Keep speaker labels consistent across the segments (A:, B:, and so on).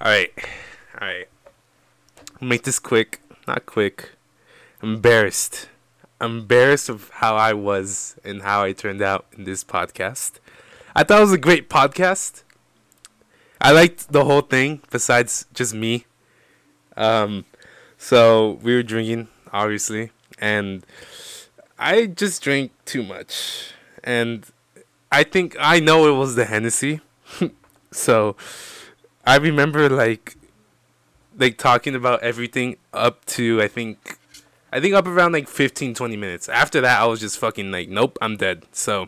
A: All right, all right. Make this quick, not quick. Embarrassed, embarrassed of how I was and how I turned out in this podcast. I thought it was a great podcast. I liked the whole thing, besides just me. Um, so we were drinking, obviously, and I just drank too much, and I think I know it was the Hennessy. so I remember like like talking about everything up to I think I think up around like 15 20 minutes. After that I was just fucking like nope, I'm dead. So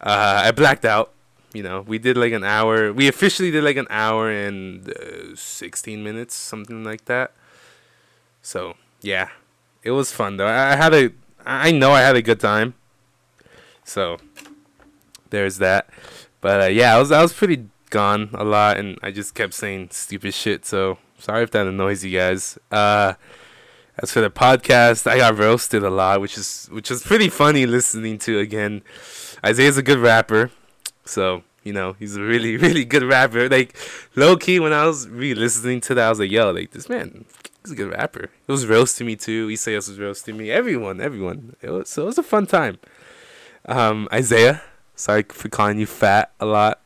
A: uh I blacked out, you know. We did like an hour. We officially did like an hour and uh, 16 minutes, something like that. So, yeah. It was fun though. I, I had a I know I had a good time. So, there's that. But uh, yeah, I was I was pretty gone a lot, and I just kept saying stupid shit. So sorry if that annoys you guys. Uh, as for the podcast, I got roasted a lot, which is which is pretty funny listening to again. Isaiah's a good rapper, so you know he's a really really good rapper. Like low key, when I was re-listening to that, I was like, yo, like this man. He's a good rapper. It was roasting me too. Isaias was roasting me. Everyone, everyone. It was, so it was a fun time. Um, Isaiah, sorry for calling you fat a lot.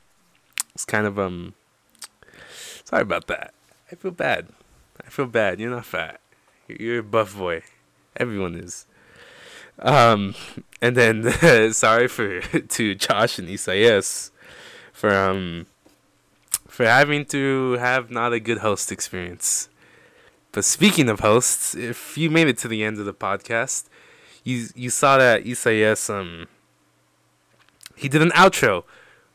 A: It's kind of um sorry about that. I feel bad. I feel bad. You're not fat. You're, you're a buff boy. Everyone is. Um and then sorry for to Josh and Isaias for um for having to have not a good host experience. But speaking of hosts, if you made it to the end of the podcast, you you saw that Isaias um he did an outro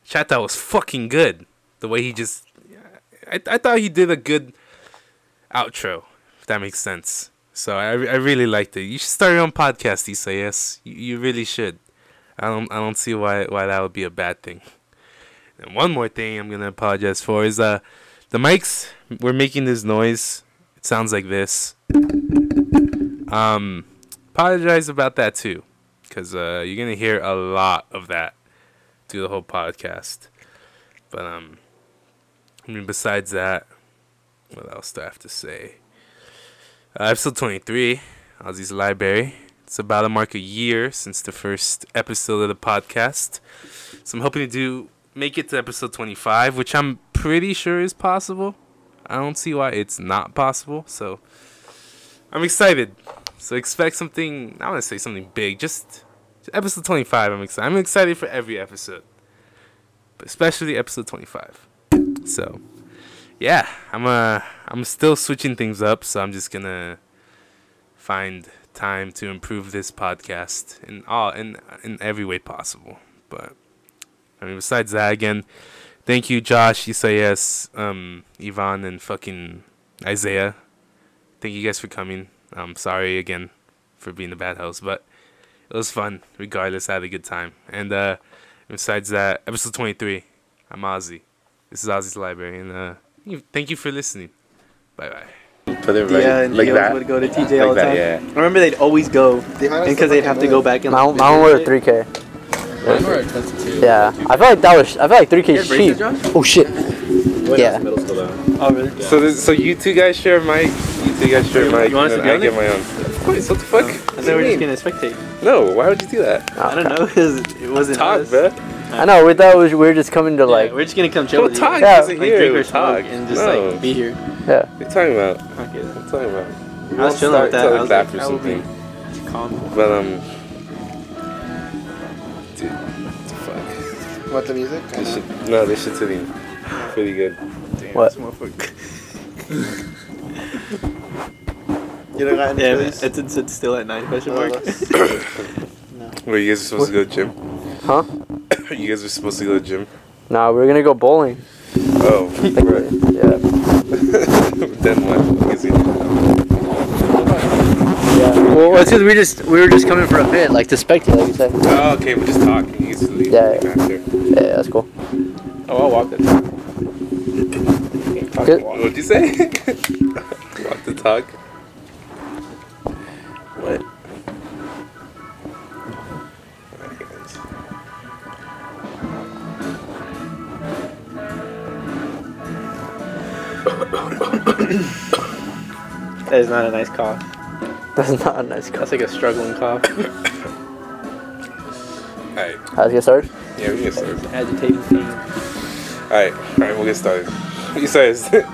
A: which I thought was fucking good. The way he just, I, I thought he did a good outro, if that makes sense. So I, I really liked it. You should start your own podcast, Issa. Yes, you, you really should. I don't I don't see why why that would be a bad thing. And one more thing I'm gonna apologize for is uh the mics we're making this noise. It sounds like this. Um, apologize about that too, because uh, you're gonna hear a lot of that through the whole podcast. But um, I mean, besides that, what else do I have to say? Uh, episode twenty three, Aussie's Library. It's about to mark a year since the first episode of the podcast, so I'm hoping to do make it to episode twenty five, which I'm pretty sure is possible. I don't see why it's not possible. So I'm excited. So expect something. I want to say something big. Just episode 25 i'm excited i'm excited for every episode but especially episode 25 so yeah i'm uh i'm still switching things up so i'm just gonna find time to improve this podcast in all in in every way possible but i mean besides that again thank you josh isaias um ivan and fucking isaiah thank you guys for coming i'm sorry again for being a bad host but it was fun. Regardless, I had a good time. And uh, besides that, episode 23, I'm Ozzy. This is Ozzy's Library, and uh, thank you for listening. Bye bye.
B: Put it right
C: Dia and
B: like
C: Dios
B: that.
C: would go to
B: Like
C: TJ all the
B: that,
C: time.
B: yeah.
C: I remember they'd always go,
D: honestly
C: because they'd have to go back and.
E: My
C: like,
E: one, my one
C: figure
E: was a
C: it.
E: 3K.
D: Mine were expensive too.
E: Yeah, I feel like that was. I feel like 3K is
C: You had
E: cheap.
C: braces,
E: Oh shit. Yeah.
D: Middle school though.
C: Oh really?
A: So, this, so you two guys share my, you two guys share
C: You-
A: my,
C: you want us
A: and
C: to
A: I
C: be
A: get
C: on
A: my own. Of course. What the fuck?
C: Oh, I
A: What
C: thought
A: do
C: we were
A: you
C: just
A: mean?
C: gonna spectate.
A: No, why would you do that?
C: I don't know. 'cause It wasn't
A: Talk,
C: us.
A: bro.
E: I know. We thought it was, we were just coming to
C: Yeah,
E: like.
C: we're just gonna come chill
A: Well,
C: with
A: talk
C: you.
E: Yeah,
C: Like
A: isn't here.
C: drink or
A: talk.
C: smoke and just
A: no.
C: like be here.
E: Yeah.
A: What are you talking about? What
C: Fuck it.
A: are you talking about?
C: I was chilling with that. I was
A: clap
C: like,
A: or
C: I will be
A: something.
C: calm.
A: But um, dude, what the fuck.
D: What the music?
A: This shit, no, this shit's hitting pretty good.
E: What?
D: You don't got any
C: Yeah,
D: chilies?
C: Edson said still at nine question
D: Oh,
C: mark.
D: that's-
A: Wait, you guys are supposed to go to the gym.
E: Huh?
A: You guys are supposed to go to the gym.
E: Nah, we were gonna go bowling.
A: Oh, right.
E: Yeah.
A: then what? Is it-
E: Yeah. Well, it's because we just we were just coming for a bit, like to spectate, like you said.
A: Oh, okay, we're just talking. You guys leave
E: Yeah, yeah.
A: after.
E: Yeah, that's cool.
A: Oh, I'll walk the talk.
E: Good.
A: What'd you say? walk the talk. What?
F: That is not a nice cough.
E: That's not a nice
F: That's
E: cuss.
F: like a struggling cough.
A: Alright.
E: How's it get started?
A: Yeah, we can get started.
F: Agitated thing.
A: Alright, alright, we'll get started. You says, do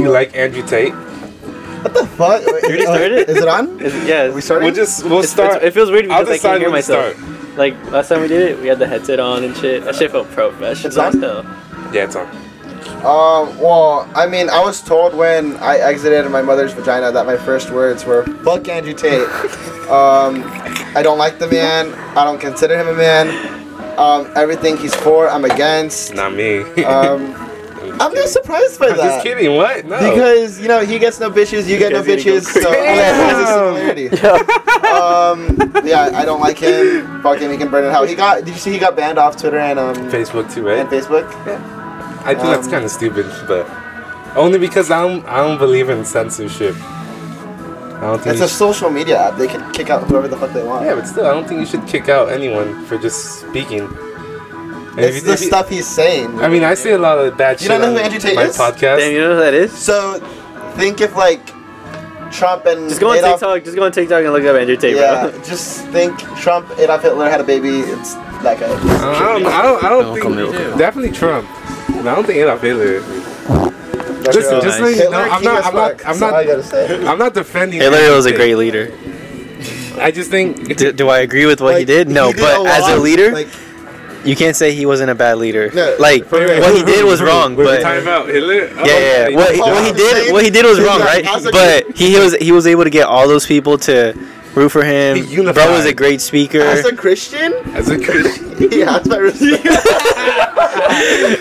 A: you like Andrew Tate?
G: What the fuck? Wait,
F: already
G: oh,
F: started?
G: Is it on?
F: Is, yeah,
G: we starting?
A: We'll just we'll
F: it's-
A: start.
F: it's- it feels weird
A: I'll
F: because I can't
A: decide
F: hear
A: when to
F: myself. Like last time we did it, we had the headset on and shit. That shit felt professional.
G: It's on?
F: as hell.
A: yeah, it's on.
G: Um, well, I mean, I was told when I exited my mother's vagina that my first words were "fuck Andrew Tate." um, I don't like the man. I don't consider him a man. Um, everything he's for, I'm against.
A: Not me.
G: Um, I'm not surprised by
A: I'm
G: that.
A: just kidding. What? No.
G: Because you know he gets no bitches, you get no
F: guys need to go
G: bitches. So
A: crazy.
G: I mean, there's a
A: Damn.
G: similarity.
E: Yeah.
G: Um, yeah, I don't like him. Fuck him, he can burn in hell. He got. Did you see he got banned off Twitter and um
A: Facebook too,
G: and
A: right?
G: Facebook?
A: I think that's
G: um,
A: kind of stupid, but only because I don't I don't believe in censorship. I don't think.
G: It's
A: you
G: a
A: sh-
G: social media app. They can kick out whoever the fuck they want.
A: yeah, but still, I don't think you should kick out anyone for just speaking. And if
G: it's
A: you-
G: the
A: if you-
G: stuff he's saying.
A: I mean, I say a lot of bad shit
G: You don't know
A: on
G: who Andrew Tate
A: my
G: is?
A: podcast.
F: Damn, you know who that is?
G: so think if like Trump and
F: Just go on
G: Adolf-
F: TikTok. Just go on TikTok and look up Andrew Tate,
G: Yeah,
F: bro.
G: just think Trump, Adolf Hitler had a baby. It's that guy.
A: I don't, I don't, I don't
E: come here,
A: think definitely Trump. And I don't think Adolf Hitler.
G: That's
A: Listen,
G: real.
A: just so you know,
G: Hitler,
A: I'm
G: king
A: not-
G: as
A: I'm not-
G: fuck.
A: I'm
G: That's
A: not-
G: all I gotta say.
A: I'm not defending.
C: Hillary was a
A: Tate.
C: great leader.
A: I just think
C: Do, do I agree with what he
G: Like,
C: did? No,
G: he did
C: but as a
G: lot.
C: leader,
G: Like,
C: you can't say he wasn't a bad leader.
G: No,
C: like
A: Wait, wait,
C: what he
A: who-
C: did
A: who-
C: was
A: who-
C: wrong,
A: wait,
C: but
A: we're talking about Hitler. Oh,
C: yeah, yeah,
A: okay.
C: yeah. What, he-
G: Well,
C: what he
G: I'm
C: did,
G: saying-
C: what he did was
G: Yeah,
C: wrong, right?
G: I was like-
C: But he was he was able to get all those people to root for him.
A: He
C: Bro
A: unified.
C: was a great speaker.
G: as a Christian,
A: As a Christian,
G: he has my respect.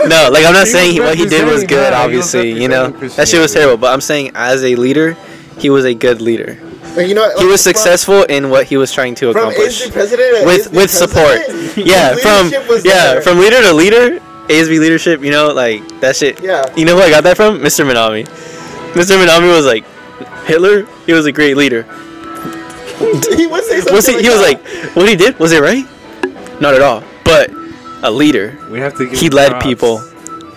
C: No, like I'm not
A: He
C: saying
A: was
C: he, what he did was
A: representing
C: good.
A: that. He was
C: Obviously, you know
A: representing
C: that shit was
A: Christianity.
C: terrible. But I'm saying as a leader, he was a good leader.
G: Like, you know, what,
C: He
G: like,
C: was successful in what he was trying to
G: From, from is
C: accomplish
G: the president to is
C: with
G: the
C: with support.
G: president,
C: Yeah,
G: his
C: from
G: leadership was
C: yeah
G: there.
C: from leader to leader, ASB leadership. You know, like that shit.
G: Yeah.
C: You know where I got that from? Mr. Minami. Mr. Minami was like Hitler. He was a great leader.
G: he would say something
C: Was he?
G: like
C: He was
G: that.
C: like, what he did was it right? Not at all. But a leader.
A: we have to. Give
C: He
A: him
C: led
A: props.
C: people,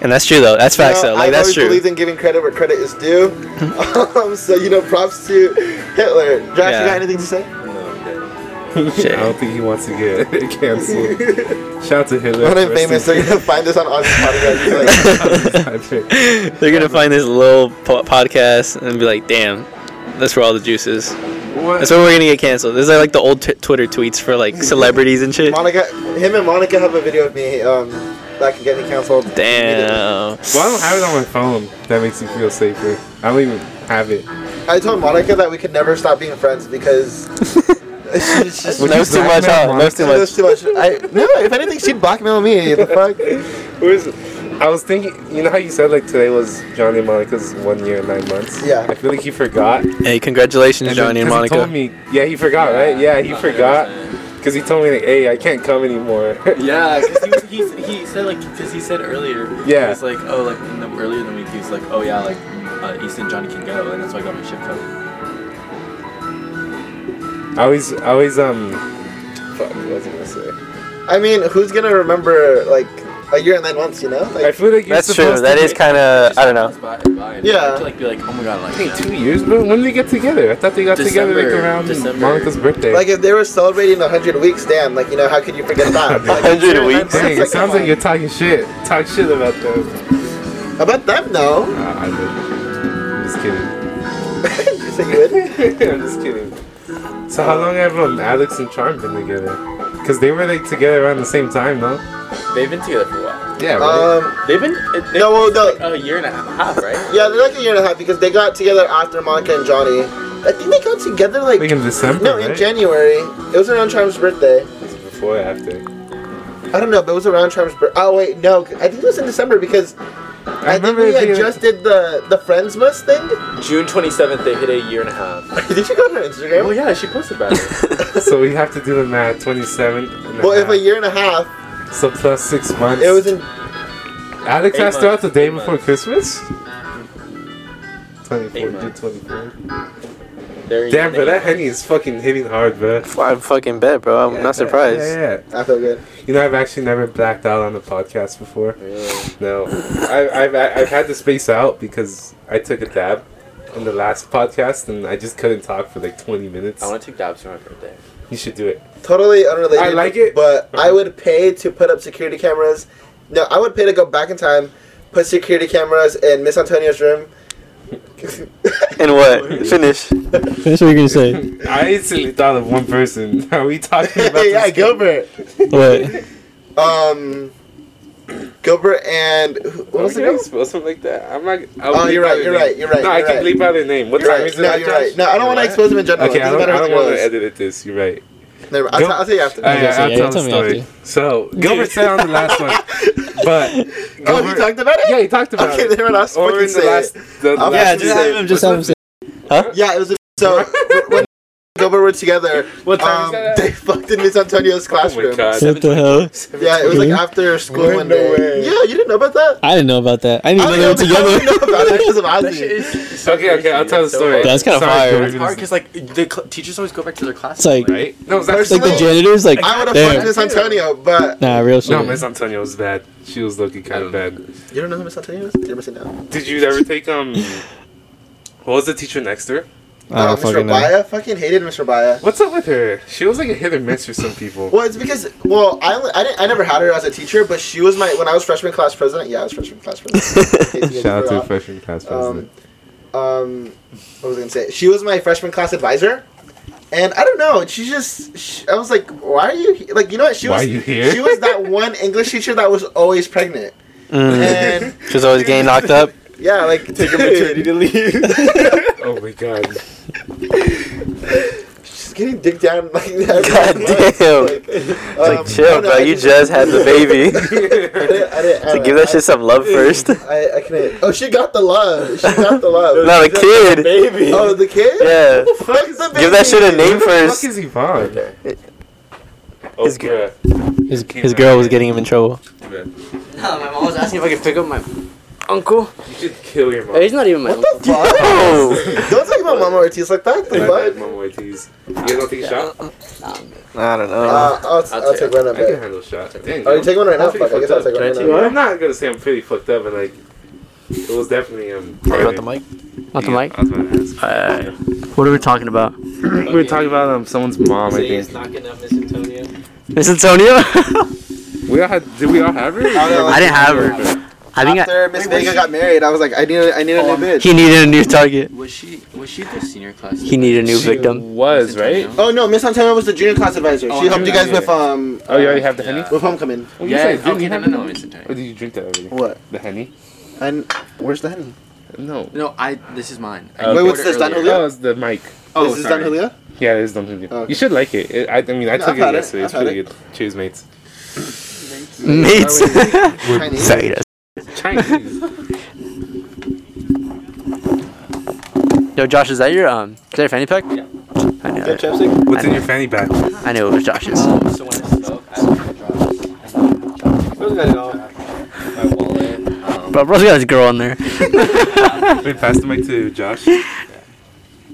C: and that's true though. That's
G: You
C: facts
G: know,
C: though. Like
G: I've
C: that's
G: always
C: true.
G: believed in giving credit where credit is due. um, so you know, props to Hitler. Josh,
C: Yeah.
G: you got anything to say?
A: I don't think he wants to get canceled. Shout out to Hitler.
G: When I'm
A: Rest in
G: famous, they're gonna find this on Ozzy's podcast. It's like,
A: peace.
C: They're gonna find this little po- podcast and be like, damn. That's where all the juice is.
A: What?
C: That's where we're gonna get canceled. This is like the old t- Twitter tweets for like celebrities and shit.
G: Monica, him and Monica have a video of me um, that can get me canceled.
C: Damn.
A: Well, I don't have it on my phone. That makes me feel safer. I don't even have it.
G: I told Monica that we could never stop being friends because it's just.
A: Would
C: That
A: you
C: was too
A: blackmail
C: much, huh? That was
A: Monica?
C: too
G: It
C: much.
G: was too much. I, no, if anything, she'd blackmail me. The fuck?
A: Who is it? I was thinking, you know how you said like today was Johnny and Monica's one year and nine months.
G: Yeah.
A: I feel like he forgot.
C: Hey, congratulations,
A: then-
C: Johnny and
A: 'cause He
C: Monica.
A: told me, yeah, he forgot, right? Yeah, he forgot. Cause he told me like, hey, I can't come anymore.
H: Yeah, because he, was- he, he said like because he said earlier.
A: Yeah.
H: He was like, oh, like in the, earlier in the week, he was like, oh yeah, like uh, Easton Johnny can go, and that's why I got my ship covered.
A: I always, I always, um, fuck, what was I gonna say?
G: I mean, who's gonna remember like a year and nine months? You know,
A: I
G: like
A: feel like you're
C: That's true.
A: supposed
C: That
A: to
C: is
A: be-
C: kind of I don't know.
H: By, by, and
G: Yeah.
H: To, like be like, oh my god, like.
A: Hey, two years, bro. When did they get together? I thought they got together like
H: December-
A: around
H: December.
A: Monica's birthday.
G: like if they were celebrating hundred weeks, damn, like you know, how could you forget that? Like,
C: 100
G: year and nine
C: weeks?
G: months,
A: Dang, it
G: like,
A: sounds
G: come
A: like you're talking shit. Talk shit about them.
G: on. about them. No,
A: Nah, I didn't. I'm just kidding.
G: you say you would.
A: I'm just kidding. So how long have um, Alex and Charm been together? Cause they were like together around the same time, though.
H: They've been together for a while.
A: Yeah,
C: Uh,
A: right.
G: Um,
H: They've been. it- They've
G: no, well,
H: been
G: no.
H: like a year and a half, right?
G: Yeah, they're like a year and a half because they got together after Monica and Johnny. I think they got together like
A: like in December,
G: no,
A: right?
G: in January. It was around Charm's birthday.
A: Was it before or after?
G: I don't know, but it was around Charm's birthday. Oh wait, no, I think it was in December because I, think
A: remember
G: we
A: it
G: had
A: being-
G: just did the the Friends Must thing.
H: June 27th, they hit a year and a half.
G: Did you go on her Instagram?
H: Oh yeah, she posted about it.
A: So we have to do the math. Twenty-seven. and a
G: Well, if
A: half.
G: a year and a half,
A: So plus six months.
G: it was in
A: Alex
H: Eight
A: asked her
H: months,
A: out the day
H: eight
A: before
H: months.
A: Christmas. Twenty-four.
H: Eight
A: do
H: months.
A: Twenty-four.
C: There you
A: Damn,
C: go.
A: bro, that henny is fucking hitting hard, bro.
E: Well, I'm fucking bet, bro. I'm not surprised.
A: Yeah, yeah, yeah.
G: I feel good.
A: You know, I've actually never blacked out on the podcast before. No, I, I've I've had to space out because I took a dab in the last podcast and I just couldn't talk for like 20 minutes.
C: I want to take dabs for my birthday.
A: You should do it.
G: Totally unrelated.
A: I like it.
G: but I would pay to put up security cameras. No, I would pay to go back in time, put security cameras in Miss Antonio's room.
E: And what? Finish. Finish what you're gonna say.
A: I instantly thought of one person. Are we talking about?
G: yeah,
A: this-
G: Gilbert.
E: What?
G: Um, Gilbert and who, what
A: What
G: was
A: was
G: the
A: it? I
G: girl?
A: spell something like that. I'm not. I'll
G: Oh,
A: bleep
G: you're
A: out
G: right.
A: their
G: You're
A: name.
G: right. You're
A: No,
G: right. you're
A: I can
G: right.
A: bleep out their name. What
G: You're
A: time
G: right.
A: is it?
G: No,
A: now,
G: you're right.
A: Josh?
G: No, I don't want to expose him in general.
A: Okay,
G: it
A: I
G: doesn't
A: don't,
G: matter
A: I
G: who
A: don't
G: it
A: want
G: was.
A: to edit this. You're right.
G: Never mind. I'll,
A: Go-
G: t- I'll tell you after.
A: Alright,
E: so
A: I'll
E: yeah,
A: tell
E: tell
A: the
E: me
A: story. So Gilbert said on the last one, but
G: oh, he
A: Gilbert-
G: talked about it.
A: yeah, he talked about
G: okay,
A: it.
G: never mind. I'll
A: Or
G: fucking
A: in the
G: say
A: last,
G: it.
A: the
G: I'll
A: last Oh
E: Yeah,
G: fucking
E: just
G: say
E: have
G: it.
E: him. Just have him say.
G: Yeah, it was a, so when- when Gilbert were together.
A: What time
G: Um,
A: is that at?
G: they fucked in Miss Antonio's classroom.
A: Oh my god.
E: What the hell?
G: Yeah, it was like
E: Really?
G: after school
A: What?
G: one
A: No
G: day.
A: way.
G: Yeah, you didn't know about that.
E: I didn't know about that. I didn't even know they were
G: I
E: together.
G: didn't know about it because of Ozzy.
A: Okay, okay, I'll tell the story.
E: That's kinda
A: Sorry,
E: fire.
A: Gilbert,
I: It's
A: you didn't-
I: hard because like the cl- teachers always go back to their classes.
E: It's like-
A: Right? No, it was actually,
E: Like the janitors, like
G: I would have
E: there.
G: fucked Miss Antonio, but
E: Nah, real shit.
A: no, Miss Antonio was bad. She was looking kind of bad.
G: you don't know who Miss Antonio is. You're missing out.
A: Did you ever take um? What was the teacher next to her?
E: I
G: Uh,
E: don't
G: Mr.
E: fucking know.
G: Baya fucking hated Mr. Baya.
A: What's up with her? She was like a hit or miss for some people.
G: Well, it's because well, I only, I, didn't, I never had her as a teacher, but she was my when I was freshman class president. Yeah, I was freshman class president. in case you guys forgot.
A: freshman class
G: Um, um, what was I gonna say? She was my freshman class advisor, and I don't know. She just, she, I was like, why are you he-" like? You know what? She
A: Why
G: was.
A: are you here?
G: She was that one English teacher that was always pregnant,
E: Mm.
G: and
E: She's always getting knocked up.
G: yeah, like take a maternity to leave.
A: oh my god.
G: She's getting dicked down like that.
E: God damn.
G: Like, um,
E: Like chill,
G: I don't know,
E: bro.
G: I
E: You
G: just-
E: just had the baby.
G: I didn't, I didn't, I
E: Like,
G: don't
E: give
G: know.
E: that shit some love first. No,
G: I, I can't. Oh, she got the love. She got the love.
E: the kid.
C: Baby.
G: Oh, the kid?
E: Yeah.
G: Fuck the baby.
E: Give that shit a name
A: Who the
E: first.
A: fuck is Yvonne? Oh,
E: His-
A: bruh.
E: His, his girl was getting him in trouble.
J: No, my mom was asking if I could pick up my uncle.
A: You should kill your
J: Oh,
A: mom.
J: he's not even my uncle.
E: Oh,
G: Don't talk about Mama Ortiz like that. The
A: My bad,
G: fuck?
A: Mama Ortiz. You guys don't take a shot?
E: I don't know.
G: Uh, I'll, I'll,
C: I'll
G: take one
A: I
G: of
A: can
G: it.
A: handle a shot. Dang,
G: Oh, you take one right now?
A: I'm pretty
G: Fuck, I guess I'll
A: fucked
G: take
A: up.
G: one right
C: Can I
G: now.
C: take
A: I'm not gonna say I'm pretty fucked up, but like, it was definitely um.
E: About the mic.
J: Want the mic?
A: I was about to ask.
J: What are we talking about?
A: we were talking about um someone's mom. I
C: He's
A: think
C: knocking up Miss Antonio.
E: Miss Antonio?
A: we all had. Did we all have
G: Oh,
A: her?
J: I didn't have her. I think I,
G: After Miss Vega got married, I was like, I need, a, I need a new bitch.
E: he needed a new target.
I: Was she was she the senior class?
J: he needed a new
A: She
J: victim.
A: was right.
G: Oh no, Miss Antonio was the junior class advisor.
I: Oh,
G: she helped you
I: yeah,
G: guys
I: yeah.
G: with um
A: Oh, you already have the henny.
I: Yeah.
G: with homecoming.
A: What you
I: Yeah.
A: say? Didn't
I: okay.
A: you
I: No,
A: have
I: no, no,
A: it?
I: Miss Antonio.
G: Oh,
A: Or did you drink that already?
G: What?
A: The henny?
G: And where's the henny?
A: No.
I: No, I. This is mine.
A: Okay.
I: I
G: Wait,
I: ordered
G: what's this,
I: earlier.
G: Don Julio?
A: Uh, That was the mic.
I: Oh,
G: this is Don
I: sorry.
G: Julio.
A: Yeah, it is Don Julio.
G: Okay.
A: You should like it. It- I, I mean, I
G: No,
A: took
G: I've
A: it
G: had it.
A: yesterday. It's
G: I've had
A: pretty good. Cheers, mates.
E: Mates.
G: Chinese.
E: Sorry, that's-
A: Chinese.
J: Yo, Josh, is that your um? Is that your fanny pack? Yeah. I knew
G: Get
J: it.
G: chapstick.
A: What's in your fanny pack?
J: I knew it was Josh's.
I: Um, so when I spoke, I left my drugs,
G: Who's got it all?
I: my wallet. Um,
J: Bro, bro's got his girl in there.
A: Wait, pass the mic to Josh.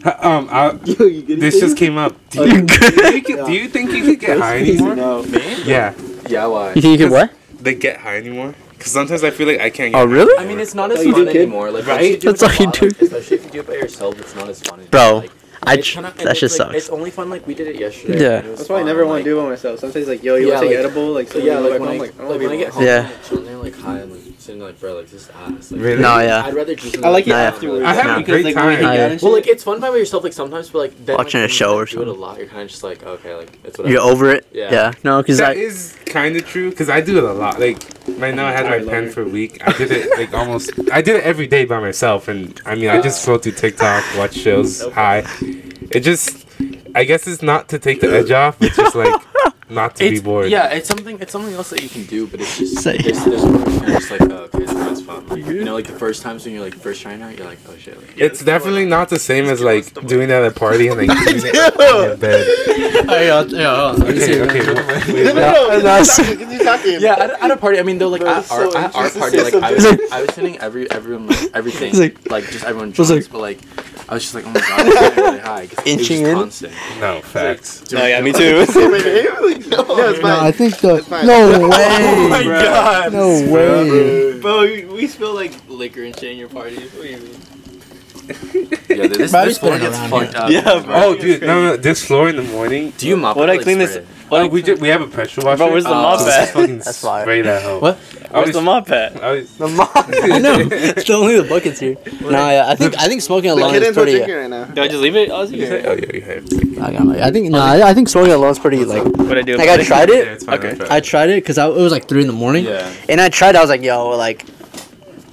A: Um, I,
G: Yo, you get
A: this just came up. Do you, do you, get- do you think you could get high anymore?
G: No.
A: Yeah.
I: yeah, why?
J: You think you could what?
A: They get high anymore? Because sometimes I feel like I can't get
J: Oh,
I: I
J: really?
I: mean, it's not as
C: you
I: fun
C: do, kid?
I: anymore. Like, once
A: Right?
I: you do
J: That's
I: it
J: all you
I: a lot,
J: do.
I: like, especially if you do it by yourself, it's not as fun. Anymore.
E: Bro,
I: like,
J: I
I: it's
J: tr-
I: kinda- and
J: that
I: it's,
J: shit
I: like, It's
J: sucks.
I: only fun like we did it yesterday.
J: Yeah.
I: and it was
C: That's why I
I: fun,
C: never want
I: like-
C: to do it by myself. Sometimes like, yo, you
I: Yeah,
C: want to take
I: like-
C: edible? Like,
I: So
C: so
I: yeah, like
C: I'm
I: when I
C: like, I don't
I: like,
C: wanna
I: when I
G: oh,
C: be
I: get home,
J: Yeah.
I: I'm chilling there, like high, I'm like sitting like bro, like this is ass. Like,
A: Really?
J: No, yeah.
I: I'd rather just.
C: I like it
J: Nah, yeah.
C: afterwards.
A: I had a great
C: like, when we hang
A: time.
C: out and
I: Well,
C: shit-
I: like it's fun by yourself, like sometimes, but like then, like,
J: Watching a
I: when you,
J: show
I: like,
J: or
I: Do it
J: something.
I: a lot. You're kind of just like, okay, like it's whatever.
J: You're over it.
I: Yeah.
J: Yeah. No, cause
A: That
J: I.
A: is kind of true because I do it a lot. Like right now, I had my pen for a week. I did it like almost. I did it every day by myself, and I mean, I just scroll through TikTok, watch shows. Hi, it just. I guess it's not to take the edge off, but just like not to be
I: It's,
A: bored.
I: yeah, it's something. It's something else that you can do, but it's just
E: Say.
I: there's, there's one where you're just like, oh, okay, it's not as fun. Like, you know, like the first times when you're like first trying out, you're like, oh shit. Like, yeah,
A: It's definitely not the same as like doing that at a party and like doing it in your bed. Okay, okay. wait,
G: No,
A: wait.
G: no, no.
E: that's-
G: Continue talking.
I: Yeah, at, at a party. I mean, though, like
G: Bro,
I: at
G: it's
I: our,
G: so
I: at our
G: interesting.
I: party, like I
G: It's
I: was,
E: like-
I: I was sending every everyone like everything,
E: It's like-
I: like, just everyone
E: was
I: drugs,
E: like-
I: but like I was just like, oh my god, I'm getting really high. 'cause it was
C: Inching
I: just
C: in?
I: constant.
A: No, facts.
C: No, Oh, yeah, me too.
G: no, it's
K: No, I
G: fine.
K: think the
G: fine.
K: no way,
C: Oh
A: my god.
K: no way.
L: Bro, we, we spill like liquor and shit in your parties. What do you mean?
I: Yeah, this,
K: Bobby's
I: this floor
K: been
I: gets
K: around
I: fucked up.
C: Yeah,
I: bro.
A: Oh, dude, no, no, this floor in the morning.
I: Do you mop?
C: Why'd
I: it,
C: I
I: like,
C: clean this-
I: spread?
A: Oh, we just, we have a pressure washer. Oh,
C: Bro, where's the mop
A: so just
C: at?
A: fucking
E: That's fire.
A: Spray that hoe.
E: What?
A: I
C: Where's
A: was,
C: the mop at?
A: I was,
E: The mop. I know. It's only the buckets here. Nah, yeah, I think I think smoking
G: The
E: alone
G: kid
E: is
G: is what
E: pretty.
G: drinking right now.
L: Did I just leave it? I was yeah.
A: oh yeah, you have. it.
E: I, got my, I
I: Oh,
E: think no, I, I think smoking alone is pretty. Like,
C: What I do?
E: like I tried
A: Yeah,
E: it.
A: it's fine.
C: Okay.
A: I'll try
E: I
A: it.
E: tried it because it was like three in the morning,
I: Yeah.
E: and I tried. I was like, yo, like,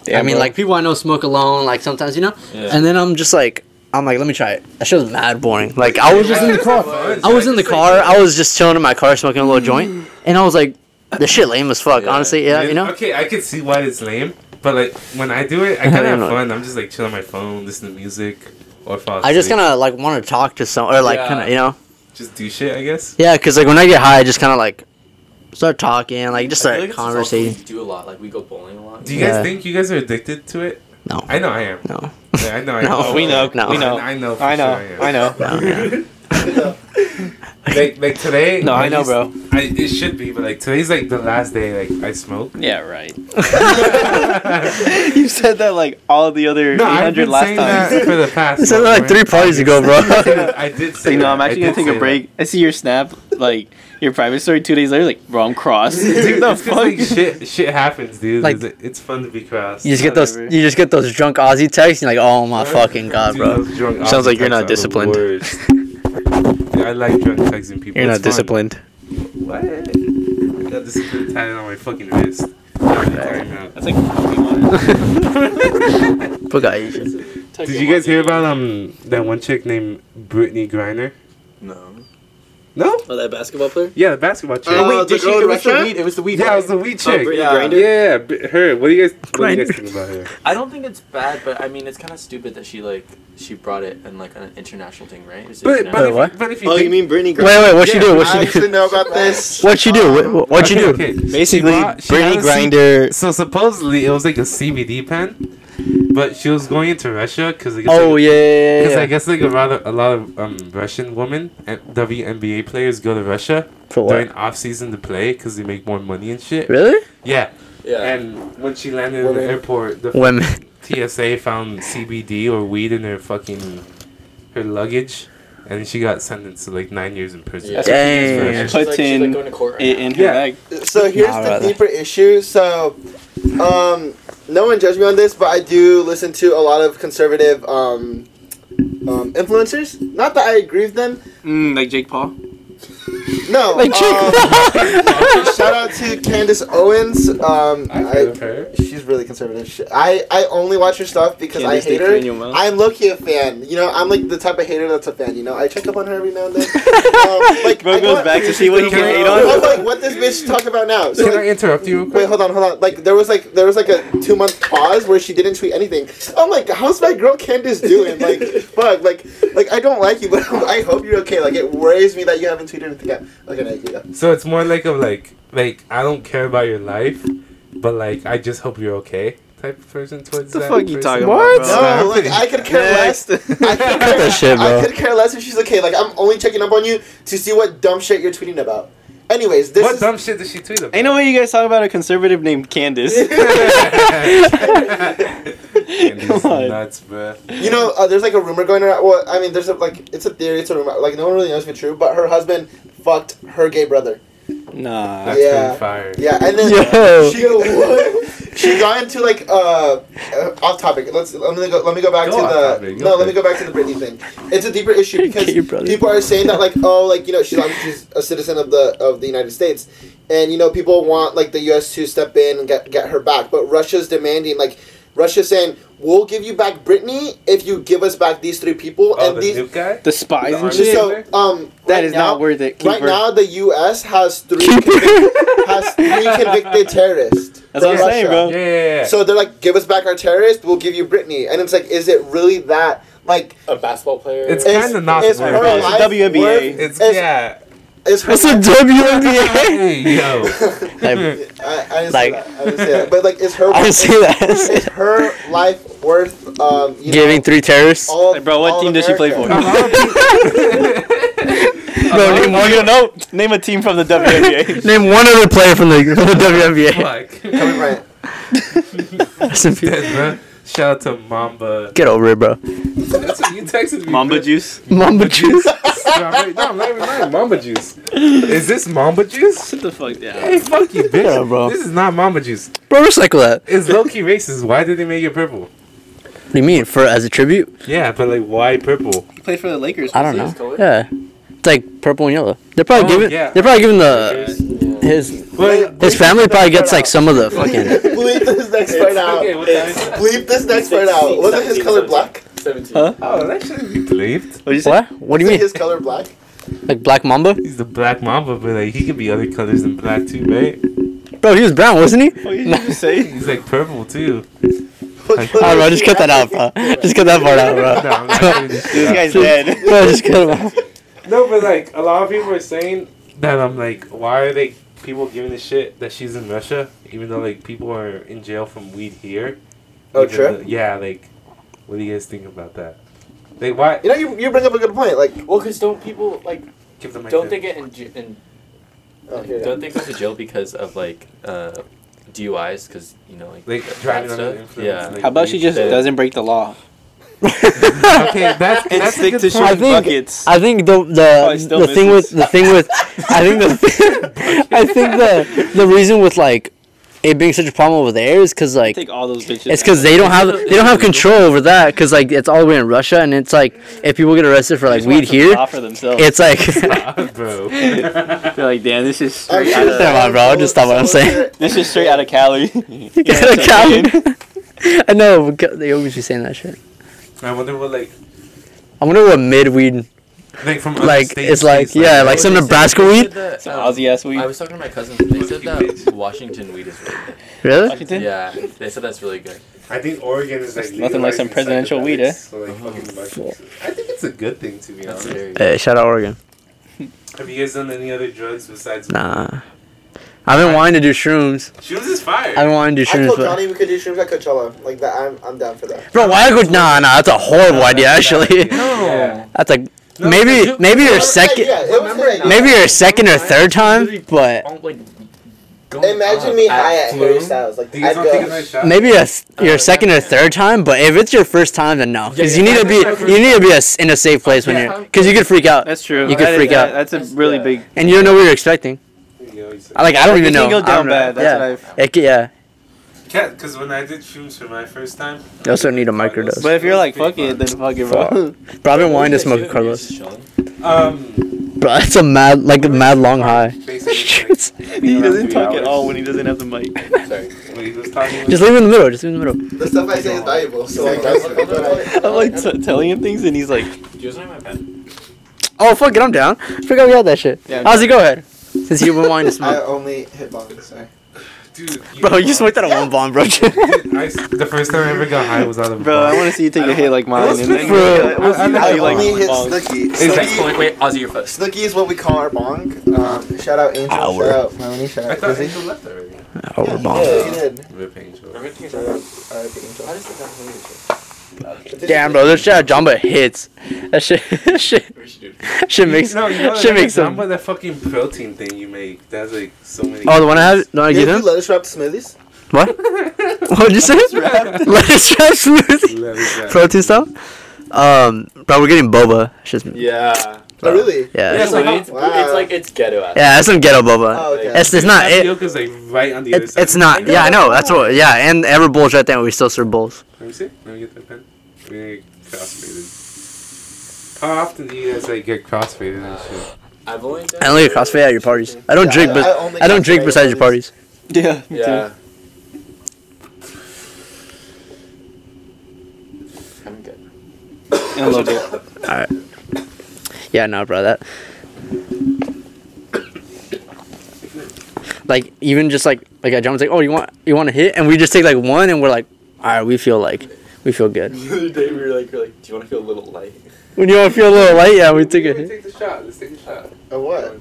E: I mean,
C: bro.
E: like people I know smoke alone. Like sometimes, you know.
I: Yeah.
E: And then I'm just like, I'm like, let me try it. That shit was mad boring. Like I was just in the car. I was in the car. I was just chilling in my car, smoking a little joint, and I was like, the shit lame as fuck.
I: Yeah.
E: Honestly, yeah, you know.
A: Okay, I can see why it's lame, but like when I do it, I
E: I
A: kind of have
E: know.
A: fun. I'm just like chilling on my phone, listening to music, or fall asleep.
E: I just kind of like want to talk to some or like
I: Yeah.
E: kind of you know.
A: just do shit, I guess.
E: Yeah, cause like when I get high, I just kind of like start talking, like just
I: I feel
E: start
I: like it's also
E: conversating.
I: We do a lot. Like we go bowling a lot.
A: Do you guys
E: Yeah.
A: think you guys are addicted to it?
E: No.
A: I know I am.
E: No.
A: Yeah, I know. I
E: No.
A: am.
E: Oh, we
C: know.
E: No.
C: We know.
A: I know. for
C: I know.
A: sure
C: I know.
E: No, yeah.
A: Like, like today.
C: No, I know,
A: used-
C: bro.
A: I, it should be, but like today's like the last day like I smoke.
C: Yeah, right. you said that like all the other
A: No, I've been saying that for the past.
E: This is like
A: month,
E: three
A: right?
E: parties ago, bro.
A: I did say.
C: Like, no, I'm
A: that. I did
C: actually gonna take
A: say
C: a
A: that.
C: break. I see your snap, like your private story two days later, like, bro, I'm crossed.
G: Oh,
A: Dude,
C: the
A: it's 'cause, like
C: fuck?
A: shit, shit happens, dude.
E: Like-
A: it's, it's fun to be crossed.
E: you just get those, you just get those drunk Aussie texts, and you're like, oh my fucking god,
A: Dude,
E: bro.
A: those drunk
C: Sounds like you're
A: oxytocins
C: not
A: are the
C: disciplined.
A: worst. Dude, I like drunk texting people.
C: You're not
A: It's fun.
C: disciplined.
A: What? I got discipline tatted on my fucking wrist. Did
L: That's like Pokemon.
E: But guys,
A: you guys hear about um that one chick named Brittany Griner?
I: No.
A: No?
L: Oh, that basketball player?
A: Yeah, the basketball chick. Oh,
G: Uh, the girl with the
I: it was the
G: restaurant?
I: weed. It was the weed.
A: yeah, it
I: right?
A: was the weed chick.
L: Brittany
A: yeah.
L: Griner?
A: yeah, b- her. What do you guys what do you guys think about her?
I: I don't think it's bad, but I mean, it's kind of stupid that she like she brought it in like an international thing, right? Is it
A: But but
I: international?
A: if,
E: what?
A: but if you
L: Oh, you
A: think-
L: mean Brittany
E: wait,
L: Griner?
E: wait, what you do?
G: I
E: What you
G: actually
E: do?
G: know about this.
E: What you do? What, what you do?
A: Okay, okay.
C: Basically,
A: She brought- she
C: Brittany
A: had a C-
C: Grinder.
A: So supposedly it was like a CBD pen, but she was going into Russia because
E: Oh yeah,
A: Because
E: yeah, yeah,
A: I
E: yeah.
A: guess like a lot of a lot of um, Russian women and WNBA players go to Russia
E: For
A: during
E: what?
A: off season to play because they make more money and shit.
E: Really?
A: Yeah.
I: Yeah.
A: And when she landed in the
G: Women.
A: airport, the
E: Women.
A: TSA found CBD or weed in her fucking her luggage, and she got sentenced to like nine years in prison.
I: Yeah.
E: Dang.
I: She's like,
C: Puts
I: she's
C: in
I: like going to court right
C: it in her
A: Yeah.
C: bag.
G: so here's
E: Nah,
G: the
E: rather.
G: deeper issue. So, um, no one judge me on this, but I do listen to a lot of conservative um, um, influencers. Not that I agree with them.
C: Mm, like Jake Paul.
G: No.
E: Like,
G: um, shout out to Candace Owens. Um,
A: I
G: I,
A: feel her.
G: she's really conservative. She- I I only watch her stuff because
C: Candace,
G: I hate
C: they
G: her.
C: clean your mouth.
G: I'm low-key a fan. You know, I'm like the type of hater that's a fan. You know, I check up on her every now and then. um, like,
C: Bro
G: I
C: goes
G: go-
C: back to see what he can
A: Can I-
C: hate
G: I'm
C: on.
G: like, what this bitch talk about now? So,
A: Can
G: like,
A: I interrupt you? Real quick?
G: Wait, hold on, hold on. Like there was like there was like a two month pause where she didn't tweet anything. I'm like, how's my girl Candace doing? Like, fuck, like, like I don't like you, but I hope you're okay. Like it worries me that you haven't tweeted anything out. Okay, now you go.
A: So it's more like of like like I don't care about your life, but like I just hope you're okay type of person towards
C: the
A: that
C: fuck you
A: person.
C: talking about, What? bro?
G: No, like I could care less. I could care,
E: that shit, bro.
G: I could care less if she's okay. Like I'm only checking up on you to see what dumb shit you're tweeting about. Anyways, this
A: what
G: is
A: dumb shit did she tweet about?
C: Ain't no way you guys talk about a conservative named Candace.
A: And these
C: Come on.
A: nuts, bro.
G: You know, uh, there's like a rumor going around. Well, I mean, there's a, like it's a theory, it's a rumor. Like no one really knows if it's true, but her husband fucked her gay brother.
C: nah. Oh,
A: That's
G: Yeah.
A: been fired.
G: Yeah, and then
E: Yo.
G: she go what? she got into like uh, uh, off topic. Let's let me go. Let me go back
A: Go
G: to
A: off
G: the
A: topic,
G: no.
A: go
G: Let me
A: for
G: go back to the Britney thing. It's a deeper issue because
E: Gay brother.
G: people are saying that like oh like you know she's obviously she's a citizen of the of the United States, and you know people want like the U.S. to step in and get get her back, but Russia's demanding like Russia's saying we'll give you back Britney if you give us back these three people
A: Oh,
G: and
A: the
G: these.
A: new guy.
C: The spies
A: The
C: and
A: army.
C: shit.
A: So-
G: So um,
C: that
G: right
C: is
G: now-
C: not worth it. Keep
G: Right
C: her.
G: now, the U.S. has three has three convicted terrorists.
C: That's what
G: from
C: I'm saying,
G: Russia.
C: bro.
A: Yeah, yeah, yeah.
G: So they're like, give us back our terrorist, we'll give you Britney. And it's like, is it really that? Like,
I: a basketball player.
A: It's
G: is,
A: kinda not
G: is
A: worth
G: her
A: it. It's
G: life
C: WNBA.
G: worth-
A: it's,
G: is-
A: yeah.
G: It's her
E: That's the WNBA.
A: yo.
J: Like,
G: I, I
J: Like-
G: didn't say that. I didn't say that. But like, it's her.
E: I didn't say that.
G: It's, it's her life worth. Um, you
E: Giving
G: know,
E: three terrorists.
G: all,
C: Like, bro, what
G: all
C: team
G: of
C: does she play
G: America.
C: for?
A: Oh,
E: No, name one,
C: no, name a team from the WNBA.
E: name one other player from the, from the WNBA.
A: Fuck.
G: Kobe Bryant.
E: Rest in peace.
A: Dead, bro. Shout out to Mamba.
E: Get over it, bro.
A: That's what you texted me.
C: Mamba
A: bro.
C: juice.
E: Mamba juice.
A: no, I'm not- no, I'm not even lying. Mamba juice. Is this Mamba juice?
C: What the fuck? Yeah.
A: Hey, fuck you, bitch.
E: Yeah, bro.
A: This is not Mamba juice.
E: Bro, recycle that.
A: It's low key racist. Why did they make it purple?
E: What do you mean? For as a tribute?
A: Yeah, but like, why purple?
I: He played for the Lakers.
E: I don't
I: What's his
E: know.
I: color?
E: Yeah. It's like purple and yellow. They're probably
A: Oh,
E: giving.
A: yeah.
E: They're probably giving the his
A: Well,
E: his family probably gets like some of the fucking.
G: Bleep this next part out.
A: okay, what the heck?
G: Bleep this next part out. Wasn't his color black?
I: 17.
A: Oh, that shouldn't be believed.
C: What'd you say?
E: What? What do you
G: Isn't
E: mean?
G: his color black?
E: Like black mamba?
A: He's the black mamba, but like, he could be other colors than black too, right?
E: Bro, he was brown, wasn't he?
C: What did you just say?
A: He's like purple too.
G: What
E: I
G: color
E: don't know.
G: is
E: Just
G: he?
E: cut that out, bro. Just cut that part out,
A: No,
E: bro.
A: I'm not doing this shit
C: This
A: up.
C: guy's dead.
E: Bro, just cut it out.
A: No, but like a lot of people are saying that I'm like, why are they people giving a shit that she's in Russia, even though like people are in jail from weed here?
G: Oh,
A: Even
G: true.
A: though- yeah, like, what do you guys think about that? Like, why?
G: You know, you, you bring up a good point. Like,
I: Well, because don't people, like,
A: Give them
I: don't they get in, j- in
G: oh, here it
I: don't
G: is.
I: they go to jail because of, like, uh, DUIs? Because, you know, like,
A: like
I: that
A: driving under
I: stuff?
A: the influence.
I: Yeah.
A: like,
C: How about she
A: weed.
C: just
I: Yeah.
C: doesn't break the law
A: okay, that's
C: and
A: that's a
C: stick
A: good
C: to
A: point.
C: shooting
E: I think-
C: buckets?
E: I think the
C: Oh, he
E: the
C: still
E: the thing
C: misses.
E: with the thing with I think the I think the the reason with like it being such a problem over there is because like
C: Take all those bitches.
E: it's because they don't have they don't have control over that because like it's all the way in Russia and it's like if people get arrested for like
C: Just want
E: weed
C: some
E: here,
C: law for themselves.
E: it's like
A: Ah, bro.
C: They're like, damn, this is
G: Oh,
C: straight
G: shit.
C: out of
E: Never mind, bro. I'll just stop what I'm saying.
C: this is straight out of Cali.
E: Get out of Cali. I know because they always be saying that shit.
A: I wonder what like
E: I wonder what mid weed
A: like from other
E: like
A: states
E: it's like
A: tastes
E: yeah
I: Oh,
E: like some
I: they said-
E: Nebraska
I: they
E: weed
I: said that,
C: Some
I: um,
C: Aussie ass weed.
I: I was talking to my cousins. They said that Washington weed is really good.
E: really
C: Washington.
I: Yeah, they said that's really good.
A: I think Oregon is like
C: nothing like some
A: legalizing
C: presidential weed, eh?
A: psychedelics, so, like, fucking mushrooms. I think it's a good thing to be
I: That's
A: honest.
I: very good.
E: hey shout out Oregon
A: Have you guys done any other drugs besides
E: nah I've been wanting to do shrooms
A: Shoes is fire.
E: I've been wanting to do
G: I
E: shrooms
G: told
E: but
G: Johnny we could do shrooms at Coachella. Like that, I'm, I'm down for that.
E: Bro, why go? Nah, nah, that's a horrible idea. Actually,
A: No.
E: that's like
A: No,
E: maybe
A: you-
E: maybe your
G: Hey,
E: second,
G: yeah, it was
A: Remember
G: good.
A: now.
E: maybe your second or third time, but
I: Oh, like, going
G: Imagine
I: up
G: me
I: at
G: high at
I: Flume.
G: Harry Styles. Like,
A: Do you guys
G: I'd
A: want to take
G: go.
A: another shot?
E: maybe a th-
C: Oh,
E: your second or third time. But if it's your first time, then no, because you need to be you need to be a s in a safe place when you're because you could freak out
C: That's true.
E: You could
C: That is- uh,
E: freak out.
C: That's a really big.
E: and you don't know what you're expecting.
A: Yeah, you said-
E: I- Like I don't
C: It
E: even know.
C: can go
E: I don't
C: down
E: know.
C: bad. That's
E: Yeah,
C: what I've.
E: It ca- yeah.
A: Yeah, because when I did shrooms for my first time,
E: You also need a microdose.
C: But if you're like, fuck it, then fuck it, bro.
E: Bro, I've been
I: What
E: wanting
I: do
E: to
I: you
E: smoke a
I: guys do? You're
E: Carlos.
I: just chilling?
A: um,
E: Bro, that's a mad like a mad long high.
A: basically, like,
E: Just
C: He doesn't
A: Three
C: talk at
A: hours.
C: all when he doesn't have the mic.
I: Sorry.
A: what he was talking
E: leave it in the middle. Just leave it in the middle.
G: The stuff I say is valuable. So like, that's what
C: I'm like t- telling him things, and he's like,
I: Do you guys want my pen?
E: Oh fuck it, I'm down. Forgot we had that shit.
C: Yeah, I'm
E: How's it go ahead? Since you've been wanting to
G: I
E: smoke.
G: only hit bong. Sorry.
A: Dude,
E: Bro, you smoked out of one bomb, bro.
A: I, the first time I ever got high was out of.
C: bro, I want to see you take a hit like mine, and then
E: Bro,
C: we'll see how
G: I
C: you like
G: only hit
C: bongs.
G: Snooki.
A: Exactly.
G: Snooki.
I: wait, wait, Ozzy, you're first.
G: Snooki is what we call our bong. Um, shout out Angel.
E: Our.
G: Shout out Melanie. Shout
A: I
G: out
A: thought
G: Lizzie.
A: Angel left already.
E: Oh,
G: Yeah,
E: we're
G: he
E: bomb.
G: did, he did.
A: Rip Angel.
G: Shout out, R.I.P. Angel.
E: Damn, bro, this shit at Jamba hits. That shit, shit, shit makes,
A: No, you know
E: shit
A: that
E: makes
A: some
E: them.
A: of that fucking protein thing you make. That's like so many.
E: Oh, the one I have, the one I
G: Did
E: give
G: you
E: him.
G: lettuce wrap smoothies?
E: What? What'd you say? Lettuce wrap smoothie.
A: Let me try.
E: Protein stuff. Um, bro, we're getting boba. Shit's, yeah,
I: Yeah.
G: Oh, really?
E: yeah,
I: It's like, it's,
G: Wow.
I: it's like, it's ghetto ass.
E: that's some ghetto boba.
G: Oh, okay.
E: It's, it's not it.
A: Tapioca's like right on the other
E: It's,
A: side.
E: it's not. Yeah, I know. That's what. Yeah, and ever bowls right there. We still serve bowls.
A: Let me see. Let me get that pen. We get crossfaded. How often do you guys like get crossfaded and shit?
I: I've only done
E: I only get CrossFit at your parties. I don't
G: Yeah,
E: drink,
G: I-
E: but
G: I only
E: I don't
G: got
E: drink
G: to
E: besides your
G: parties.
E: parties.
C: Yeah, me
I: Yeah. I'm good.
C: too. In a little bit.
E: Yeah, no, bro, that. Like even just like like I jump, it's like oh you want you want to hit, and we just take like one, and we're like, all right, we feel like We feel good.
I: The other day we were like, we were like, do you want to feel a little light?
E: When you want to feel a little light, yeah, we took it.
A: Take the shot. Let's take the shot.
G: Of what?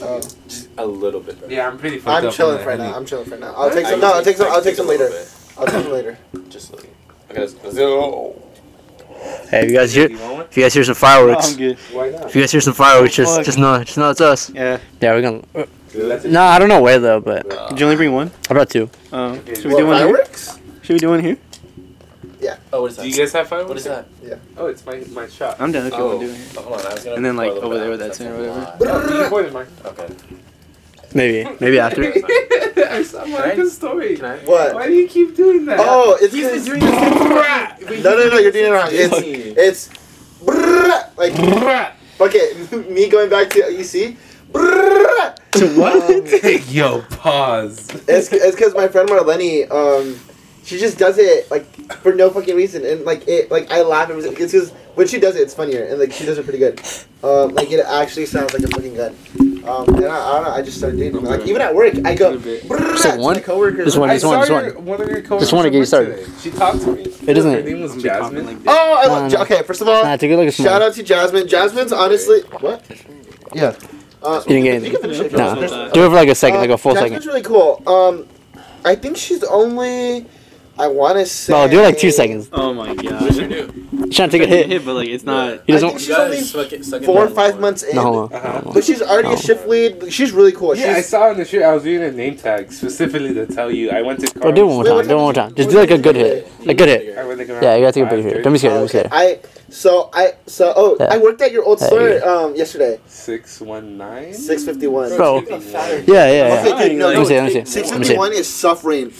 G: Oh.
I: Just a little bit. Better.
A: Yeah, I'm pretty fucked
G: I'm
A: up.
G: chilling
A: on
G: right
A: that.
G: now. I'm chilling right now. I'll take some. No, I'll take some. I'll take some later. I'll take some later.
I: Just a little. Okay, let's, let's go.
E: Hey, if you guys hear,
A: You want one?
E: if you guys hear some
J: No,
E: fireworks,
J: I'm good.
A: Why not?
E: if you guys hear some fireworks, just
J: Fuck.
E: just know just know it's us.
J: Yeah.
E: Yeah, we're gonna.
A: That's it.
E: No, I don't know where though, but
J: Did you only bring one?
E: how about two?
J: Oh.
C: Um,
J: should we
G: What,
J: do one here?
G: fireworks?
J: Should we do one here?
I: Oh, what is
A: Do you
I: that?
A: guys have fireworks?
I: What is that?
A: Oh, it's my my shot.
J: I'm down. Okay,
I: Oh,
J: we'll do it. here.
I: oh, hold on. I was gonna
J: And then,
I: pour a
J: like,
I: little
J: over
I: bit
J: there
I: out,
J: with that
I: that's
J: tin or
I: a
J: whatever.
I: lot.
A: Oh, You pointed mine.
I: Okay.
E: Maybe, maybe after.
A: I saw my good story.
I: Can I?
A: Why
G: What?
A: do you keep doing that?
G: Oh, it's
A: he's been
G: no,
A: doing this since crap.
G: no, no. You're doing it wrong. It's it's brrrr, like okay. Me going back to EC. Brrrr. Um,
A: Take yo pause.
G: It's it's because my friend Marlene, um, she just does it like for no fucking reason, and like it, like I laugh and it's because when she does it, it's funnier, and like she does it pretty good. Um, like it actually sounds like a fucking gun. Um, and I, I don't know, I just started doing it. Like even at work, I go. "Brrrr"
E: So
G: to
E: one?
G: my coworkers.
E: This one.
A: I
E: This one.
A: saw
E: This
A: your,
E: one.
A: one of your coworkers.
E: This one to get you
A: at work
E: started.
A: today. She talked to me. It
E: doesn't-
A: Her name was Jasmine.
G: Oh, I
E: No,
G: love.
E: no.
G: Okay, first of all,
E: Nah, take a look at
G: shout
E: some.
G: out to Jasmine. Jasmine's honestly what? Yeah. Uh,
E: You didn't
G: you
E: get
G: can finish it.
E: Nah.
G: Jasmine's-
E: Do it for like a second,
G: uh,
E: like a full
G: Jasmine's
E: second.
G: really cool. Um, I think she's only. I want to say.
E: No, do it like two seconds.
C: Oh my god.
I: What's your new?
E: She's trying to take a
C: Hit,
E: hit.
C: hit, but like it's not.
E: He
G: I
E: doesn't.
G: think she's
I: You gotta
G: only
I: suck it- suck it
G: four or
I: down
G: five
I: more.
G: months in.
E: No, hold on.
A: Uh-huh.
G: But she's already
E: No.
G: a shift lead. She's really cool.
A: Yeah, I
G: she's,
A: saw in the shoot. I was reading a name tag specifically to tell you. I went to.
E: Bro, do it one more
G: Wait, what
E: time. Do it one more
G: time
E: time. Just
G: is
E: do
G: it?
E: like a good hit. A good hit.
A: I went to
E: Yeah, you gotta take a picture. Don't be scared.
G: Oh,
E: Don't be
G: okay. I
E: scared.
G: so I so oh
E: Yeah.
G: I worked at your old
E: Yeah,
G: store
E: yeah.
G: um yesterday
A: Six one nine.
G: six fifty one.
E: Bro.
A: Bro.
E: Yeah, yeah, yeah.
G: Okay, dude, no,
E: Let me see. Let me see.
G: Six
E: Let me
G: fifty
E: see.
G: one is suffering.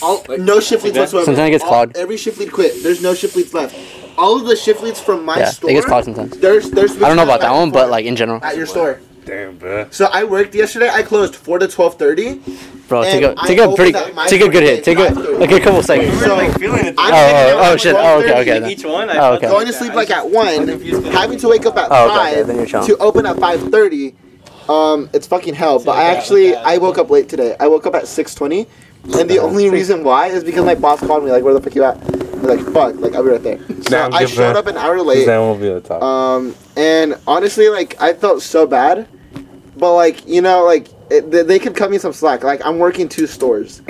G: All, no shift leads
A: Okay.
G: whatsoever.
E: Sometimes it gets
G: All-
E: clogged.
G: Every shift lead quit. There's no shift leads left. All of the shift leads from my
E: Yeah,
G: store.
E: it gets caught sometimes.
G: There's there's.
E: I don't know about that one, but like in general,
G: at your store.
A: Damn, bro.
G: So I worked yesterday. I closed four to twelve thirty.
E: bro,
G: And
E: take a
G: I
E: take a
G: opened
E: pretty
G: up my
E: take a good hit. Take a
G: computer.
E: like a couple seconds.
G: So
J: feeling it.
G: I'm
E: Oh,
G: hanging out
E: oh, oh,
G: at
E: shit. Oh, okay,
G: 12:30.
E: okay. Then.
C: Each one. I
E: Oh,
C: felt
E: okay.
G: going to
C: that.
G: sleep
C: I
G: like
C: just-
G: at one, having to wake up at
E: Oh, okay, okay,
G: five
E: then you're chilling.
G: to open at five thirty. Um, it's fucking hell. But I
I: like that,
G: actually
I: like that.
G: I woke up late today. I woke up at six twenty, and the only reason why is because my boss called me like, "Where the fuck you at?" I'm like, "Fuck!" Like I'll be right there. So
A: Nah,
G: I
A: give
G: showed
A: a-
G: up an hour late.
A: won't be on top.
G: Um, and honestly, like I felt so bad, but like you know, like it, they, they could cut me some slack. Like I'm working two stores.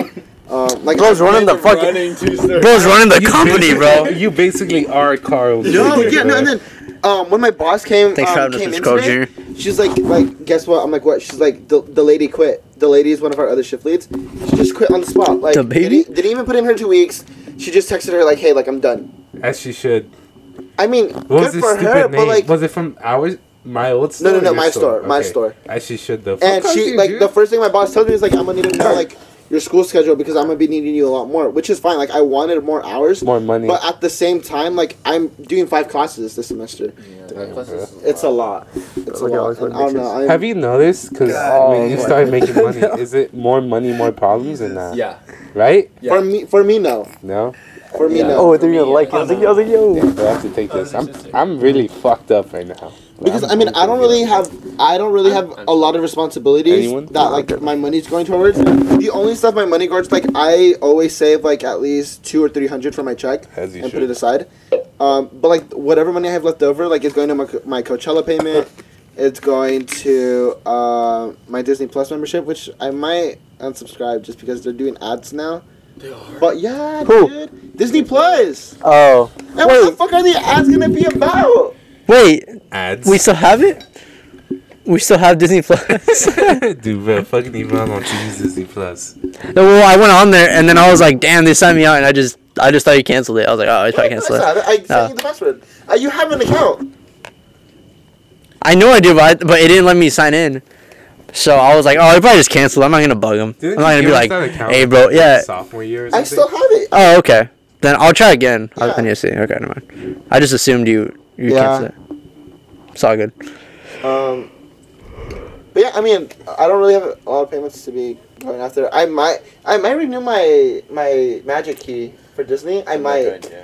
G: Um, like
E: Bro's running the fucking
I: Running two thirds.
E: bro's running the company, bro.
A: You basically are Carl.
G: No, yeah, no, and then um, when my boss came,
E: Thanks for
G: um,
E: having
G: came
E: us,
G: in
E: Mr. Carl
G: today,
E: Jr.
G: she's like, like, guess what? I'm like, what? She's like, the, the lady quit. The lady is one of our other shift leads. She just quit on the spot. Like,
E: The baby?
G: Didn't, didn't even put in her two weeks. She just texted her like, hey, like I'm done.
A: as she should.
G: I mean,
A: What was
G: good
A: this
G: for
A: stupid
G: her,
A: name?
G: but like,
A: was it from ours? My old store.
G: No, no,
A: or
G: no,
A: your
G: my store, my store.
A: As she should though.
G: and
A: Fuck
G: she
A: you,
G: like
A: dude.
G: the first thing my boss told me is like, I'm gonna need to know like your school schedule because I'm gonna be needing you a lot more, which is fine. Like I wanted more hours,
A: more money.
G: but at the same time, like I'm doing five classes this semester. It's a lot. It's a
A: Look at all
G: lot.
A: these
G: and I don't know. I'm-
A: Have you noticed? Because when you start making money, is it more money, more problems, or not?
I: Yeah.
A: Right?
I: Yeah.
G: For me, for me, no.
A: No.
G: For me,
I: Yeah.
A: Oh,
G: no.
E: they're gonna like it. I was like, I was like, yo.
A: I have to take this. I'm I'm really fucked up right now. Like,
G: Because
A: I'm
G: I mean, I don't really have, I don't really have a lot of responsibilities
A: Anyone?
G: that like my money's going towards. The only stuff my money goes like I always save like at least two or three hundred from my check
A: As you
G: and put
A: should.
G: it aside. Um, but like whatever money I have left over, like it's going to my, Co- my Coachella payment. It's going to uh, my Disney Plus membership, which I might unsubscribe just because they're doing ads now. But yeah,
E: Who?
G: dude, Disney Plus.
E: Oh,
G: And what the
E: Wait.
G: fuck are the ads gonna be about?
E: wait,
A: ads.
E: we still have it. We still have Disney Plus.
A: Dude, bro, fucking Elon on to use Disney Plus.
E: No, well, I went on there and then I was like, damn, they signed me out, and I just, I just thought you canceled it. I was like, oh, it's probably
G: That's
E: canceled.
G: not it. I sent
E: Uh.
G: you the password. Uh, you have an account.
E: I know I did, but I, but it didn't let me sign in. So I was like, oh, they probably just canceled. I'm not gonna bug them. I'm
A: Didn't
E: not gonna
A: you
E: be
A: give us
E: like,
A: that account
E: hey, bro, yeah.
A: Sophomore year. Or
G: I still have it.
E: Oh, okay. Then I'll try again. I,
G: Yeah.
E: I need to see. Okay, never mind. I just assumed you, you
G: Yeah.
E: canceled it. It's all good.
G: Um, but yeah, I mean, I don't really have a lot of payments to be going after. I might, I might renew my my magic key for Disney. I might.
I: Good, yeah.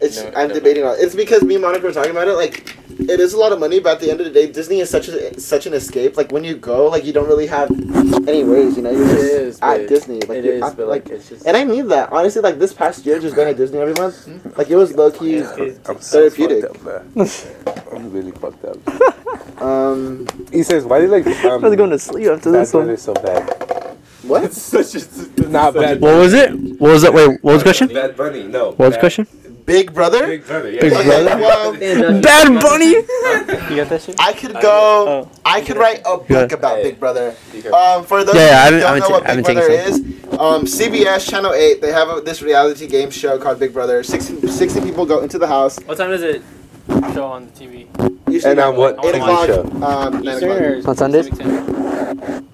G: It's
I: No,
G: I'm
I: no.
G: debating on. it. It's because me and Monica were talking about it. Like, it is a lot of money, but at the end of the day, Disney is such a such an escape. Like when you go, like you don't really have any ways. You know, you're
M: It
G: just
M: is,
G: at
M: but-
G: Disney. Like
M: it
G: you're
M: is,
G: at-
M: but like it's just.
G: and I need that honestly. Like this past year, just going to Disney every
M: Hmm?
G: month, like it was low key therapeutic.
A: fucked up, man. I'm really fucked up.
G: Um,
A: He says, "Why do you like um,
E: I was going to sleep after
A: bad
E: this one.
A: weather so bad?
G: what?
I: Such a
A: Not bad.
E: What was it? What was that? Wait, what was the question? What
A: Bad Bunny. No. What
E: was the question?
G: Big Brother?
A: Big Brother. Yeah.
G: Okay, well,
E: uh, Bad Bunny.
N: You got that shit?
G: I could
A: Oh,
G: go. I could write a book about Big Brother. Um, for those
E: Yeah, yeah, I
G: who
E: haven't- I
G: don't know what Big
E: haven't taken-
G: Brother is, um, CBS Channel Eight they have a, this reality game show called Big Brother. 60, 60 people go into the house.
N: What time does it show on the TV?
G: Usually
A: And on
N: I
A: what
N: wanna
G: Eight
A: TV
N: watch
G: o'clock.
A: show?
G: Um, nine
N: Eastern
G: o'clock.
N: or
E: On Sundays?
N: Pacific Time?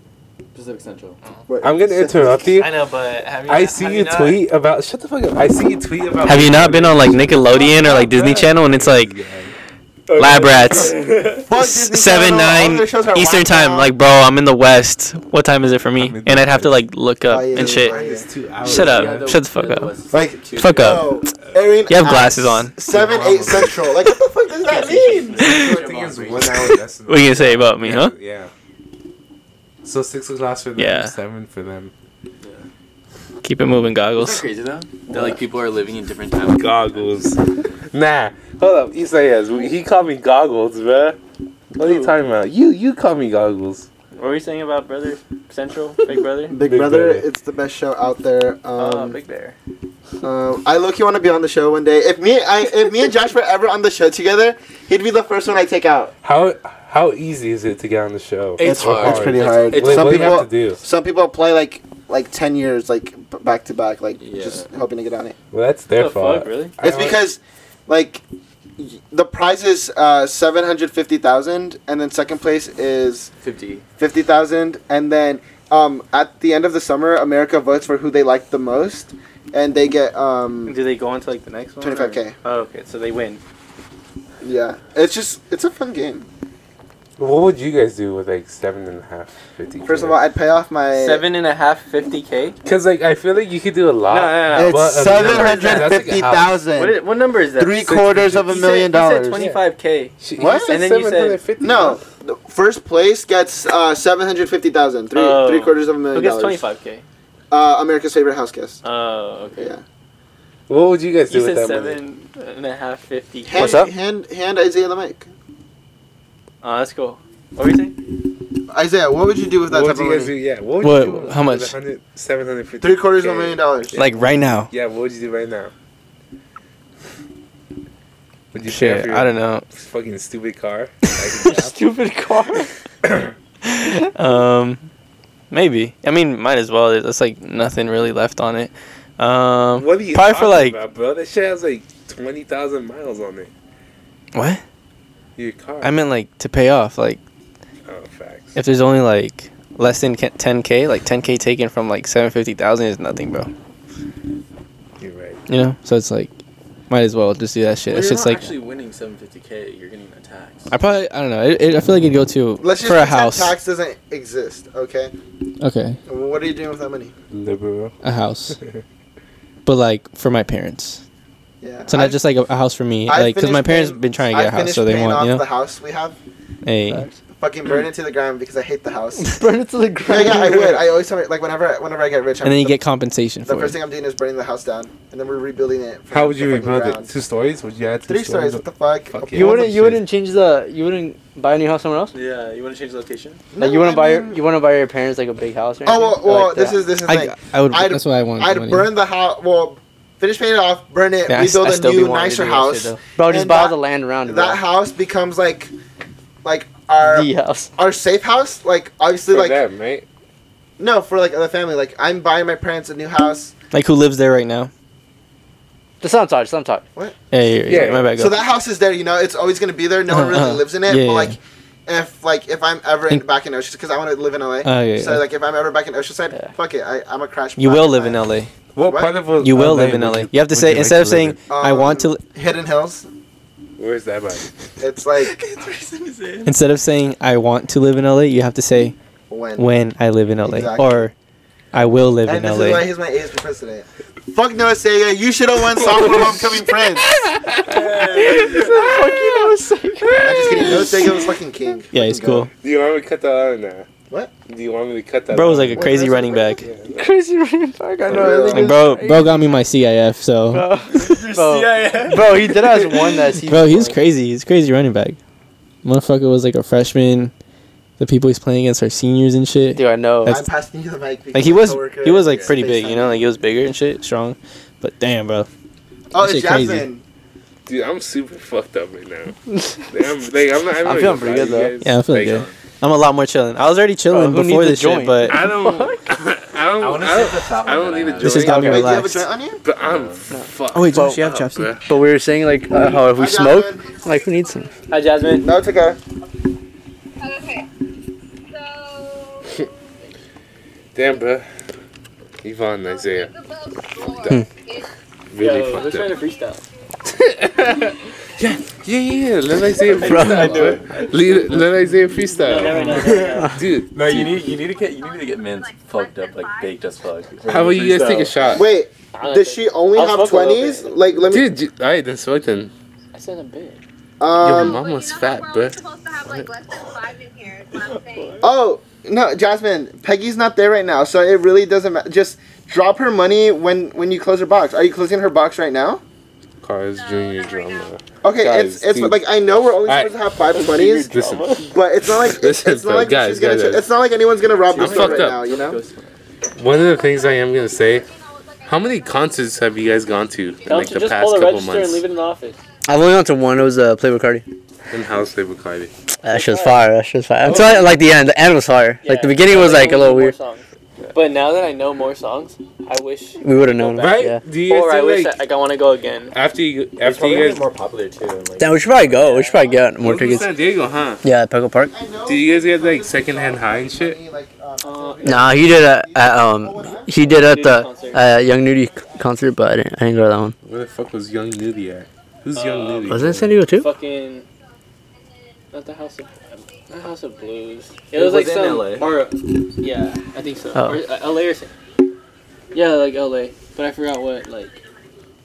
I: Pacific Central.
G: Wait,
A: I'm gonna
G: six-
A: interrupt you.
N: I know, but have you
A: I
N: not- have
A: see you
N: not-
A: tweet about. Shut the fuck up. I see you tweet about.
C: Have you not been on like Nickelodeon or like Disney Channel and it's like Lab Rats,
G: Fuck Disney
C: seven
G: Channel, all
C: nine
G: their shows are
C: Eastern
G: whack
C: time?
G: now.
C: Like, bro, I'm in the West. What time is it for me?
A: I'm in the
C: And I'd have to like look
G: Oh,
C: up
G: yeah,
C: and
G: right.
C: shit. Shut up. Shut the fuck up.
G: Like,
C: Fuck up.
G: yo, airing
C: You have
G: at
C: glasses on.
G: Seven eight central. Like what the fuck does that mean?
C: What are you gonna say about me, huh?
A: Yeah. So six o'clock for them.
C: Yeah.
A: Seven for them.
C: Keep it moving, goggles.
I: crazy though? That like people are living in different times.
A: Goggles. Nah. Hold up. Isaias. He called me goggles, bruh. What are you talking about? You you call me goggles.
N: What were you saying about Brother Central? Big Brother?
G: Big,
A: Big
G: Brother,
A: Brother.
G: it's the best show out there. Um,
A: Uh,
N: Oh, Big Bear.
G: Um, I look, you want to be on the show one day. If me, I, if me and Josh were ever on the show together, he'd be the first one I take out.
A: How how easy is it to get on the show?
I: It's
A: Or
I: hard.
G: hard.
A: Wait,
G: some
A: what do you
G: people,
A: have to do?
G: some people play like like ten years, like b- back to back, like
I: Yeah.
G: just hoping to get on it.
A: Well, that's
N: What
A: their
N: the
A: fault.
N: fuck, really?
A: I
G: it's
A: don't-
G: because, like, y- the prize is uh, seven hundred fifty thousand, and then second place is
I: Fifty.
G: fifty thousand, and then um, at the end of the summer, America votes for who they like the most, and they get um,
N: Do they go on to like the next one? or-
G: twenty five k.
N: Oh, okay, so they win.
G: Yeah, it's just it's a fun game.
A: What would you guys do with like seven and a half, fifty?
G: First of all, I'd pay off my
N: Seven and a half, fifty k.
A: because like I feel like you could do a
N: No,
A: lot.
N: no, no.
A: But uh,
G: It's
A: a
G: seven
A: million-
G: hundred fifty
N: What,
G: thousand.
N: is, what number is that?
G: Three quarters of a
N: He said-
G: million
N: He said
G: dollars.
N: twenty five k.
A: She-
G: What?
A: you said
N: And then you said-
A: 750.
G: No, the first place gets uh, seven hundred fifty thousand. Three
N: Oh.
G: three quarters of a
N: Who
G: million
N: gets
G: dollars.
N: twenty five k?
G: Uh, America's favorite house guest.
N: Oh, okay.
G: Yeah.
A: What would you guys do
N: He
A: with
N: said
A: that money?
N: seven and a half, fifty k.
G: Hand,
E: up?
G: Hand hand Isaiah the mic.
N: Oh, that's cool. What were you saying?
G: Isaiah, what would you do with that
A: What would
G: type of
A: you guys do?
G: money?
A: Yeah. What would
C: What-
A: you do? with
C: how much?
A: 700 750.
G: Three quarters of a million dollars.
C: Like right now.
A: Yeah. What would you do right now? Would you pay off
C: Shit,
A: your
C: I don't know.
A: Fucking stupid car.
C: Stupid car. um, maybe. I mean, might as well. There's like nothing really left on it. Um,
A: what are you
C: probably
A: talking
C: for like
A: about, bro? That shit has like twenty thousand miles on it.
C: what?
A: Your car.
C: I meant like to pay off. Like
A: Oh, facts.
C: if there's only like less than ca- 10k, like 10k taken from like 750,000 is nothing, bro.
A: You're right.
C: You know. So it's like, might as well just do that shit.
I: Well,
C: That
I: you're
C: shit's
I: not
C: like.
I: actually winning 750k. You're getting a tax.
C: I probably I don't know. It, it, I feel like it'd go to
G: Let's just
C: for a
G: pretend
C: house.
G: tax doesn't exist. Okay.
C: Okay,
G: Well, What are you doing with that money?
A: Liberal.
C: a house. but like for my parents.
G: Yeah.
C: So not just like a, a house for me,
G: I
C: like because my
G: finished
C: parents
G: paying-
C: been trying to
G: I
C: get a house,
G: finished
C: so they
G: paying
C: want
G: off
C: you know.
G: the house we have.
C: Hey,
G: Fucking burn it to the ground because I hate the house.
E: Burn it to the
G: yeah,
E: ground.
G: yeah, I would. I always tell my, like whenever whenever I get rich.
C: and then you
G: the-
C: get compensation
G: The
C: for
G: first
C: it.
G: thing I'm doing is burning the house down, and then we're rebuilding it. from
A: How would
G: the
A: you
G: fucking
A: rebuild it?
G: ground.
A: Two stories? Would you add two
G: Three stories. What the fuck?
A: Fuck
G: Okay.
A: yeah.
E: You wouldn't. You wouldn't change the. You wouldn't buy a new house somewhere else.
I: yeah, you want to change location?
E: Like you wouldn't
G: No, I
E: buy. Your,
G: mean-
E: you wouldn't buy your parents like a big house. Or
G: Oh well,
E: anything? Or,
G: well
E: like,
G: this
E: the-
G: is this is the thing.
C: I, I would.
G: I'd-
C: that's what I want.
G: I'd
C: the money.
G: burn the house. Well, finish paying it off, burn it,
C: Yeah, I s-
G: rebuild
C: I
G: a
C: still be
G: new,
C: wanting to
G: nicer
C: do that
G: house.
C: shit, though.
E: Bro, just
G: and
E: buy all
G: that-
E: the land around it.
G: That
E: bro.
G: house becomes like, like our
E: the house.
G: our safe house. Like obviously,
A: For
G: like
A: them, right?
G: no, for like the family. Like I'm buying my parents a new house.
C: Like who lives there right now?
E: The sometime. Sometime.
C: Yeah, yeah, yeah.
A: Yeah.
C: my bad. Go.
G: So that house is there. You know, it's always gonna be there. No one
C: Uh,
G: really
C: uh,
G: lives in it.
C: yeah,
G: but
C: yeah.
G: like, if like if I'm ever in,
C: Think-
G: back in Oceanside, because I want to live in LA.
C: Oh, yeah,
G: so
O: uh,
C: yeah.
G: like if I'm ever back in Oceanside,
E: Yeah.
G: fuck it, I, I'm a crash.
C: you
G: back
C: will
G: in
C: live in
G: my-
C: LA.
A: What,
G: What?
A: part of
C: You will live in
A: would
C: LA. You have to
A: would
C: say-
A: like
C: instead
A: to
C: of saying-
A: live
C: I want to.
G: Um, Hidden Hills.
A: in? Where's that by?
G: It's like
C: Instead of saying I want to live in LA, you have to say
G: when.
C: when I live in LA
G: Exactly.
C: or I will live
G: and
C: in
G: this
C: LA.
G: is why he's my ASB president. Fuck Noah Sega, you should have won Song for Homecoming Friends. I'm just kidding. No, Sega was fucking king.
O: Yeah, he's cool.
A: Do you want me to cut that out or not?
G: What?
A: Do you want me to cut that
O: Bro
A: out?
O: was like a crazy running back.
J: Crazy running back. I
G: Really?
J: know. everything.
O: And bro, bro got me my CIF. So,
J: Bro, bro, he did has one that's
O: bro, he's crazy. He's crazy running back. Motherfucker was like a freshman. The people he's playing against are seniors and shit.
J: Dude, I know.
O: That's-
G: I'm passing you the mic. because
O: Like he
G: my
O: was,
G: coworker
O: he was like
G: is
O: pretty big.
G: FaceTiming.
O: You know, like he was bigger and shit, strong. But damn, bro.
G: Oh,
O: That
G: it's
O: shit crazy.
G: Jasmine.
A: Dude, I'm super fucked up right now. Like, I'm, like, I'm not, I'm, not
J: feeling
A: gonna
J: pretty
A: lie
J: good,
A: to you
J: though.
A: guys.
O: Yeah, I'm feeling
A: Like,
O: good. I'm a lot more chilling. I was already
J: Bro,
O: chilling
J: who
O: before
J: needs a
O: this shit,
J: joint?
O: but
A: I don't, I don't, I don't, I don't, need a
O: This has
A: joint,
O: got me
G: Wait, do you have a
O: relaxed.
G: joint on you?
A: but I'm fucked.
O: Oh wait,
J: Bro,
O: Josh, you have chapstick.
A: bruh.
J: But we were saying like uh, how if we
G: I got
J: smoke,
G: one.
J: like who needs some?
C: Hi, Jasmine.
G: Oh, No, it's okay.
P: Okay. So
A: Damn, bro. Yvonne, Isaiah.
P: the boat's floor is
A: Really
C: Yo,
A: fucked
C: let's try
A: up.
C: to freestyle.
A: Yeah, yeah, yeah. Let Isaiah freestyle.
J: I
A: do it. Let, let Isaiah freestyle.
C: No, no, no, no.
A: Dude,
I: No, you need you need to get you need to get men fucked up like baked as fuck.
A: how about you guys take a shot?
G: Wait,
C: I
G: does she only
C: I'll
G: have
C: smoke a little bit.
G: twenties? Like, let me.
A: Dude, you, all right, then smoke then.
C: I said a bit.
A: Your
G: Um.
A: mama's
P: you know
A: fat,
P: we're
A: bro.
P: only supposed to have like less than five in here. Is what I'm saying.
G: Oh no, Jasmine. Peggy's not there right now, so it really doesn't matter. Just drop her money when when you close her box. Are you closing her box right now?
A: Cars Junior drama.
G: Okay,
A: Guys,
G: it's it's
A: dude.
G: like I know we're only
A: All right.
G: supposed to have five twenties,
A: Listen,
G: but it's not like
A: Listen,
G: it's not like
A: guys,
G: she's gonna.
A: guys,
G: ch-
A: guys.
G: It's not like anyone's gonna rob
A: I'm
G: the store
A: fucked up.
G: right now. You know.
A: one of the things I am gonna say: How many concerts have you guys gone to in
C: Don't
A: like
C: you
A: the
C: just
A: past
C: pull the
A: couple
C: register and
A: months?
C: leave it in the office?
E: I've only gone to one. It was uh, Playboy Cardi.
A: In house, they would call you.
E: That shit was fire. That shit was fire. Until like the end. The end was fire. Like the
C: Yeah.
E: beginning was
C: I
E: like a
C: know
E: little
C: more
E: weird.
C: songs. But now that I know more songs, I wish.
E: We would have known.
C: Go
E: that,
A: Right?
E: Yeah.
A: Do you guys
C: Or I
A: think,
C: wish
A: like,
C: I, like I want to go again.
A: after you after you guys
I: more popular too. and, like-
E: Damn, we should probably go. We should probably get more
A: Welcome to
E: tickets.
A: San Diego, huh?
E: Yeah, at Peckle Park.
A: Do you guys get like secondhand high and shit?
E: Nah, he did a at, um he did at the uh, Young Nudie c- concert, but I didn't, I didn't go to that one.
A: Where the fuck was Young Nudie at? Who's Young Nudie?
E: Was it in San Diego too?
C: Fucking. Not the House of. Not House of Blues. It was,
I: was
C: like
I: in
C: some.
I: LA.
C: Or, yeah, I think so.
E: Oh.
C: Or, uh, LA or something. Yeah, like LA. But I forgot what, like.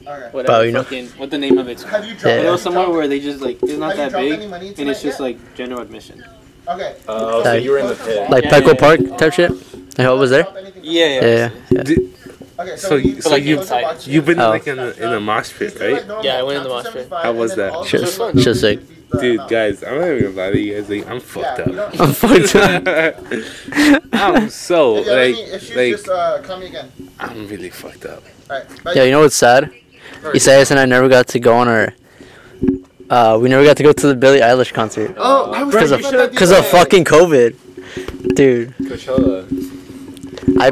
C: Whatever,
E: Bro, you know-
C: fucking, what the name of it's called.
G: Have you dropped?
E: Yeah.
C: It was somewhere where they just, like, it's
G: Have
C: not
G: you
C: that
G: dropped
C: big.
G: any money
C: And it's
G: tonight
C: just, like, general admission.
G: Okay.
A: Uh,
I: Oh, so
E: Like-
I: you were in the pit.
E: Like
C: Yeah,
E: Peckle
C: yeah,
E: Park type shit. I hope it was there.
G: Drop anything.
C: Yeah, yeah.
E: Yeah, yeah.
G: Okay,
A: So you-
G: close
A: so
G: her
C: you-
G: box,
A: You've been
E: Oh.
A: like in a, in a mosh pit, right?
C: Yeah, I went in the mosh pit.
A: How was that?
E: Shit was- shit was sick.
A: Dude, guys, I'm not even gonna lie to you guys. Like, I'm fucked up.
E: I'm fucked up.
A: I'm so like like
G: just uh, call me again.
A: I'm really fucked up.
G: Alright,
E: Yeah,
G: bye.
E: you know what's sad? Isaias and I never got to go on our. Uh, we never got to go to the Billie Eilish concert
G: Oh, I was
E: because of
G: thinking about that the
E: because
G: other
E: of
G: day.
E: fucking COVID, dude.
I: Coachella.
E: I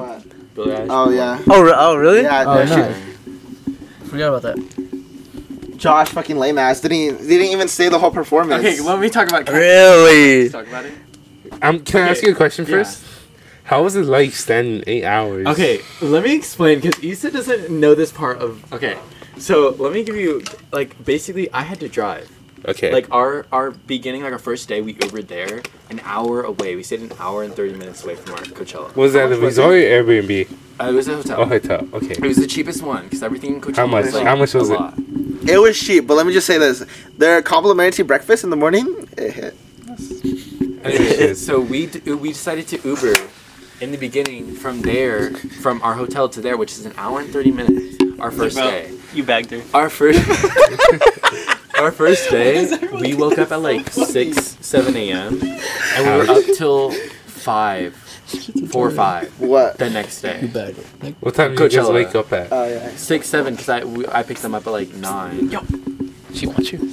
I: Billie Eilish.
G: Oh yeah.
E: oh re- oh really?
G: Yeah,
O: Oh,
G: no, she-
O: nice.
E: Forgot about that.
G: Josh fucking lame ass didn't even, didn't even stay the whole performance.
I: Okay, let me talk about. Can I
E: Really?
I: talk about it?
A: Um, can I ask you a question
I: Yeah.
A: first? How was it like standing eight hours?
G: Uh,
I: Okay, let me explain because Issa doesn't know this part of. Okay, so let me give you like basically I had to drive.
A: Okay.
I: Like our our beginning, like our first day, we Ubered there an hour away. We stayed an hour and thirty minutes away from our Coachella.
A: was that a resort or Airbnb?
I: Uh, it was a hotel.
A: Oh, hotel. Okay.
I: It was the cheapest one because everything in Coachella.
A: How much-
I: Was, like,
A: how much was
I: a
A: it?
I: lot.
G: It was cheap, but let me just say this: their complimentary breakfast in the morning. It hit.
I: Anyway, so we d- we decided to Uber in the beginning from there from our hotel to there, which is an hour and thirty minutes. Our first
C: Bro,
I: day.
C: You bagged her.
I: Our first. Our first day, we woke up at like six, seven a.m. and we were up till five, four or five
G: What?
I: the next day.
A: What time did you guys
I: Coachella.
A: wake up at?
G: Oh yeah.
I: Six, seven, because I we, I picked them up at like nine. Yo,
E: She wants you.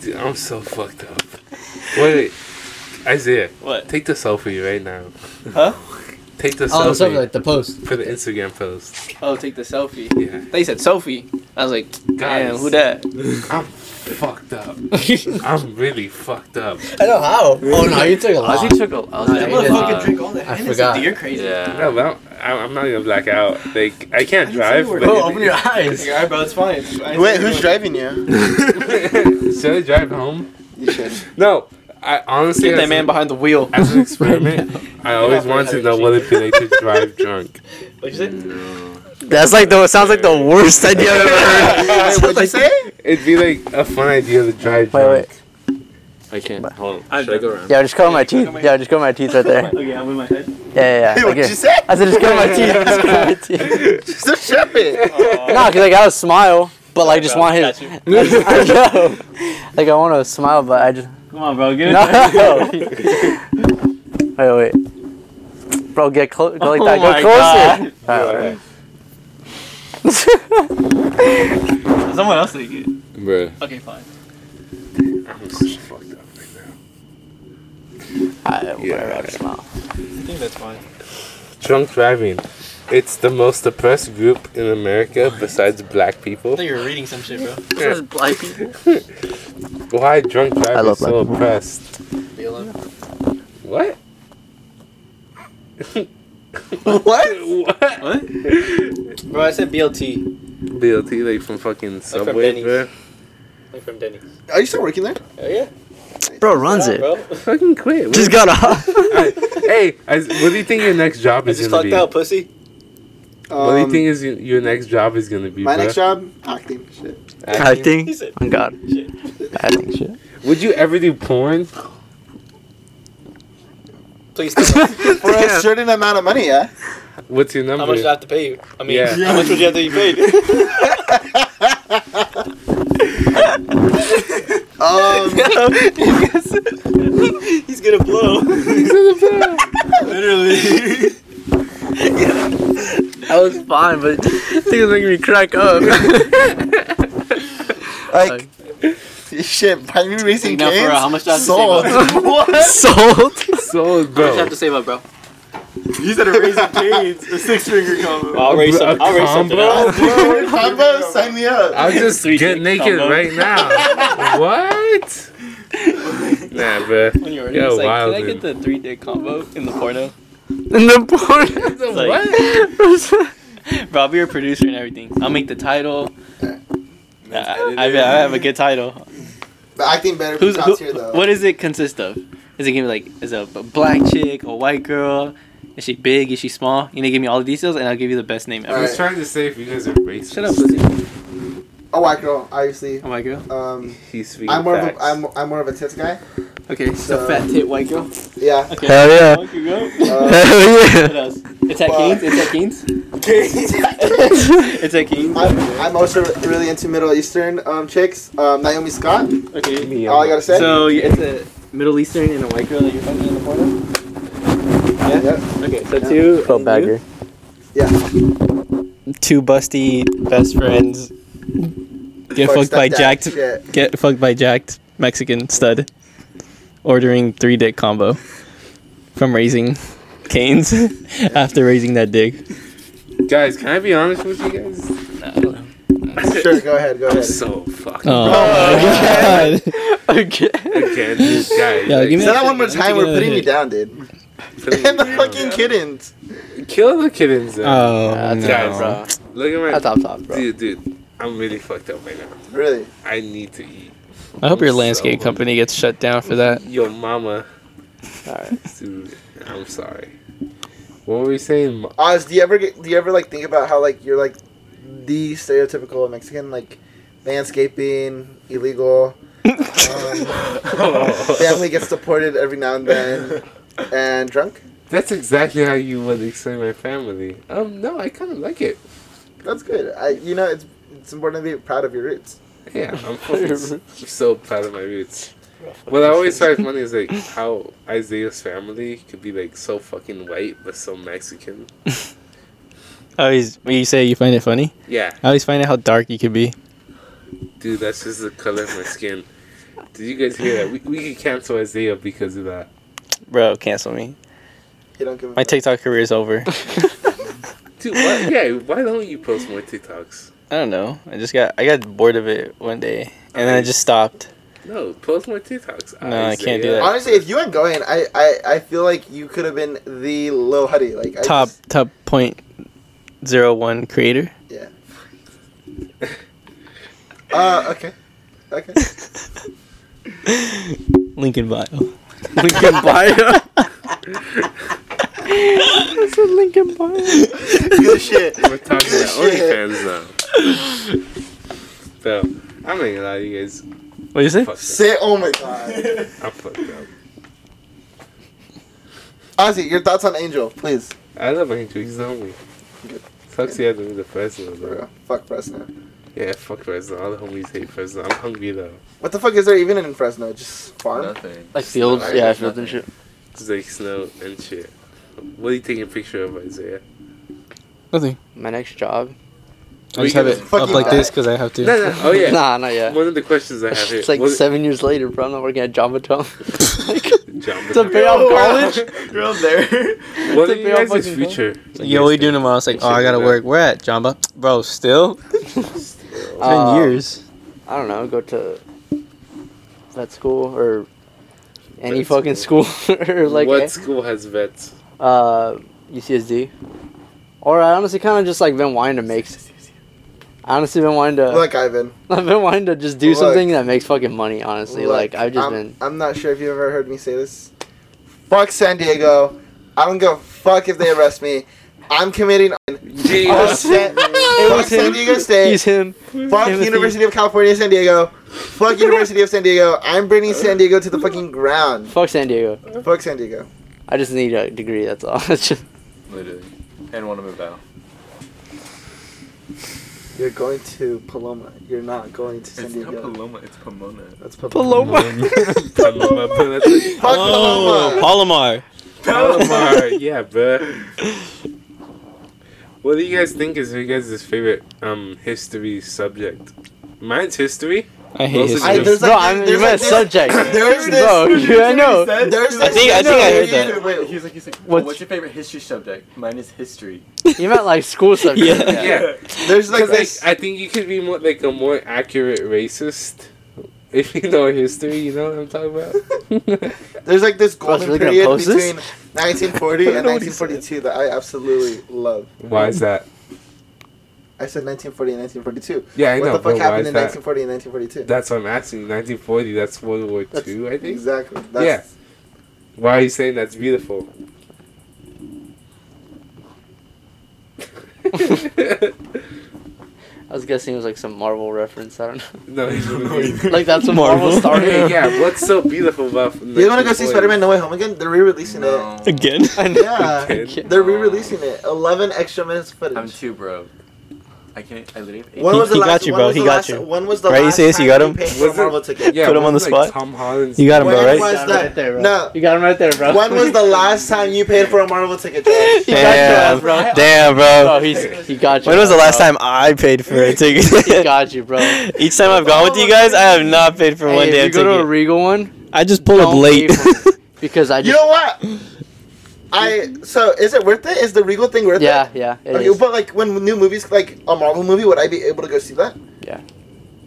A: Dude, I'm so fucked up. Wait, Isaiah,
C: What?
A: take the selfie right now.
C: Huh?
A: Take the
O: Oh,
A: selfie
O: like the post.
A: for the Instagram post.
C: Oh, take the selfie.
A: Yeah.
C: They said Sophie. I was like, damn,
A: Guys.
C: who that?
A: I'm fucked up. I'm really fucked up.
O: I know how. Oh no, you took a lot.
I: Ozzy took a. Ozzy took a lot.
C: all that.
O: I forgot.
C: You're crazy.
A: No,
I: Yeah.
A: well, I- I'm not gonna black out. Like, I can't drive. but-
O: Bro, open your eyes.
C: Alright, bro, it's fine. It's fine.
G: Wait, who's driving you?
A: should I drive home?
G: You should.
A: No, I honestly.
C: Get
A: as
C: that
A: a-
C: man behind the wheel.
A: As an experiment, I always wanted to know what it'd be like to drive drunk.
C: What'd you say?
E: That's like the. It sounds like the worst idea I've ever heard.
A: Wait, what'd you say? It'd be like a fun idea to drive. Wait, wait.
I: I can't. Hold on. Should I go around?
E: Yeah, just cover my teeth. Yeah, just cover my teeth right there.
C: Okay, I'm with my head.
E: Yeah, yeah. yeah. Like,
G: What'd
E: yeah.
G: you say?
E: I said just cover my teeth. Just cover my teeth.
G: Just a shepherd.
C: Oh.
E: No, cause like I would smile, but like just want his. I know. Like I want to smile, but I just.
C: Come on, bro. Get it.
E: No. wait, wait. Bro, get close. Go like
C: Oh
E: that. Go
C: my
E: closer.
C: Someone else take it.
I: Bruh.
C: Okay, fine.
A: I'm just fucked up right now. I, yeah. smile.
C: I think that's fine.
A: Drunk driving. It's the most oppressed group in America besides black people.
C: I thought you were reading some shit, bro.
A: Yeah.
C: This is black people.
A: Why drunk driving
J: love
A: is so oppressed? What?
C: What?
A: what?
C: What? Bro, I said BLT.
A: BLT like from fucking Subway,
C: Denny's.
A: bro.
C: Like from Denny's.
G: Are you still working there?
C: Oh yeah.
E: Bro runs it.
C: Bro.
A: Fucking quit.
E: Just got off.
A: hey, I, what do you think your next job
C: I
A: is
C: just
A: gonna
C: fucked
A: be?
C: out, pussy.
A: What do you
G: Um,
A: think is your, your next job is gonna be?
G: My
A: bro?
G: next job, acting. Shit.
E: Acting.
C: He said.
E: Oh God.
C: Shit.
E: Acting shit.
A: Would you ever do porn?
C: Please tell me.
G: For a certain amount of money, yeah.
A: What's your number?
C: How much do I have to pay you? I mean,
A: Yeah.
C: how much would you have to be paid?
G: Um,
C: He's gonna blow. Literally.
E: That was fine, but things making me crack up.
G: like. Shit, buy me racing
C: Now, for
G: games.
C: real, how much do I have to
G: Sold. what?
E: Sold.
A: Sold,
C: How much do I
A: bro.
C: have to save up, bro?
G: You said a racing games, a six finger combo.
C: I'll raise some.
A: A
C: I'll raise something.
A: combo?
C: up.
G: Bro, combo, sign me up.
A: I'll just
C: Three
A: get
C: chick
A: naked
C: combo.
A: right now. what? nah, bro.
C: When you were
A: Yo,
C: like,
A: wild,
C: can I
A: dude.
C: get the three day combo in the porno?
E: In the porn.
C: What? Bro, I'll be your producer and everything. I'll make the title. Nah, I, I, I have a good title.
G: The acting better
C: Who's
G: Who's,
C: who,
G: not here though.
C: What does it consist of? Is it gonna be like is it a black chick, a white girl? Is she big? Is she small? You gonna give me all the details, and I'll give you the best name
A: I
C: ever.
G: Alright.
A: was trying to say if you guys are racist.
C: Shut up, pussy.
G: A white girl, obviously.
C: A white girl.
G: Um,
A: He's speaking
G: I'm more of a,
A: facts.
G: I'm, I'm more of a tits guy.
C: Okay, so
G: So-
C: fat tit white girl.
G: Yeah.
C: Okay.
E: Hell yeah.
C: There you go.
G: Uh,
E: Hell yeah.
C: What else? It's at
G: Fuck.
C: Keynes. It's at Keynes. It's at Keynes.
G: I'm, I'm also really into Middle Eastern um, chicks. Um, Naomi Scott.
C: Okay.
G: All I gotta say.
C: So yeah, it's a Middle Eastern and a white girl that you're fucking in the porno.
G: yeah.
C: Okay, so two.
J: Pro
C: and you?
J: bagger.
O: Two busty best friends get
G: Fuck
O: fucked by
G: stepdad,
O: jacked.
G: shit.
O: Get fucked by jacked Mexican stud. Ordering three dick combo from raising canes after raising that dick.
A: Guys, can I be honest with you guys?
G: Sure, go ahead, go
A: I'm
G: ahead.
A: so fucked.
O: Oh my god.
A: Again, these guys.
O: Yo,
A: like,
O: give me
G: Say that one more
O: Let me
G: time.
O: get
G: We're putting
O: it.
G: you down, dude.
A: put me
G: And the
A: down.
G: fucking kittens.
A: Kill the kittens. though.
O: Oh, no.
A: Guys, look at my.
J: That's up top, bro.
A: Dude, dude, I'm really fucked up right now.
G: Really?
A: I need to eat.
O: I hope your
A: So
O: landscape
A: hungry.
O: company gets shut down for that.
A: Yo, mama. Dude, I'm sorry. What were we saying? Ma-
G: Oz, do you ever get, do you ever like think about how like you're like the stereotypical Mexican like landscaping illegal. um, family gets deported every now and then, and drunk.
A: That's exactly how you would explain my family. Um, no, I kind of like it.
G: That's good. I you know it's it's important to be proud of your roots.
A: Yeah, I'm fucking s- so proud of my roots. What I always find funny is like how Isaiah's family could be like so fucking white but so Mexican.
O: Oh, he's, you say you find it funny?
A: Yeah,
O: I always find out how dark you could be.
A: dude, that's just the color of my skin. Did you guys hear that? We we could cancel Isaiah because of that.
O: Bro, cancel me.
G: You don't give a
O: My
G: fuck.
O: TikTok career is over.
A: Dude, why, yeah, why don't you post more TikToks?
O: I don't know. I just got I got bored of it one day, and then I just stopped.
A: No, post more TikToks.
O: No, I can't do that.
G: Honestly, if you went going, I, I, I feel like you could have been the Lil Huddy. Like I
O: top
G: just-
O: top point zero one creator.
G: yeah. uh okay, okay.
O: Lincoln bio.
J: Lincoln bio.
Q: That's a Lincoln Park.
G: Good shit.
A: We're talking about
G: Good
A: OnlyFans now. So, I'm not gonna lie, you guys.
R: What you say?
G: Say, oh my god.
A: I'm fucked up.
G: Ozzy, your thoughts on Angel, please.
A: I love Angel. He's lonely. Sucks he had to be the Fresno, bro.
G: Fuck Fresno.
A: Yeah, fuck Fresno. All the homies hate Fresno. I'm hungry though.
G: What the fuck is there even in Fresno? Just farm?
I: Nothing.
E: Like fields, yeah, fields and shit.
A: Zake Snow and shit. What are you taking a picture of, Isaiah?
C: Nothing.
E: My next job.
C: I just have it up
A: Fucking
C: like this
A: bad.
C: because I have to.
A: No, no. Oh yeah.
E: Nah, not yet.
A: One of the questions I have
E: It's
A: here.
E: like
A: was it-
E: seven years later, bro. I'm not working at Jamba Tom.
A: Jamba
E: to pay off college.
I: You're up there.
A: What
E: to
A: are you
E: pay off
A: guys'
E: fucking
A: future?
C: Yo, what are you doing tomorrow? It's like, oh, I gotta work. Where at, Jamba? Bro, still? Ten
E: Uh,
C: years.
E: I don't know. Go to vet school or any fucking school, or like
A: what
E: eh,
A: school has vets?
E: uh, UCSD. Or I honestly kind of just like been wanting to make. I honestly been wanting to.
G: Look, Ivan.
E: I've been wanting to just do
G: Look.
E: something that makes fucking money. Honestly, like
G: Look,
E: I've just
G: I'm,
E: been.
G: I'm not sure if you've ever heard me say this. Fuck San Diego. I don't give a fuck if they arrest me. I'm committing. Fuck San,
E: It
G: fuck
E: was
G: San
E: him.
G: Diego State.
E: He's him.
G: Fuck
E: Timothy.
G: University of California, San Diego. Fuck University of San Diego. I'm bringing San Diego to the fucking ground.
E: Fuck San Diego.
G: Fuck San Diego.
E: I just need a degree. That's all. It's just-
I: Literally. And want to move out.
G: You're going to Paloma. You're not going to San
I: It's not
G: Diego.
I: Paloma, it's Pomona.
G: That's Paloma.
E: Paloma.
A: Palomar. Palomar.
G: Fuck
C: Oh,
G: Paloma.
C: Palomar.
A: Palomar. Yeah, bruh. What do you guys think is your guys' favorite um history subject? Mine's history.
C: I hate
A: Those
C: history.
A: are
G: I, there's
E: Bro,
G: like,
E: I'm, you
G: there's
E: meant
G: like, this,
E: subject.
G: there's this.
E: Bro, yeah, I know.
G: There's this.
C: I think- I think I heard that.
I: Wait, he's like, he's like,
E: What's-
I: what's, your favorite history subject? Mine is history.
E: You meant like school subject.
C: Yeah.
A: Yeah.
G: There's like
A: Because like,
G: this.
A: I think you could be more like a more accurate racist if you know history. You know what I'm talking about?
G: There's like this
E: Bro, is
G: golden
E: really gonna
G: period
E: post this?
G: between 1940 and 1942 that I absolutely love.
A: Why is that?
G: I said 1940 and 1942.
A: Yeah, I
G: what
A: know.
G: the fuck
A: but why
G: happened
A: is
G: in
A: that?
G: 1940 and 1942?
A: That's what I'm asking. 1940. That's World War
G: That's-
A: Two, I think.
G: Exactly. That's,
A: Why are you saying that's beautiful?
E: I was guessing it was like some Marvel reference. I don't know.
A: no, he's really-
E: Like that's when Marvel,
C: Marvel.
E: started.
A: Hey, yeah. What's so beautiful about?
G: You want to go see Spider-Man No Way Home again? They're re-releasing
I: No.
C: Again?
G: it.
C: uh,
G: Yeah,
A: Again?
G: they're re-releasing it. 11 extra minutes footage.
I: I'm too broke. I can't, I literally have eight-
G: when
C: He-
G: was the
C: he
G: last,
C: got you,
G: when
C: bro.
G: was
C: He
G: the
C: got
G: last-
C: you.
G: When was the
C: Right, you
G: last
C: say this,
G: time
C: you
G: you
C: got
G: got
C: him?
G: him? paid for a
A: Wasn't-
G: Marvel ticket?
A: Yeah,
C: Put him on
A: wasn't,
C: the
A: like,
C: spot.
A: Tom Holland's.
C: You got him, bro,
G: When was
C: right?
E: Got him right
G: that?
E: there, bro.
G: No.
E: You got him right there, bro.
G: When was the last time you paid for a Marvel ticket? Josh?
E: He got you,
C: Damn,
E: bro.
C: Damn,
E: Bro,
C: bro.
E: Oh, he's he got you.
C: When was the
E: bro.
C: last time I paid for a ticket?
E: He got you, bro. hey,
C: Each time I've gone with you guys, I have not paid for one
E: if
C: damn
E: you go to a
C: ticket.
E: Regal one,
C: I just pulled up
E: don't
C: late.
E: pay for because I
G: You
E: just
G: know what? I so is it worth it? Is the Regal thing worth
E: yeah
G: it?
E: yeah. it
G: Okay,
E: is.
G: but like when new movies, like a Marvel movie, would I be able to go see that?
E: Yeah.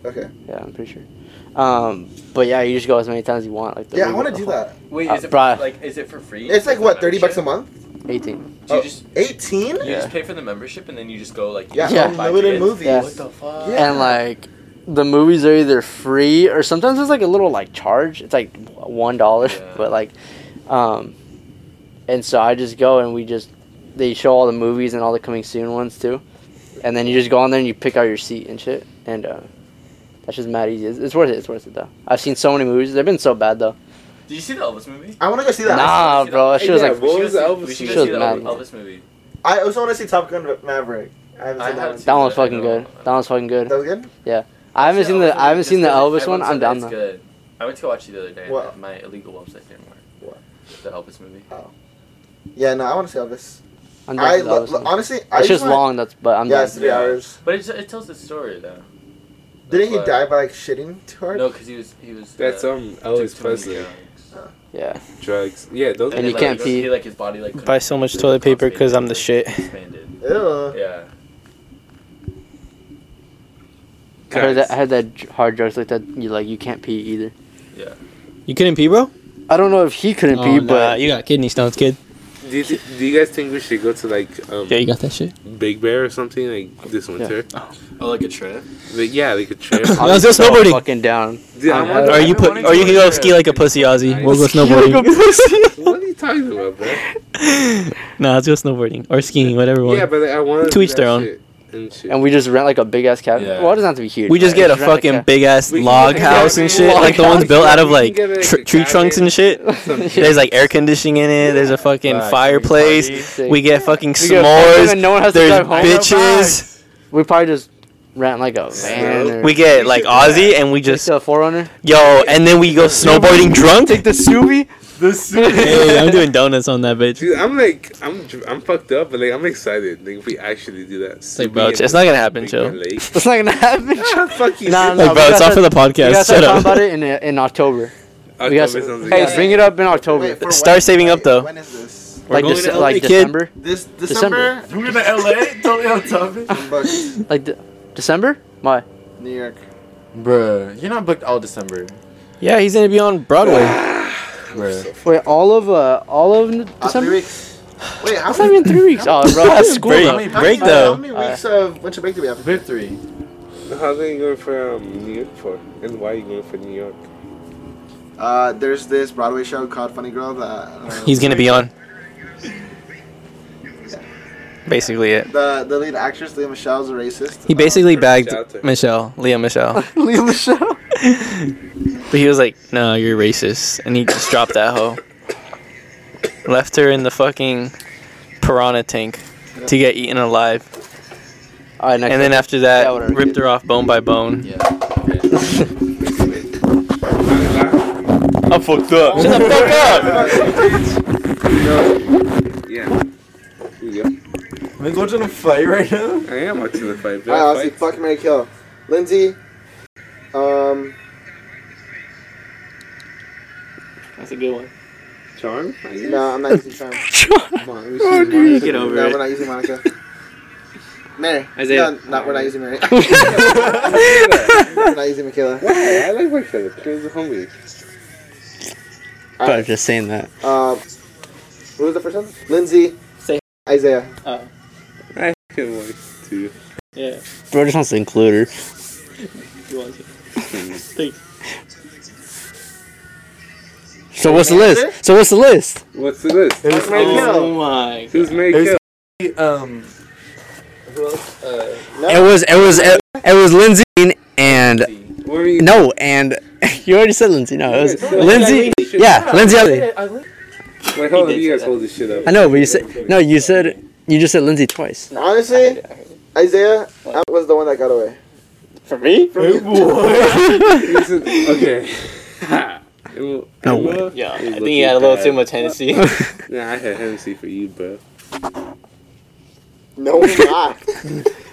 G: Okay.
E: Yeah, I'm pretty sure. Um, but yeah, you just go as many times as you want. Like the
G: yeah, I
E: Regal
G: want to
E: the
G: do
E: whole-
G: that.
I: Wait,
E: Uh,
I: is it
E: bruh.
I: like is it for free?
G: It's like
I: the
G: what, thirty bucks a
I: membership?
G: month?
E: Eighteen.
I: Do you just
G: Eighteen?
I: you just pay for the membership and then you just go like
G: Yeah,
E: Yeah.
I: buy
G: unlimited
I: tickets?
G: movies.
E: Yeah.
I: What the fuck?
G: Yeah.
E: And like, the movies are either free or sometimes there's like a little like charge. It's like one dollar,
I: Yeah.
E: but like, um, and so I just go and we just they show all the movies and all the coming soon ones too, and then you just go on there and you pick out your seat and shit, and uh, that's just mad easy. It's, it's worth it. It's worth it though. I've seen so many movies. They've been so bad though.
I: Did you see the Elvis movie?
G: I want to go see that.
E: Nah,
I: see
E: Ah, bro.
I: that.
E: That shit was
A: Yeah,
E: like
A: What
I: We should
A: was the
I: go see-
A: Elvis
I: We should
E: movie?
I: go see the
E: Mad.
I: Elvis Elvis movie.
G: I also want to see Top Gun Maverick. I haven't
I: I
G: seen that. One.
I: haven't
E: that
I: seen
E: one's
I: that. I
E: fucking good.
I: know.
E: That one's fucking good.
G: That was good.
E: I haven't seen the I haven't seen the Elvis
I: Everyone
E: one. I'm
I: said
E: down
I: it's
E: though.
I: good. I went to watch it the other day. and
G: What?
I: My illegal website didn't work.
G: What?
I: The Elvis movie.
G: Yeah, no, I want to see Elvis.
E: I'm down
G: I
E: for the
G: lo-
E: Elvis
G: lo-
E: one.
G: honestly, I
E: It's just
G: wanna-
E: long. That's but I'm
G: Yeah,
E: down.
G: it's three
I: Yeah.
G: hours.
I: But it, it tells the story though.
G: Didn't he
I: That's
G: die
I: why-
G: by like shitting too hard?
I: No, because he was he was.
A: That's
I: uh,
A: um Elvis
I: took too many
A: Presley.
I: drugs.
E: Yeah.
A: Drugs. Yeah, those.
E: And
I: then,
E: you
I: like,
E: can't
I: he-
E: pee.
I: He, like his body like.
C: Buy so much toilet paper because I'm the shit.
I: Expanded.
G: Ew.
I: Yeah.
E: I heard that I heard that j- hard drugs like that. You like you can't pee either.
C: You couldn't pee, bro?
E: I don't know if he couldn't
C: Oh,
E: pee,
C: nah,
E: but
C: you got kidney stones, kid.
A: Do you, thi- do you guys think we should go to like um,
C: Yeah, you got that shit.
A: Big Bear or something like this winter?
I: Oh, like a trip.
A: But yeah, like a trip.
C: I
E: I'm
C: was just
E: so
C: snowboarding.
E: fucking down.
A: Dude, I
E: I'm
A: wanna-
C: Or you
A: I've been
C: put,
A: wanting
C: or
A: to
C: you can
A: go
C: go
A: to-
C: ski like a pussy Aussie. We'll go
E: You're like a
C: snowboarding.
E: pussy.
A: What are you talking about, bro?
O: No, let's go snowboarding or skiing, whatever one.
A: Yeah, but I wanted
O: to each their own.
A: And shit.
E: And we just rent like a big ass cabin.
A: Yeah.
E: Well, it doesn't have to be huge.
O: We just
E: right?
O: get a
E: rent, like,
O: fucking big ass log
E: can
O: house and
E: get a
O: shit,
E: log
O: like the ones
E: house.
O: built out of
E: We can
O: like
E: get, like,
O: tr-
E: a
O: tree trunks and shit. There's like air conditioning in it. There's a fucking
E: Facts.
O: fireplace.
E: Party.
O: We get fucking
E: We get a fucking-
O: s'mores.
E: and no one has to
O: There's
E: drive home.
O: bitches.
E: We probably just rent like a van. Or
O: We get like Aussie and we just
E: a forerunner.
O: yo, and then we go snowboarding drunk.
E: Take the Subi.
A: The
O: Hey, I'm doing donuts on that bitch.
A: Dude, I'm like, I'm, dr- I'm fucked up, but like, I'm excited. Like, if we actually do that,
O: It's like,
A: Sleeping
O: bro,
A: in
O: it's it's not gonna
A: a
O: happen,
A: big
O: Joe.
A: lake.
E: That's not gonna happen.
A: Fuck you.
E: Nah,
O: Like,
E: nah,
O: bro,
E: we gotta
O: it's not
E: start-
O: for the podcast.
E: We gotta start
O: Shut up.
E: talking about it in in October. we
A: October
E: gotta,
A: sounds
E: hey,
A: good.
E: bring it up in October.
O: Start saving up though.
G: When is this?
O: We're
E: like
O: going
E: Dece-
O: to LA,
E: like
O: kid.
E: December.
G: This December?
E: December.
D: We're going to LA? Totally on topic.
G: I'm booked.
E: Like de- December? Why?
G: New York. Uh,
I: Bruh, you're not booked all December.
O: Yeah, he's gonna be on Broadway.
I: Bruh.
E: Wait, all of uh, all of n-
G: Uh, three
E: December?
G: weeks. Wait, how
E: That's not
G: many,
E: even three weeks. Oh, bro, that's school.
O: Break.
E: though.
I: many-
G: how
O: break
G: many,
O: though.
G: How many weeks of winter break do we have?
I: We have three.
A: How long you going from New York for? And why you going for New York?
G: Uh, there's this Broadway show called Funny Girl that. Uh,
O: He's gonna be on. Basically it.
G: The, the lead actress, Leah Michelle, is a racist. Uh,
O: He basically
A: perfect
O: bagged
A: shout to-
O: Michelle, Leah Michelle,
G: Leah Michelle?
O: but he was like, "No, you're racist," and he just dropped that hoe. Left her in the fucking piranha tank to get eaten alive,
E: All right, next.
O: and then after
E: That
O: that,
E: would've-
O: ripped her off bone by bone.
I: Yeah.
O: I'm fucked up. Shut the fuck up.
A: Yeah. Here you go.
I: Am I watching a fight right now?
A: I am watching the fight.
G: I honestly, fuck Mary Kill. Lindsay. Um.
C: That's a good one.
A: Charm? I guess.
G: No, I'm not using Charm. Come on, we're using Monica.
C: Get over
G: no,
C: it.
G: we're not using Monica. Mary. No,
C: Isaiah.
G: no, we're not using Mary. we're not using Michaela.
A: Why? I like my friend. He's a homie.
E: But I'm just saying that.
G: Um, who was the first one? Lindsay.
C: Say-
G: Isaiah.
A: I fucking like to.
C: Yeah,
E: Bro just wants to include her.
C: you want to.
E: So what's the list? So what's the list?
A: What's the list?
I: It was,
G: Mary
C: Oh
G: Kill.
C: my. God.
A: Who's made
I: It was-
A: kill?
I: um,
E: Uh, It was it was it, it was Lindsay and
A: Where are you?
E: no and you already said Lindsay. No, it was Lindsay. Yeah, Lindsay.
A: Wait, hold on. You guys hold this shit up.
E: I know, but you said no. You said you just said Lindsay twice.
G: Honestly, Isaiah I was the one that got away.
C: For me?
A: Listen, okay. no
E: way.
C: Yeah, I think he had a little too much Hennessy.
A: Nah, I had Hennessy for you, bro.
G: No one laughed.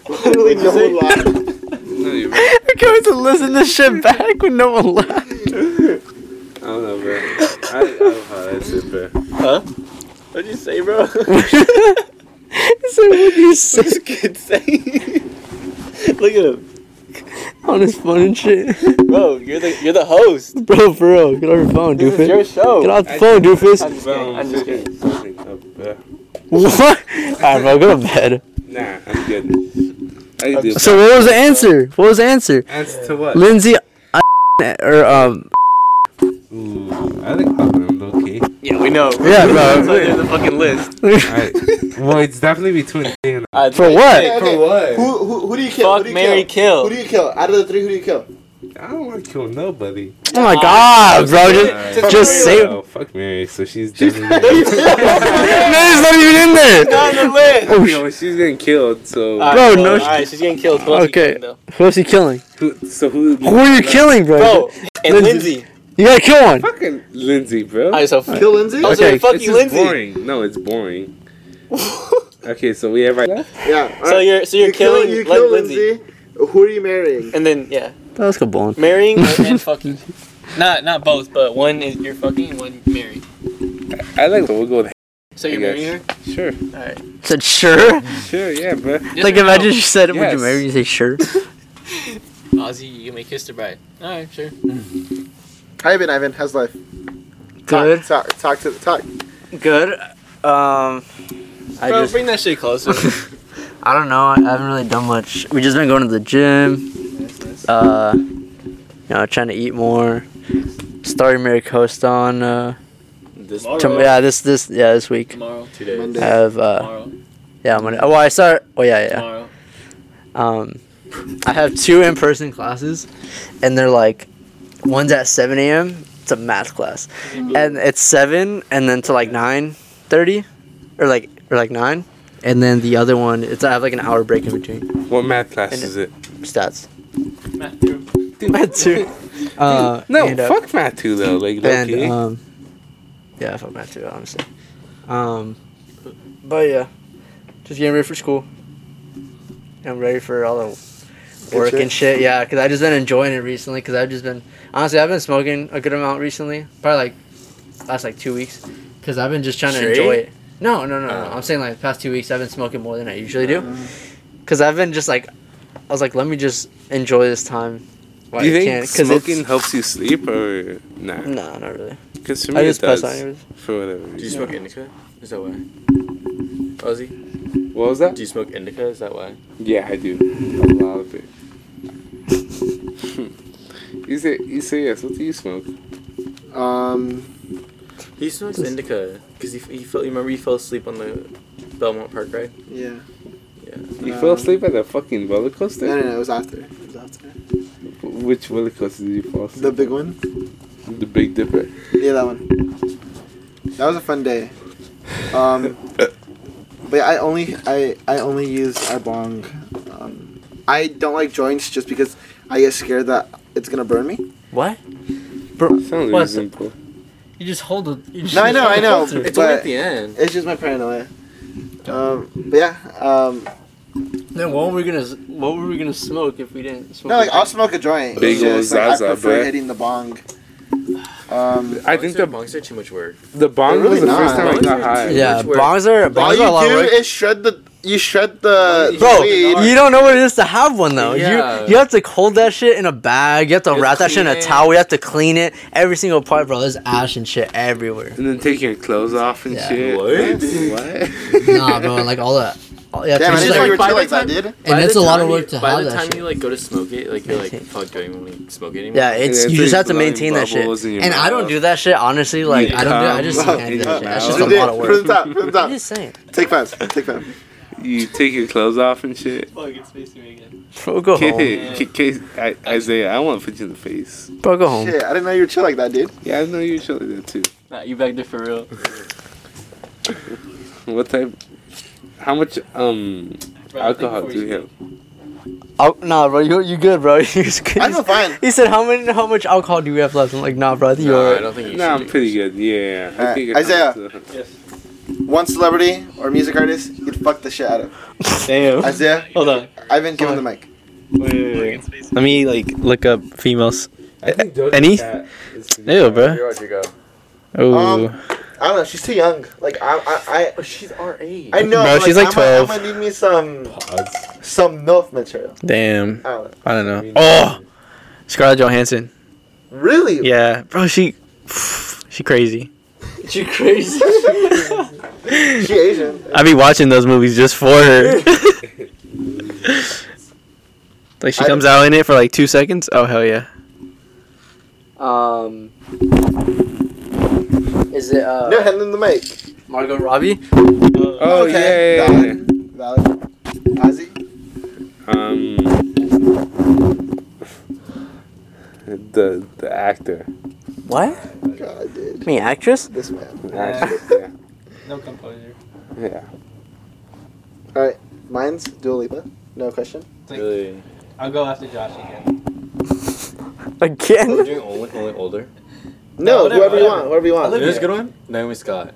G: Literally, no one laughed.
A: No, you're right.
E: We're going to listen to shit back when no one laughs.
A: I don't know, bro. I, I don't know how that's it, bro.
C: What'd you say, bro?
E: So what you say
C: this kid say? Look at him.
E: on his phone and shit,
C: Bro, you're the you're the host.
E: bro, for real. Get off your phone,
C: This is
E: doofus.
C: your show.
E: Get off the phone, doofus.
C: I'm just kidding. I'm just kidding.
A: Something up, bro.
E: What? Alright, bro, go to bed.
A: Nah, I'm good. I do.
E: So what was the answer? What was the answer?
A: As to what?
E: Lindsay, I, or um,
A: Ooh, I like Hotland, okay.
C: Yeah, we know.
E: yeah,
C: That's why
E: bro.
C: there's a fucking list.
A: Alright. Well, it's definitely between A and I.
E: For what?
G: Okay,
I: what?
G: Who, who, who do you kill?
C: Fuck,
G: who do you
C: marry,
G: kill?
C: kill.
G: Who do you kill? Out of the three, who do you kill?
A: I don't want to kill nobody.
E: Oh my god, bro. Just,
A: Alright. Fuck
E: just say-
A: Mary. Oh, fuck Mary. So she's definitely.
E: Mary's not even in there.
C: On the list.
A: oh, no, she's getting killed. So,
E: Bro, no
C: All
E: sh-
C: right, she's getting killed. Who else you
E: Okay.
C: killing, though?
E: Who else you killing?
A: who, so who?
E: Who are you killing, bro?
C: Bro, and
E: Lindsay.
C: Lindsay.
E: You gotta kill one.
A: Fucking Lindsay, bro.
C: All right, so
G: Kill Lindsay?
C: Oh, so
E: Okay.
C: fuck
A: It's
C: you,
A: just
C: Lindsay.
A: boring. No, it's boring. okay, so we have right left.
G: Yeah.
C: So you're so you're
G: kill-
C: killing
G: you
C: Lin-
G: kill
C: Lindsay.
G: Who are you marrying?
C: and then yeah,
E: Let's go bowling.
C: marrying and, and fucking. Not not both, but one is you're fucking, and one married.
A: I like. So we'll go with.
C: So you're
A: I guess.
C: marrying her.
A: Sure,
C: All right.
E: Said sure.
A: sure, yeah, bro.
C: Yes
E: like
C: or no?
E: imagine she said, "Would
A: Yes.
E: you marry?" me?" You say sure.
C: Ozzy, you may kiss the bride. All right, sure.
G: How you been, Ivan? How's life?
E: Good.
G: Talk, talk, talk to the talk.
E: Good. Um, I
C: Bro,
E: just
C: bring that shit closer.
E: I don't know. I haven't really done much. We just been going to the gym. Uh, you know, trying to eat more. Started Mary Coast on uh,
I: This
E: Tom- yeah, this this yeah this week.
I: Tomorrow. Two
E: I
I: days.
E: have uh, yeah Monday. Oh, well, I start. Oh yeah, yeah. Tomorrow. Um, I have two in person classes, and they're like, one's at seven a.m. It's a math class, and it's seven, and then to like nine thirty, or like or like nine, and then the other one it's I have like an hour break in between.
A: What math class is it?
E: Stats.
S: Math two.
E: Math two. Uh,
A: no,
E: and, uh,
A: fuck math too though. Like
E: and,
A: low-key.
E: um, yeah, I fuck Matt too, honestly. Um, but yeah, just getting ready for school. I'm ready for all the
T: Good
E: work
T: shit.
E: and shit. Yeah, because I've just been enjoying it recently. Because I've just been honestly, I've been smoking a good amount recently. Probably like last like two weeks. Because I've been just trying to
T: Straight? Oh.
E: enjoy it. No, no, no, no. I'm saying like the past two weeks, I've been smoking more than I usually do. Because I've been just like, I was like, let me just enjoy this time. while
A: Do you
E: I
A: think
E: can, 'cause it's-
A: smoking helps you sleep or nah?
E: No, not really.
A: Because for me
E: I
A: it
E: just pass
A: does.
E: out anyways.
A: For whatever.
I: Do you smoke indica? Is that why? Ozzy?
A: What was that?
I: Do you smoke indica? Is that why?
A: Yeah, I do. A lot of it. you say you say yes. What do you smoke?
G: Um,
I: He smokes indica because he, he fell. You remember he fell asleep on the Belmont Park ride.
G: yeah.
I: Yeah.
A: You fell
G: Um,
A: asleep at the fucking roller coaster.
G: No, no, no. It was after. It was after.
A: Which roller coaster did you fall asleep?
G: The big one.
A: The Big Dipper.
G: Yeah, that one. That was a fun day. Um, but I only I I only used our bong. Um, I don't like joints just because I get scared that it's gonna burn me.
E: What?
A: Sounds
E: What?
A: reasonable.
E: You just hold it. you just
G: No, I know, I know.
E: hold it.
I: It's only at
G: but
I: the end.
G: It's just my paranoia. Um, but yeah. Um,
E: Then what were we gonna what were we gonna smoke if we didn't smoke?
G: no, like I'll smoke a joint.
A: Big
G: It's just,
A: ol'
G: like, I
A: Zaza,
G: prefer
A: bruh.
G: hitting the bong. Um,
A: I think the
I: bongs are too much work.
A: the bong
G: They're
A: was the
G: really
A: first time I
G: not.
A: got high.
E: Yeah,
I: Which were-
E: bongs are bongs
G: all
E: are a lot of
G: you
E: work.
G: do is shred the you shred the
E: Bro,
G: weed.
E: you don't know what it is to have one though.
I: Yeah.
E: You you have to hold that shit in a bag. You have to
I: You have
E: wrap
I: to
E: that shit in
I: clean
E: a
I: it.
E: towel. You have to clean it. Every single part, bro. There's ash and shit everywhere.
A: And then take your clothes off and
E: Yeah.
A: shit.
I: What?
E: nah, bro. and, Like all that. All, yeah,
G: Damn, I
E: it's
G: didn't
E: just
G: know
E: like-
G: you were
I: by
G: too
I: the
G: like that,
I: time-
G: dude.
E: and
I: By
E: it's a
I: the
E: lot
I: time
E: of work
I: you-
E: to
I: By
E: have
I: the
E: that
I: time
E: shit.
I: you like go to smoke it, like you're like, fuck, do I even really smoke it anymore?
E: Yeah, it's
A: it's
E: you just
A: like
E: have to
A: blowing
E: maintain that shit.
A: bubbles in your
E: And I don't
A: mouth.
E: do that shit honestly. Like I don't do. I just
A: come
E: can't do that
A: out.
E: shit. That's
A: You
E: just a
A: did.
E: lot of
G: From
E: work.
G: the top, from the
E: I'm
G: top.
E: just saying.
G: Take five, take five.
A: You take your clothes off and shit.
S: Fuck, it's facing me again.
E: Bro, go home.
A: Kid, kid, kid, I, Isaiah, I want to put you in the face.
E: Bro, go home.
G: Shit, I didn't know you were chill like that, dude.
A: Yeah, I know you're chilling that too.
S: Nah, you back there for real.
A: What type? How much um
S: Bro, I think
A: alcohol
S: before
A: do you have?
E: Oh, nah, bro, you you good, bro. You're good.
G: I feel fine.
E: He said, "How many? How much alcohol do you have left?" I'm like, "Nah, bro, I think
I: No,
E: you're."
I: I don't think you
A: No,
I: should.
A: I'm pretty good. Yeah, I
G: Alright,
A: think it
G: Isaiah.
A: counts as a-
G: One celebrity or music artist, you'd fuck the shit out of.
C: Damn.
G: Isaiah,
C: Hold on.
G: I've been given the mic.
C: Wait, wait, wait. Let me like look up females. Any? Ew, bro. Oh,
G: Um, I don't know. She's too young. Like I, I,
E: Oh,
G: I
I: she's our age.
G: I know.
C: Bro,
G: I'm
C: she's like
G: I'm
C: 12.
G: gonna, I'm gonna need me some, some milf material.
C: damn.
G: I don't know.
C: I don't know. Oh, Scarlett Johansson.
G: Really?
C: Yeah, bro. She, she crazy.
E: You crazy?
G: She Asian.
C: I be watching those movies just for her. like she
G: I-
C: comes out in it for like two seconds. Oh hell yeah.
T: Um,
E: Is it uh,
G: No, hand in the mic.
E: Margot Robbie?
A: Oh
G: Okay,
A: yeah. yeah, yeah,
G: valid. Valid. Ozzy.
A: yeah. Um, the the actor.
E: What?
G: God, dude.
E: Me, actress?
G: This man.
A: The actor,
S: No composure.
A: yeah. yeah.
G: All right. Mine's Dua Lipa. No question.
I: Really?
S: I'll go after Josh again.
I: Oh, We're
E: Again?
I: doing only, only older.
G: No,
S: whatever,
G: whoever you
S: whatever.
G: want. Whoever you want.
I: Who's a good one? Naomi Scott.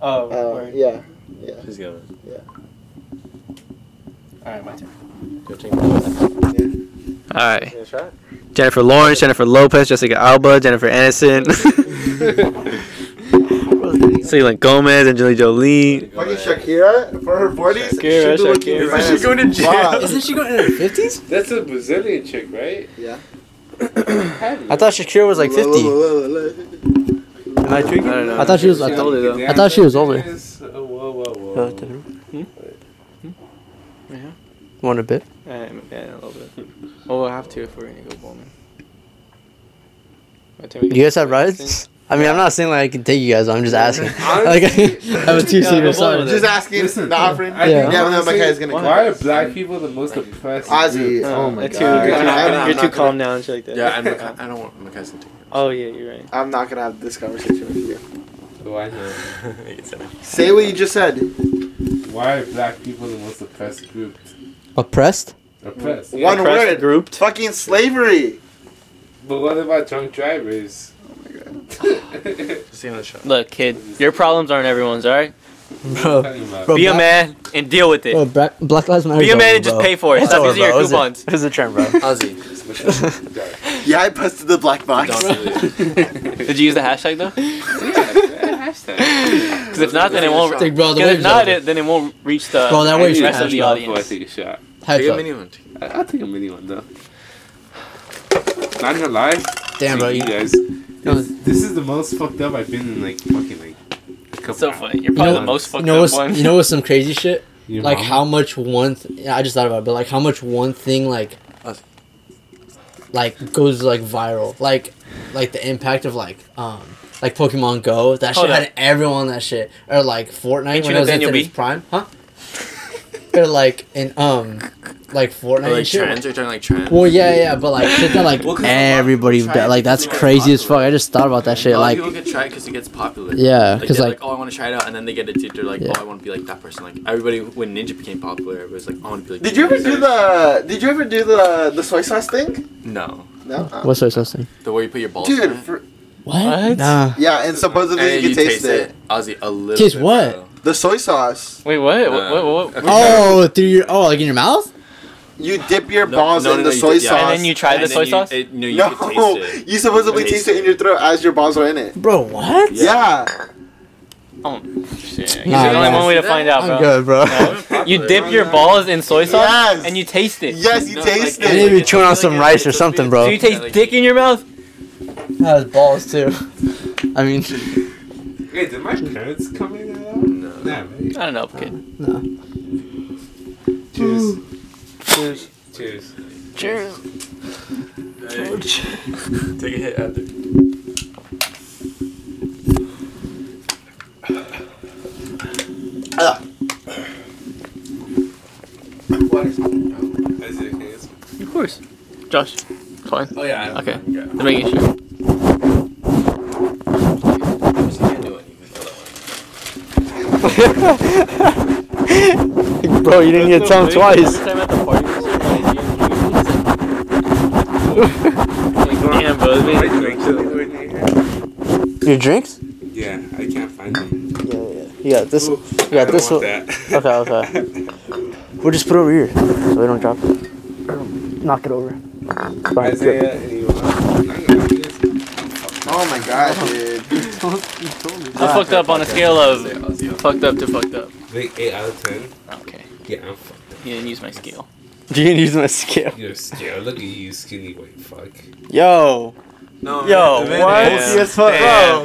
S: Oh,
G: Uh,
S: word.
G: yeah. Yeah.
I: She's a good one.
S: All right, my turn.
I: Go take a
C: All right.
I: shot.
C: Jennifer Lawrence, Jennifer Lopez, Jessica Alba, Jennifer Aniston, Selena Gomez, Angelina Jolie.
G: Fucking Shakira for her 40s.
S: Shakira,
G: she'd be looking
S: Shakira.
G: fine
I: She's going to
G: as
I: jail.
G: fuck.
E: Isn't she going in her fifties?
A: That's a Brazilian chick, right?
G: Yeah.
E: I thought Shakira was like fifty.
G: Whoa, whoa, whoa, whoa, whoa.
E: Am I tweaking?
I: don't know.
E: I thought she was. I, thought-
I: older though.
E: I thought she was older.
A: Whoa, Oh, whoa, whoa.
E: Uh, Hmm? Want a bit?
S: Um, yeah, a little bit. Well, we'll have to if we're gonna go bowling. My turn, we
E: You
S: can
E: guys have
S: do this
E: rides?
S: thing.
E: I mean, I'm not saying like I can take you guys. I'm just asking. like, I have a two seater. sorry.
G: Just asking. the offering.
E: I think
G: yeah,
A: honestly,
G: my guy's gonna come.
A: Why are black people the most oppressed?
G: Ozzy,
A: group?
G: oh my
C: That's
G: god.
C: too- you're too-
G: I'm
C: you're
G: not
C: too
G: gonna-
C: calm now and shit like that.
I: Yeah, I'm, I don't want my cousin to.
C: Oh yeah, you're right.
G: I'm not gonna have this conversation with you.
A: Oh, I know.
G: Say what you just said.
A: Why are black people the most oppressed group?
E: Oppressed?
A: Oppressed.
G: One
C: Oppressed
G: word.
C: grouped.
G: Fucking slavery.
A: But what about drunk drivers?
I: See you on the show.
P: Look, kid, your problems aren't everyone's, all right?
E: Bro. bro
P: Be a
E: black-
P: man and deal with
E: Bro,
P: it.
E: black, black Lives Matter.
P: Be a man and just pay for it. Stop using your coupons.
E: It's a trend, bro.
I: Ozzy.
G: Yeah, I busted the black box.
I: Don't do it.
P: Did you use the hashtag though? Because if not, then it won't.
E: Take, bro, the
P: 'cause if
E: wave's
P: not,
E: over.
P: it, then it won't reach the
E: Bro, that wave's
P: rest of the
E: over.
A: Before I
P: audience.
A: take a shot.
I: Take a
E: Headshot.
I: mini one.
A: I- I'll take a mini one though. Not gonna lie.
E: Damn, bro.
A: thank
E: You,
A: you guys. This, this is the most fucked up I've been in like fucking like. A couple
P: So
A: hours.
P: funny. You're probably
E: know-
P: the most
E: you
P: fucked
E: know
P: up
E: what's
P: one.
E: you know what's some crazy shit?
A: Your
E: like
A: mom?
E: how much one? Th- yeah, I just thought about it, but like how much one thing like uh,
I: Us.
E: like goes like viral, like like the impact of like um like Pokemon Go. That shit
P: Hold
E: had
P: up.
E: everyone on that shit, or like Fortnite
P: Ain't
E: when
P: you
E: it was in
P: Nathaniel
E: its
P: B?
E: prime, huh? or like in um like Fortnite
I: Or like
E: and shit.
I: trends. You're talking like trends.
E: Well, yeah, yeah, but like shit that like
I: Well, 'cause a lot of
E: everybody
I: people
E: that
I: try
E: like
I: it
E: that's
I: because it's
E: crazy as fuck.
I: popular.
E: I just thought about that
I: A
E: shit.
I: lot
E: Like
I: of people get tried because it gets popular.
E: Yeah,
I: Like,
E: 'cause,
I: they're
E: like-
I: like, oh, I want to try it out, and then they get addicted. Like,
E: Yeah.
I: oh, I want to be like that person. Like everybody when Ninja became popular, it was like, I want to be like.
G: Did you ever do the? Did you ever do the the soy sauce thing?
I: No,
G: No. Uh,
E: what's our sauce thing?
I: the way you put your balls. in
G: Dude,
I: it.
G: for,
P: What?
E: Nah.
G: yeah, and supposedly
I: and
G: you can taste, it.
I: Ozzy, a little.
E: Taste
I: bit,
E: what?
I: bro.
G: The soy sauce.
P: Wait, what?
I: Nah.
P: what, what, what?
I: Okay.
E: Oh, through your oh, like in your mouth?
G: You dip your
I: No,
G: balls
I: no,
G: in
I: no,
G: the
I: no, you
G: soy
I: dip- yeah.
G: sauce.
P: And then you try
I: And
P: the
I: then
P: soy
I: you-
P: sauce?
I: it- no, you
G: no,
I: can taste it.
G: you supposedly
I: Taste
G: taste it in
I: it.
G: your throat as your balls are in it.
E: Bro, what?
G: Yeah.
P: Oh, shit. You're
E: Nah,
P: the only
E: nah.
P: one way to find out,
E: I'm
P: bro.
E: good, bro.
P: You dip your balls in soy sauce
G: Yes.
P: and you taste it.
G: Yes, you
I: No,
G: taste
I: like,
E: I
G: it.
E: need to be
I: It's
E: chewing on
I: like
E: some
I: a-
E: rice or
I: it's supposed to
E: something,
I: be a-
E: bro.
P: So you taste
I: Yeah, like-
P: dick in your mouth?
E: has balls too. I mean,
A: Wait, did my parents come in at all? No. Nah, man.
P: I don't know, kid.
A: Cheers. Cheers. Cheers.
P: Cheers.
I: Take a hit after.
A: Is it okay? It's-
P: Of course. Josh. Fine.
I: Oh yeah. I don't
P: Okay.
I: know.
P: I'm making sure.
I: You can't do it. You can throw that one.
E: bro, you didn't get tongue twice.
P: Every time at the party, it's like, "Hey, you- you- you-" Like, Damn, bro. this
A: My
P: man-
A: drinks are over there.
E: Your drinks?
A: Yeah, I can't find them.
E: Yeah, yeah. You got this.
A: Ooh,
E: you got
A: I
E: this
A: don't
E: one.
A: want that.
E: Okay, okay. We'll just put it over here so we don't drop it. Or Knock it over. Fine, good.
A: Isaiah, and you want- I'm not gonna do this.
G: Oh my god, dude.
P: I fucked up on a scale of
I: Ozzy, Ozzy.
P: fucked up to fucked up.
A: Like 8 out of 10.
P: Okay.
A: Yeah, I'm fucked.
P: You didn't use my scale.
E: You can use my scale.
A: You're scared. Look at you, skinny white fuck.
E: Yo,
I: No,
E: yo,
I: man, the
E: what?
I: man is-
E: Bro,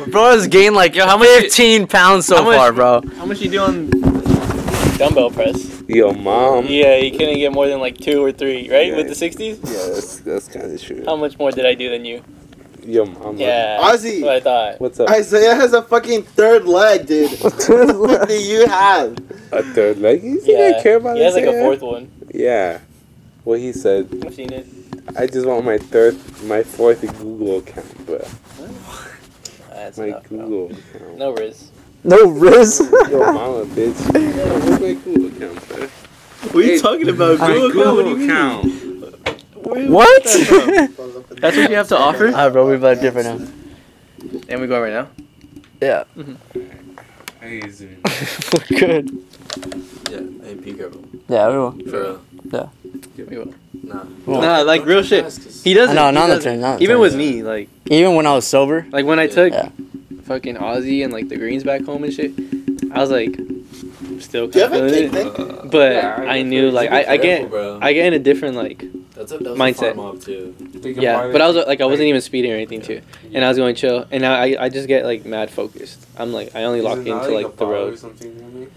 E: bro has gained like
P: Yo, how much you-
E: 15 pounds so
P: how much-
E: far, bro.
P: How much you doing dumbbell press?
A: Yo, mom.
P: Yeah, you couldn't get more than like two or three, right? With the 60s?
A: Yeah, that's, that's kind of true.
P: How much more did I do than you?
A: Yo, mom.
P: Oh. Yeah.
G: Ozzy.
P: That's what I thought.
A: What's up?
G: Isaiah has a fucking third leg, dude. what the fuck do you have?
A: A third leg? You think
P: Yeah.
A: I care about
P: he has like a
A: Isaiah?
P: fourth one.
A: Yeah. What he said.
P: I've seen it.
A: I just want my third, my fourth Google account, bro.
P: That's
A: My
P: enough, bro.
A: Google account.
P: No Riz.
E: No Riz.
A: Yo, mama, bitch. Yo, where's my Google account, bro?
P: What are you talking about?
A: My Google account.
E: what?
P: That's what you have to offer?
E: Alright, bro, we about different now.
P: And we going right now?
E: Yeah,
A: I use it.
E: we're good.
I: Yeah, hey, be careful.
E: Yeah, we will.
I: For real.
P: We will.
I: Nah.
C: Nah, like real
I: Don't
C: shit.
I: ask us.
C: He doesn't.
E: No,
C: he
E: not on the
C: doesn't.
E: turn, not on the
C: Even
E: turn.
C: with me, like
E: Even when I was sober,
C: like when I took
E: Yeah.
C: fucking Aussie and like the greens back home and shit, I was like still
G: Do you
C: kind
G: have
C: of
G: a
C: feeling
G: cake
C: it.
G: thing?
I: Uh,
C: But
A: Yeah, I
C: I
A: know.
C: knew like I, I
I: Careful,
C: get
I: bro.
C: I get in a different like
I: That's a, that was
C: mindset.
I: A farm up too.
A: Think
C: yeah,
A: about
C: but
A: it.
C: I was like I wasn't even speeding or anything too, and I was going chill, and now I I just get like mad focused. I'm like I only
A: Is
C: lock
A: it
C: into
A: not a
C: like the
A: bar or
C: road.
A: something, homie?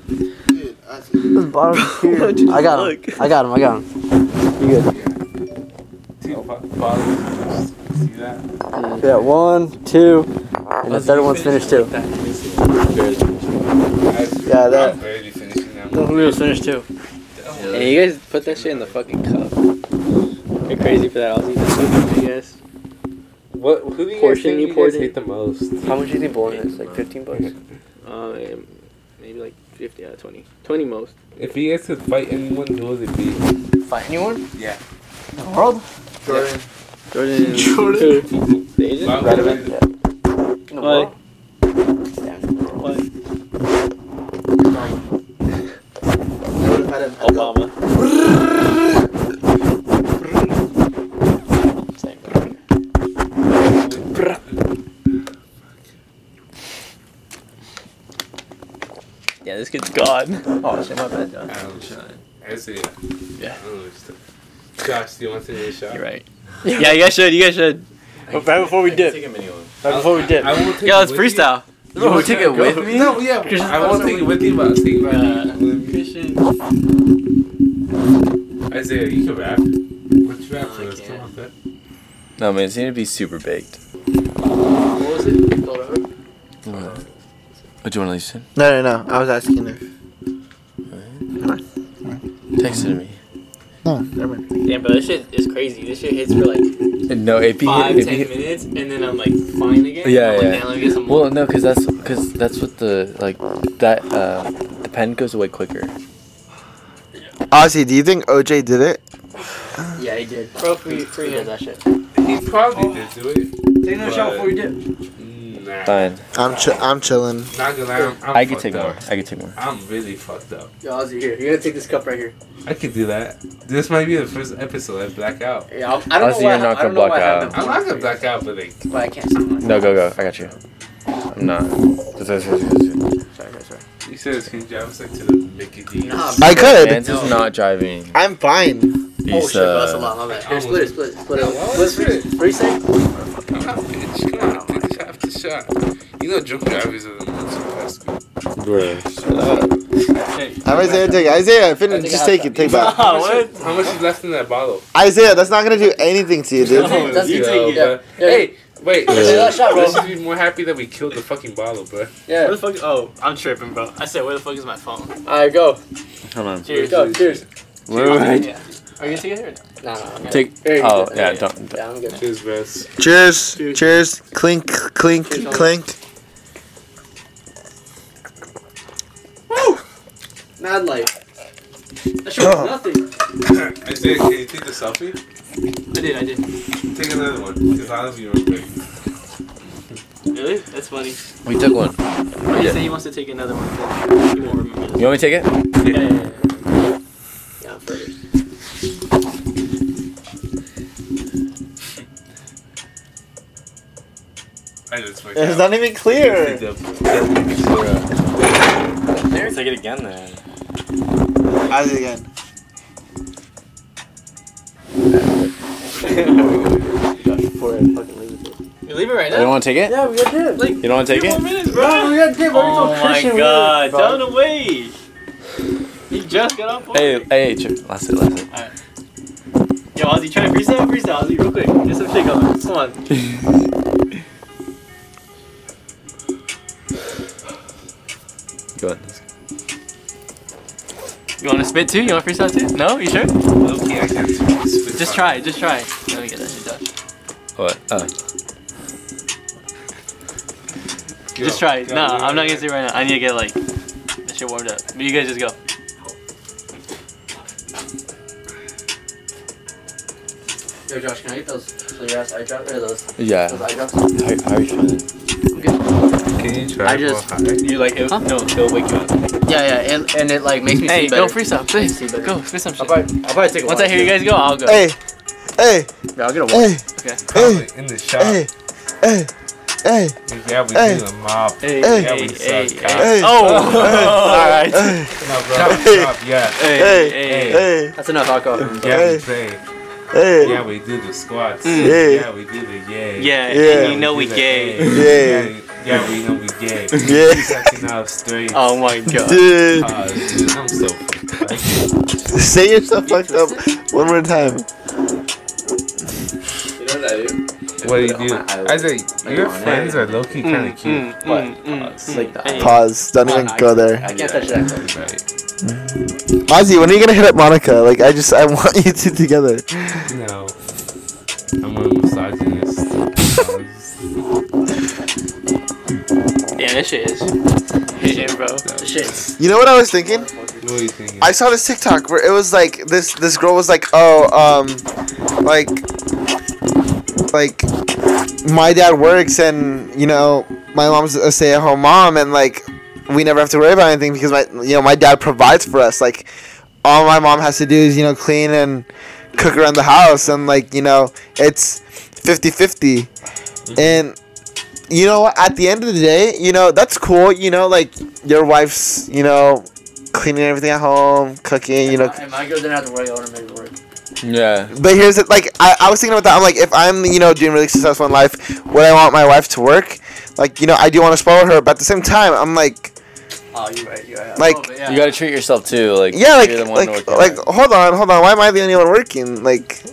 G: Dude, Ozzy.
E: this bottom's here. I got him. I got him. I got him. You good?
A: Two bo- bottles. See that?
E: Yeah, one, two, And the third one's finished too.
G: Yeah, that.
E: The Julio's finished too.
C: And you guys put that shit in the fucking cup. You're crazy for that Aussie. That's so good, I guys.
A: What? Who do you guys,
E: Portion
A: think
E: you
A: you
E: poured
A: guys hate the most?
E: How much do you think bowling is? Like 15 bucks?
C: Um, maybe like 50 out of 20. 20 most.
A: If you guys could fight anyone, who would it be?
E: Fight anyone?
A: Yeah.
E: In the world?
G: Jordan.
C: Jordan.
A: Jordan.
C: the Asian?
A: Wow.
G: Radovan.
E: In the world?
C: What?
G: I would have had him.
C: Obama.
E: Same.
C: Yeah, this kid's gone.
E: Oh, shit, my bad, John.
A: Um, I see.
C: Yeah.
A: I don't understand. Josh, do you want to take a shot?
C: You're right. Yeah, you guys should. You guys should.
E: Right before we
I: Take
E: dip.
I: a mini one.
E: Right before we dip.
A: I won't take
C: Yeah, let's
A: with you.
C: freestyle.
A: You want
I: take
A: to
I: it with
A: go?
I: me?
A: No, yeah. I won't take it with you, but I'll take it with you. Isaiah, you can rap. What's you rap for us? Come on, man.
I: No, man, it's gonna be super baked.
E: What was it? Go over.
I: Which one, Lisa?
D: No, no, no. I was asking if.
I: Text it to me.
D: No, never mind.
O: Damn, bro, this shit is crazy. This shit hits for like
I: No, AP.
O: five, ten minutes, and then I'm like fine again.
I: Yeah,
O: I'm like,
I: yeah.
O: "Nah, let me get some more."
I: Well, no, because that's because that's what the like that uh the pen goes away quicker.
G: Ozzy, do you think OJ did it?
E: Yeah, he did.
O: Bro, free, free
E: He
O: hand.
E: does that shit.
A: He probably did do it.
E: Take another shot before we dip.
A: Nah.
I: Fine,
G: I'm ch- I'm chilling.
A: Not gonna lie, I'm, I'm
I: I could
A: fucked
I: take
A: up.
I: more. I could take more.
A: I'm really fucked up.
E: Yo, Ozzy, here. You're gonna take this cup right here.
A: I could do that. This might be the first episode I black out.
E: Yeah, I'll- I don't
I: Ozzy,
E: know why.
I: you're not
E: I don't
I: gonna
E: know why I
I: black
E: have
I: out.
E: them.
A: I'm not gonna black out, but like,
E: But I can't see them.
I: No, go go. I got you. I'm not.
E: Sorry, sorry, sorry.
A: you said it's gonna drive us like to the Mickey D's.
E: Nah,
G: I could.
I: Vance is not driving.
G: I'm fine.
E: Oh
I: He's
E: shit, bro, that's a
I: uh.
E: lot. My bad. Here, split it, split it, split it. Split it. What do you say?
A: Come on, bitch. Come on, take shot after shot. You know, drunk drivers are the most fast. Hey,
G: Have Isaiah take it. Isaiah, finish. Just take it. Take back.
E: Ah,
A: how, much, how much is left in that bottle?
G: Isaiah, that's not gonna do anything to you, dude.
E: it, that's
A: you
E: it,
A: know,
E: take it.
A: but-
E: Yeah, yeah.
A: Hey, wait.
E: Take that shot, bro.
A: Let's just be more happy that we killed the fucking bottle, bro.
E: Yeah.
O: Where the fuck? Oh, I'm tripping, bro. I said, where the fuck is my phone?
E: Alright, go.
I: Hold on.
O: Cheers.
E: Go. Cheers.
O: Yeah. Are you together? Or no?
E: No, no, no.
I: Take.
E: Here, you
I: Oh
E: can do
I: yeah,
E: that.
I: don't. don't-
E: Yeah, I'm good.
A: Cheers, bros.
G: Cheers. Cheers. Clink. Clink. Clink.
E: Mad life. That shit was nothing.
A: Isaiah, can you take the selfie?
O: I did. I did.
A: Take another one, because I love you real quick.
O: Really? That's funny.
I: We took one.
O: He
I: Yeah.
O: said he wants to take another one. He won't remember.
I: You want me to take it?
O: Yeah. yeah, yeah, yeah.
E: Yeah, I'm first.
A: I just fucked
G: It's
A: up.
G: not even clear.
I: Take it again then.
G: Ozzy again.
E: Before I fucking leave it.
O: You leave it right
I: You don't
O: now.
I: want to take it?
E: Yeah, we got dip.
O: Like,
I: You don't want to take
O: Two more
I: it?
O: minutes, bro.
E: we got dip.
O: Oh my god, tell him to wait. He just got off. work.
I: Hey, hey, Chip. Last it, last it.
O: Yo, Ozzy, try freestyle, freestyle, Ozzy, real quick. Get some shit going. Come on.
I: Go on.
O: You want to spit too? You want to freestyle too? No? You sure?
A: Okay, I can't spit
O: Just
A: fire.
O: try it. Just try it. Let me get that shit done.
I: What? Uh,
A: Go.
O: just try it.
A: Go,
O: No,
A: go,
O: I'm not
A: go.
O: gonna say right now. I need to get like that shit warmed up. But you guys just go.
E: Yo, Josh, can I get those clear ass eye drops? Or those,
I: yeah.
E: those eye drops?
I: How, how are you feeling?
A: Can you try
E: I
A: more
E: just-
A: high?
O: You like it? No, it'll wake you up.
E: Yeah, yeah, and, and it like makes me
O: Hey, go
E: feel better.
O: freestyle, please.
E: Makes me feel better.
O: Go spit some
E: I'll
O: shit.
E: probably, I'll probably take a
O: Once
E: while.
O: I hear you guys go, I'll go.
G: Hey. Hey.
E: Yeah, I'll get a one.
G: Hey.
O: Okay.
G: Hey.
A: In the shop.
G: Hey. Hey. Hey.
A: Yeah, we
G: Hey.
A: do the mob.
O: Hey,
G: Hey.
O: hey,
A: Yeah, we
O: hey,
A: suck.
O: hey.
G: Hey.
O: Oh, all right.
G: Hey.
A: No, bro. Stop. Yeah.
G: Hey.
O: Hey.
G: Hey.
E: That's enough alcohol.
A: Yeah, we
G: Hey.
A: play.
G: Hey.
A: Yeah, we do the squats.
G: Mm.
A: Yeah, we do the yay.
O: Yeah,
G: Yeah.
O: and you know we
A: do the
O: gay.
A: hey. Yeah. Yeah, we know we gay.
G: Yeah.
A: We Sucking off straight.
O: Oh my god.
G: Dude,
A: Uh, dude, I'm so fucked up.
G: say yourself fucked up one more time.
O: You know what I do?
A: What do you do? Isaac, your friends are low key kind of
E: Mm,
O: Mm,
A: cute.
E: uh,
G: Pause. Don't even go there.
E: I can't touch that.
G: Ozzy, when are you gonna hit up Monica? Like, I just, I want you two together.
A: No. I'm a misogynist.
C: Yeah, that shit is. Shit, bro. Shit.
G: You know what I was thinking?
A: What are you thinking?
G: I saw this TikTok where it was like this. This girl was like, "Oh, um, like, like, my dad works, and you know, my mom's a stay-at-home mom, and like, we never have to worry about anything because my, you know, my dad provides for us. Like, all my mom has to do is, you know, clean and cook around the house, and like, you know, it's
I: Mm-hmm.
G: 50-50. and." You know, what? at the end of the day, you know, that's cool. You know, like, your wife's, you know, cleaning everything at home, cooking, you know.
E: And my girl didn't have to worry about him work.
I: Yeah.
G: But here's the like I, I was thinking about that. I'm like, if I'm you know doing really successful in life, would I want my wife to work? Like you know, I do want to spoil her, but at the same time, I'm like,
E: Oh, you're right. You're right.
G: Like-
E: Oh, but yeah.
I: You gotta treat yourself too. Like
G: yeah, like
I: you're the one
G: like
I: working
G: like
I: hard.
G: hold on, hold on. Why am I the only one working? Like,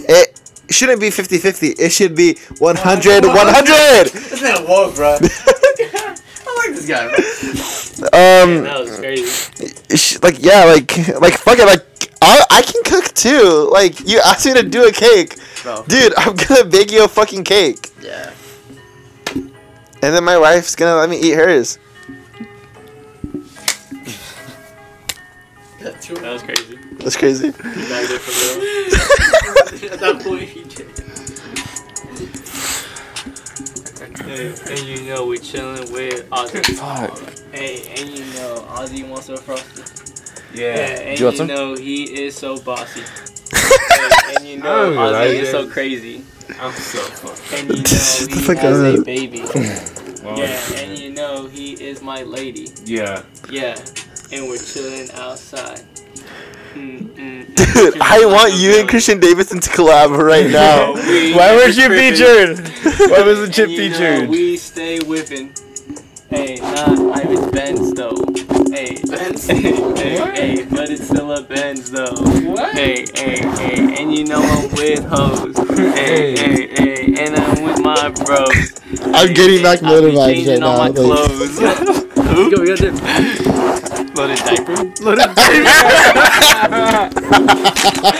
G: it shouldn't be 50-50. It should be 100 100
E: This man woke, bro. I like this guy, bro.
G: um
C: That was crazy.
G: sh- like yeah like like fuck it like I, I can cook too like you asked me to do a cake
E: Bro.
G: dude i'm gonna bake you a fucking cake
E: Yeah.
G: and then my wife's gonna let me eat hers
C: That was crazy.
G: that's crazy
C: At that point, he did. And, and you know we're chilling with Ozzy.
I: Fuck.
C: Hey, and you know Ozzy wants a frosty.
A: Yeah.
C: and
I: You want
C: you
I: some?
C: know he is so bossy. Hey, and you
A: Oh,
C: know Ozzy
A: right,
C: is
A: yeah.
C: so crazy.
A: I'm so fucking.
C: And you know he
G: fuck
C: has
G: out.
C: a baby.
A: Well,
C: Yeah, and you know he is my lady.
A: yeah.
C: Yeah, and we're chilling outside. Mm, mm, mm.
G: dude i want you and christian davidson to collab right now
C: We-
I: Why was you
C: tripping.
I: featured? Why was the chip
C: And you know,
I: featured?
C: we stay whipping. Hey, not Ivan's Benz though. Hey, Benz. Hey, hey, hey, but it's still a Benz though. What? Hey, hey, hey, and you know I'm with hoes. Hey, hey, hey, and I'm with my bros.
G: i'm getting back
C: I be
G: motivated right
C: changing all
G: now
C: my
G: like,
C: clothes. Oops. Loaded diaper. Loaded diaper.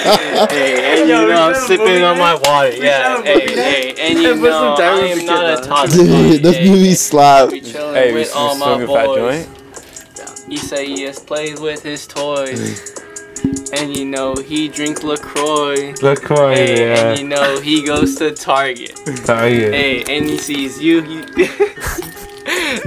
C: hey, and you know I'm sipping on my water. Yeah. Hey, hey, and you know I am not a toddler.
G: dude this
C: Hey,
G: movie slap
C: we chilling
I: Hey, we
C: with all
I: smoking
C: my
I: a fat
C: boys.
I: joint.
C: He say he just plays with his toys. and you know he drinks LaCroix.
A: LaCroix,
C: Hey, and
A: Oh, yeah.
C: you know he goes to Target.
A: Target.
C: Hey, and he sees you, he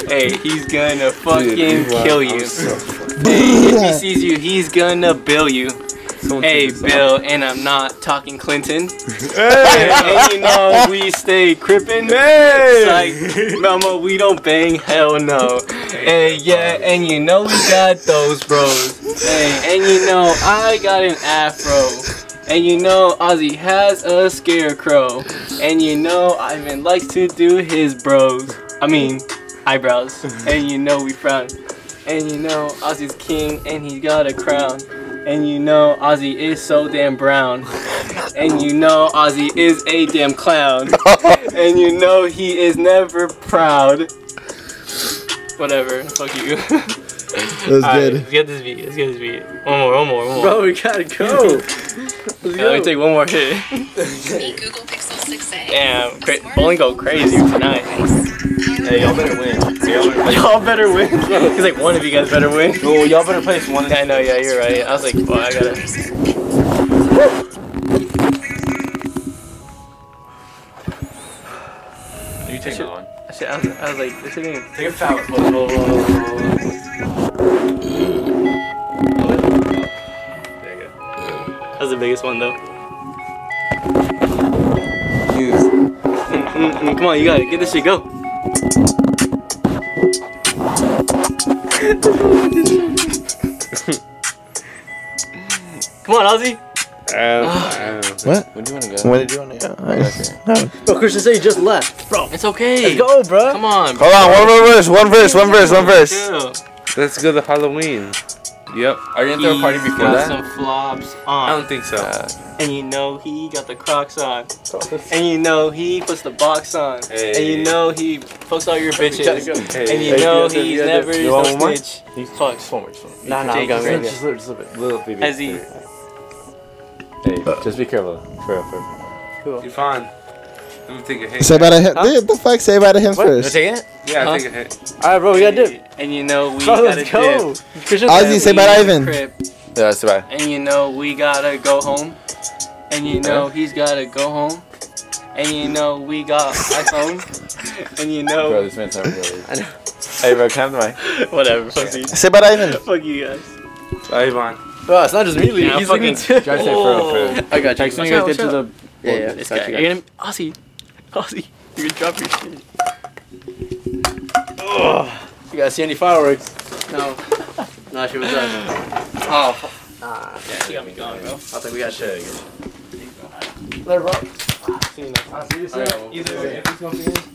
C: Hey, he's gonna fucking kill you. hey, if he sees you, he's gonna bill you.
A: Someone
C: Hey,
A: take this out.
C: Bill, and I'm not talking Clinton. hey, and you know we stay crippin'. It's like, mama, we don't bang, hell no. Hey, yeah, and you know we got those bros. Hey, and you know I got an afro. And you know Ozzy has a scarecrow. And you know Ivan likes to do his bros. I mean, eyebrows. And you know we frown. And you know Ozzy's king and he got a crown. And you know Ozzy is so damn brown. And you know Ozzy is a damn clown. and you know he is never proud. Whatever. Fuck you.
G: that was
C: Alright,
G: good
C: let's get this beat. Let's get this beat. One more, one more, one more.
E: Bro, we gotta go.
C: Yeah, let me take one more hit.
P: The Google Pixel 6a.
C: Damn. Cra- bowling go crazy tonight.
I: Hey, y'all better win.
C: Y'all better win. He's like, one of you guys better win.
I: Well, y'all better place one.
C: Yeah, I know. Yeah, you're right. I was like, well, I gotta.
I: You take it on.
C: I, should, I, was, I was like, this isn't.
I: Take a foul.
C: That was the biggest one though. Mm, mm, Come on, you got it. Get this shit go. Come on, Ozzy.
G: Um, what
I: Where do you wanna go?
G: when did you want to go no.
E: Bro, Christian said you just left. Bro,
C: It's okay.
E: let's go, bro.
C: Come on.
G: hold on one verse one verse one verse one verse
C: Chill.
A: Let's go to Halloween. Yep.
E: Are you gonna throw a party before
C: got
E: that?
C: Some flops
A: I
C: on.
I: Um,
A: don't think so.
C: Um, and you know he got the Crocs on. and you know he puts the box on. And you know he fucks all your bitches.
I: Hey.
C: And you
I: Hey,
C: know
I: you got
C: he's
I: the-
C: never
I: you
C: used
I: want
C: a
I: one more?
C: snitch. He fucks. One more, just one more.
I: Nah, nah, I'm going right now.
C: little bit. Little baby. As he.
I: Hey, just be careful. For real, for real.
A: Cool. You're fine. Let me take a hit.
G: Say about a hit. Dude, the fuck? Say about a him first.
A: Yeah,
C: Huh?
A: take a hit.
C: All right,
U: Oh,
C: bro, we got to dip. And you know we
A: Bro,
C: got to
A: let's go.
C: dip.
G: Ozzy, say about Ivan.
E: Yeah, say bye.
C: And you know we gotta go home. And you know he's gotta go home. And you know we got iPhone. and you know.
E: Bro, this man's not really. Hey, bro, come to my.
C: Whatever. Fuck you.
G: Say about Ivan.
C: Fuck you guys.
A: Ivan.
U: Bro, it's not just me.
C: Yeah,
U: he's
C: fucking-
U: fucking too.
I: Drive safe, for real, for real.
U: I got you.
I: Like, soon
U: Watch
I: you guys
U: out,
I: get to
U: watch
I: the.
U: out. Yeah, yeah.
C: This
U: got
C: guy.
U: you, got
C: You're gonna. Aussie. Aussie. You're gonna drop your shit.
U: You guys see any fireworks? No. no, she was done.
C: Oh. fu- Yeah, she got me going, bro. I
U: think we got shit.
C: Later, bro.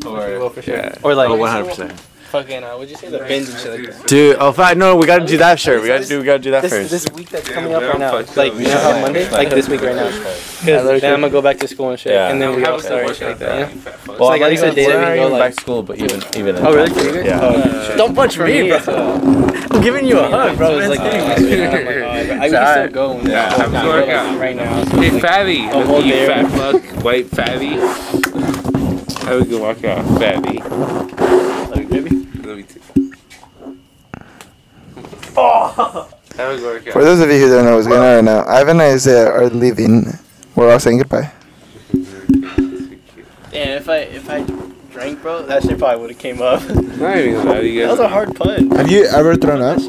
V: Or like
I: Oh, 100%.
C: Fucking, uh, what'd you say? The bins and shit like that.
I: Dude, oh fuck, no, we gotta do that shirt. We gotta do, we gotta do that first.
C: week that's coming up right now.
V: like you know, on Monday, like this week right now. Because then I'm gonna go back to school and shit,
I: Yeah.
V: and then we
I: Have
V: all
I: us
V: start
I: work
V: shit like
I: out
V: that.
I: that.
V: You know?
I: Well,
V: it's like at
I: I'm
V: least
I: not
V: a day
I: even-
V: that we
I: we're
V: go
I: not even
V: like.
I: back to school, but even even.
V: Oh, really? For you guys?
I: Yeah.
U: Don't punch me, bro. I'm giving you a hug, bro. It's like,
E: oh,
C: I can still go when
A: Yeah,
C: it's
A: have
C: not
A: a
C: really
A: workout.
C: right now.
A: Hey, Fabby.
C: a whole
A: You
C: day.
A: fat fuck. White Fabby. Have a good workout, Fabby. Love you, too. Have a good workout.
G: For those of you who don't know what's going on right now, Ivan and Isaiah are leaving. We're all saying goodbye.
C: Yeah, if I if I drank, bro, that shit probably would have came up. that
A: Not even that, you guys.
C: was a hard pun.
G: Have you ever thrown up?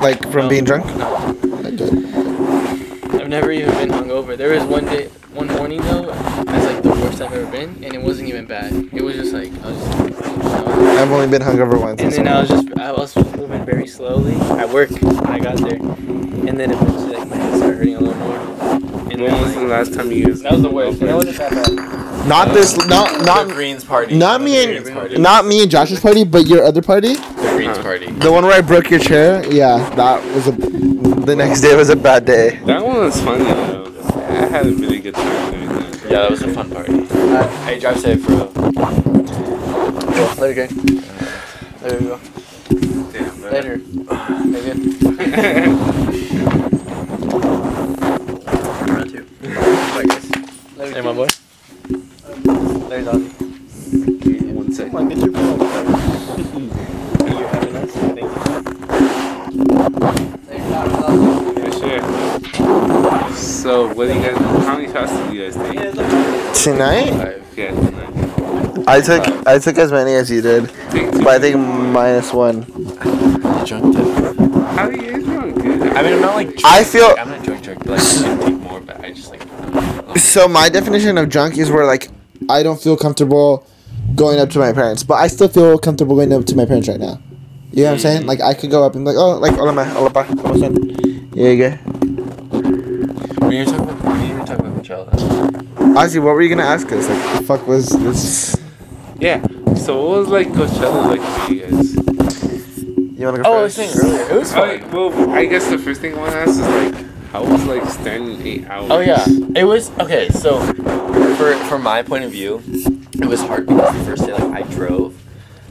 G: Like from being drunk?
E: I've never even been hungover. There was one day, one morning though, that's like the worst I've ever been, and it wasn't even bad. It was just like I was just,
G: I've only been hungover once.
E: and then I was just I was moving very slowly at work. when I got there, and then eventually like my head started hurting a little more. And
A: When was the last time you used?
E: that was the worst. That was just
G: Not this. Not
I: the
G: not.
I: Greens party.
G: Not me and not me and Josh's party, but your other party,
I: the Greens party.
G: the one where I broke your chair. Yeah, that was a. The next day was a bad day.
A: That one was funny though. I had a really good time doing that.
I: Yeah, that was a fun party. hey, drive safe, for real.
U: Later, gang. There you go.
A: Damn, man.
U: Later. Maybe. Round two. Bye, guys. Later,
V: Hey, my boy.
U: Later, dog.
A: One second. For sure. So, what do you guys? How many shots did you guys take?
G: Tonight,
A: Five. Yeah, tonight.
G: I took I took as many as you did,
A: Take two.
G: but I think minus one.
A: How do you guys doing? Good.
I: I mean, I'm not like. Drunk,
G: I feel-
I: Like, I'm not drunk, drunk. Like, I can take more, but I just like.
G: So my definition of drunk is where like I don't feel comfortable going up to my parents, but I still feel comfortable going up to my parents right now. You know what I'm saying? Like I could go up and be like, oh, like hola ma, hola pa, ¿cómo están? Yeah, yeah.
I: When you're talking about, when you were talking about Coachella.
G: Ozzy, what were you gonna ask us? Like, the fuck was this?
A: Yeah. So, what was like Coachella like for you guys?
G: You wanna
V: Oh,
G: go
I: Oh,
G: first?
I: earlier. It was
A: I, well, I guess the first thing I want to ask is like, how was like standing eight hours?
I: Oh yeah, it was okay. So, for from my point of view, it was hard because the first day, like I drove,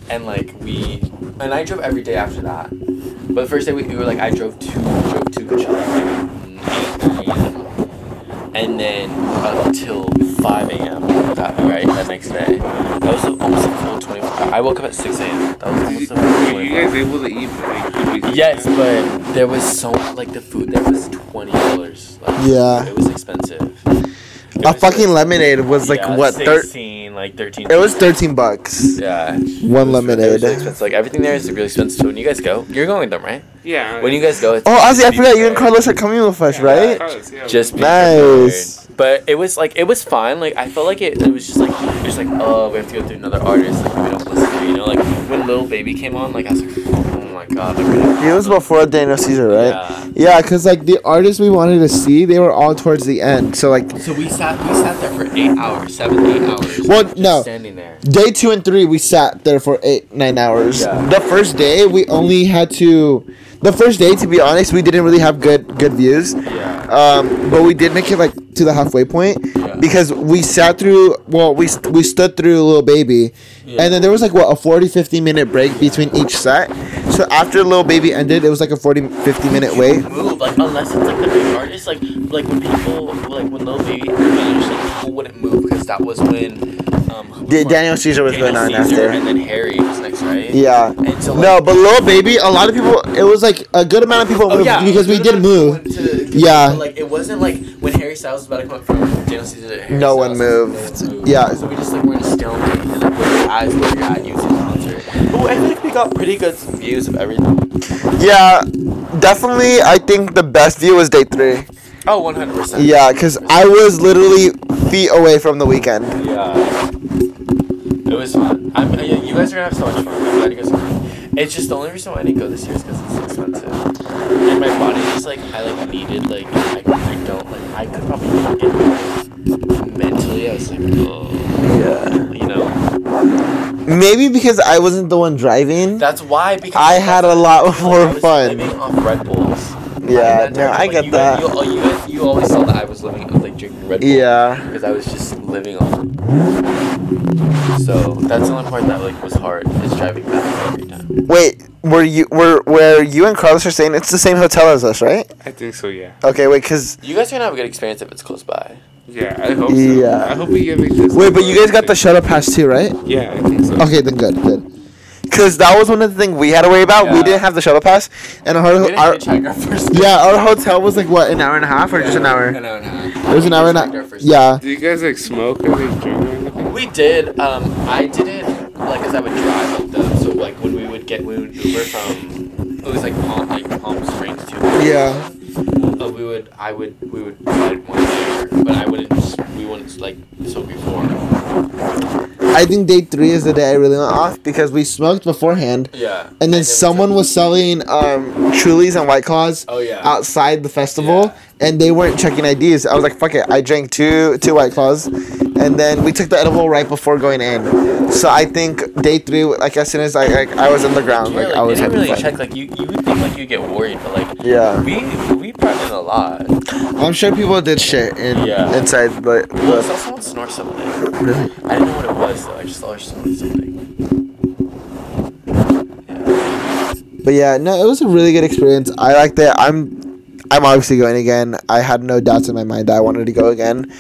I: and like we, and I drove every day after that. But the first day we, we were like I drove to drove to Coachella, and then up till five a.m. That right that next day. That was almost a full twenty four. I woke up at six a.m. That was
A: Did
I: almost
A: you,
I: a full
A: were
I: twenty
A: you
I: four.
A: guys able to eat? Like,
I: Yes, but there was so like the food there was twenty dollars. Like,
G: Yeah.
I: it was expensive.
G: A fucking lemonade was like
I: Yeah,
G: what? Thir-
I: sixteen, like thirteen.
G: it was thirteen bucks.
I: yeah. It was
G: One
I: really- it was
G: lemonade.
I: really expensive. Like everything there is really expensive. So when you guys go, you're going with them, right?
A: Yeah.
I: When you guys go, it's
G: Oh, Ozzy, I
I: be
G: forgot you and
I: prepared.
G: Carlos are coming with us, right?
A: Yeah,
I: Just be
G: Nice.
I: prepared. But it was like it was fun. Like I felt like it, it was just like it was like oh we have to go through another artist. Like we don't listen to you know like when Lil Baby came on like I was like oh my god like, we
G: It was before Daniel Caesar, right? Yeah, because like the artists we wanted to see, they were all towards the end. So like,
I: So we sat we sat there for eight hours, seven eight hours.
G: well,
I: just
G: no.
I: standing there.
G: Day two and three, we sat there for eight, nine hours. The first day, we only had to. The first day, to be honest, we didn't really have good good views. Um, but we did make it like to the halfway point because we sat through. Well, we st- we stood through Lil Baby, and then there was like what a 40, 50 minute break between each set. So after Lil Baby ended, it was like a 40, 50 minute wait.
I: Move like unless it's like the big artist, like like when people like when Lil Baby finished, like people wouldn't move because that was when um
G: D- Daniel Caesar was
I: Daniel
G: going on
I: Caesar
G: after.
I: and then Harry was next, right?
G: Yeah.
I: And so, like,
G: no, but Lil Baby, a lot of people. It was like a good amount of people
I: Oh,
G: moved
I: yeah,
G: because we did move.
I: but,
G: Yeah.
I: like it wasn't like when Harry Styles was about to come up from Daniel Caesar to Harry
G: No
I: Styles,
G: one
I: like,
G: moved.
I: no one moved.
G: Yeah.
I: So we just like were in a stalemate and like with our eyes where you're at YouTube concert. But I think we got pretty good views of everything.
G: Yeah, definitely. I think the best view was day three.
I: Oh, 100 percent.
G: Yeah, because I was literally feet away from the weekend.
I: Yeah. It was fun. I'm, I, you guys are gonna have so much fun. I'm glad you guys are going. It's just the only reason why I didn't go this year is because it's expensive. And my body just like I like needed like I, I don't like I could probably not get there. mentally I was like oh yeah you know
G: Maybe because I wasn't the one driving.
I: that's why because
G: I had a lot more fun.
I: living off Red Bulls.
G: Yeah, no, I
I: you
G: get
I: guys-
G: that.
I: you, you, guys- you always saw that I was living like drinking Red Bull.
G: Yeah.
I: Because I was just living off. So that's the only part that like was hard is driving back every time.
G: Wait, were you were where you and Carlos are staying? It's the same hotel as us, right?
A: I think so, yeah.
G: Okay, wait, cause
I: You guys are gonna have a good experience if it's close by.
A: Yeah, I hope so.
G: Yeah.
A: I hope we get it this.
G: wait, but you guys got the shuttle pass too, right?
A: Yeah, I think so.
G: Okay, then good, good. Cause that was one of the things we had to worry about. We
I: Yeah.
G: didn't have the shuttle pass, and our,
I: We didn't
G: our
I: hitchhike our first day.
G: yeah, our hotel was like what an hour and a half or just an hour.
I: An hour and a half.
G: It was an hour and
I: Hitchhiked our
G: a
I: first
G: yeah.
A: Do you guys like smoke or like drink or anything?
I: We did. Um, I did it like as I would drive like the so like when we would get when we would Uber from it was like Palm like Palm Springs to
G: Yeah.
I: Uh, we would I would we would ride one there, but I wouldn't s- we wouldn't like so before.
G: I think day three is the day I really went off because we smoked beforehand,
I: Yeah.
G: and then someone was selling um Trulies and White Claws
I: Oh yeah.
G: outside the festival, and they weren't checking IDs. I was like, fuck it. I drank two two White Claws, and then we took the edible right before going in. So I think day three, like as soon as I like, I was on the ground,
I: yeah,
G: like,
I: like,
G: I was
I: they didn't
G: having
I: really
G: fun.
I: check like you you would think like you get worried, but like
G: Yeah.
I: we we brought in a lot.
G: I'm sure people did shit in
I: Yeah.
G: inside the.
I: Well, I saw
G: the
I: someone snore something. Really? I didn't know what it was though. I just saw her snore something.
G: But yeah, no, it was a really good experience. I liked it. I'm I'm obviously going again. I had no doubts in my mind that I wanted to go again.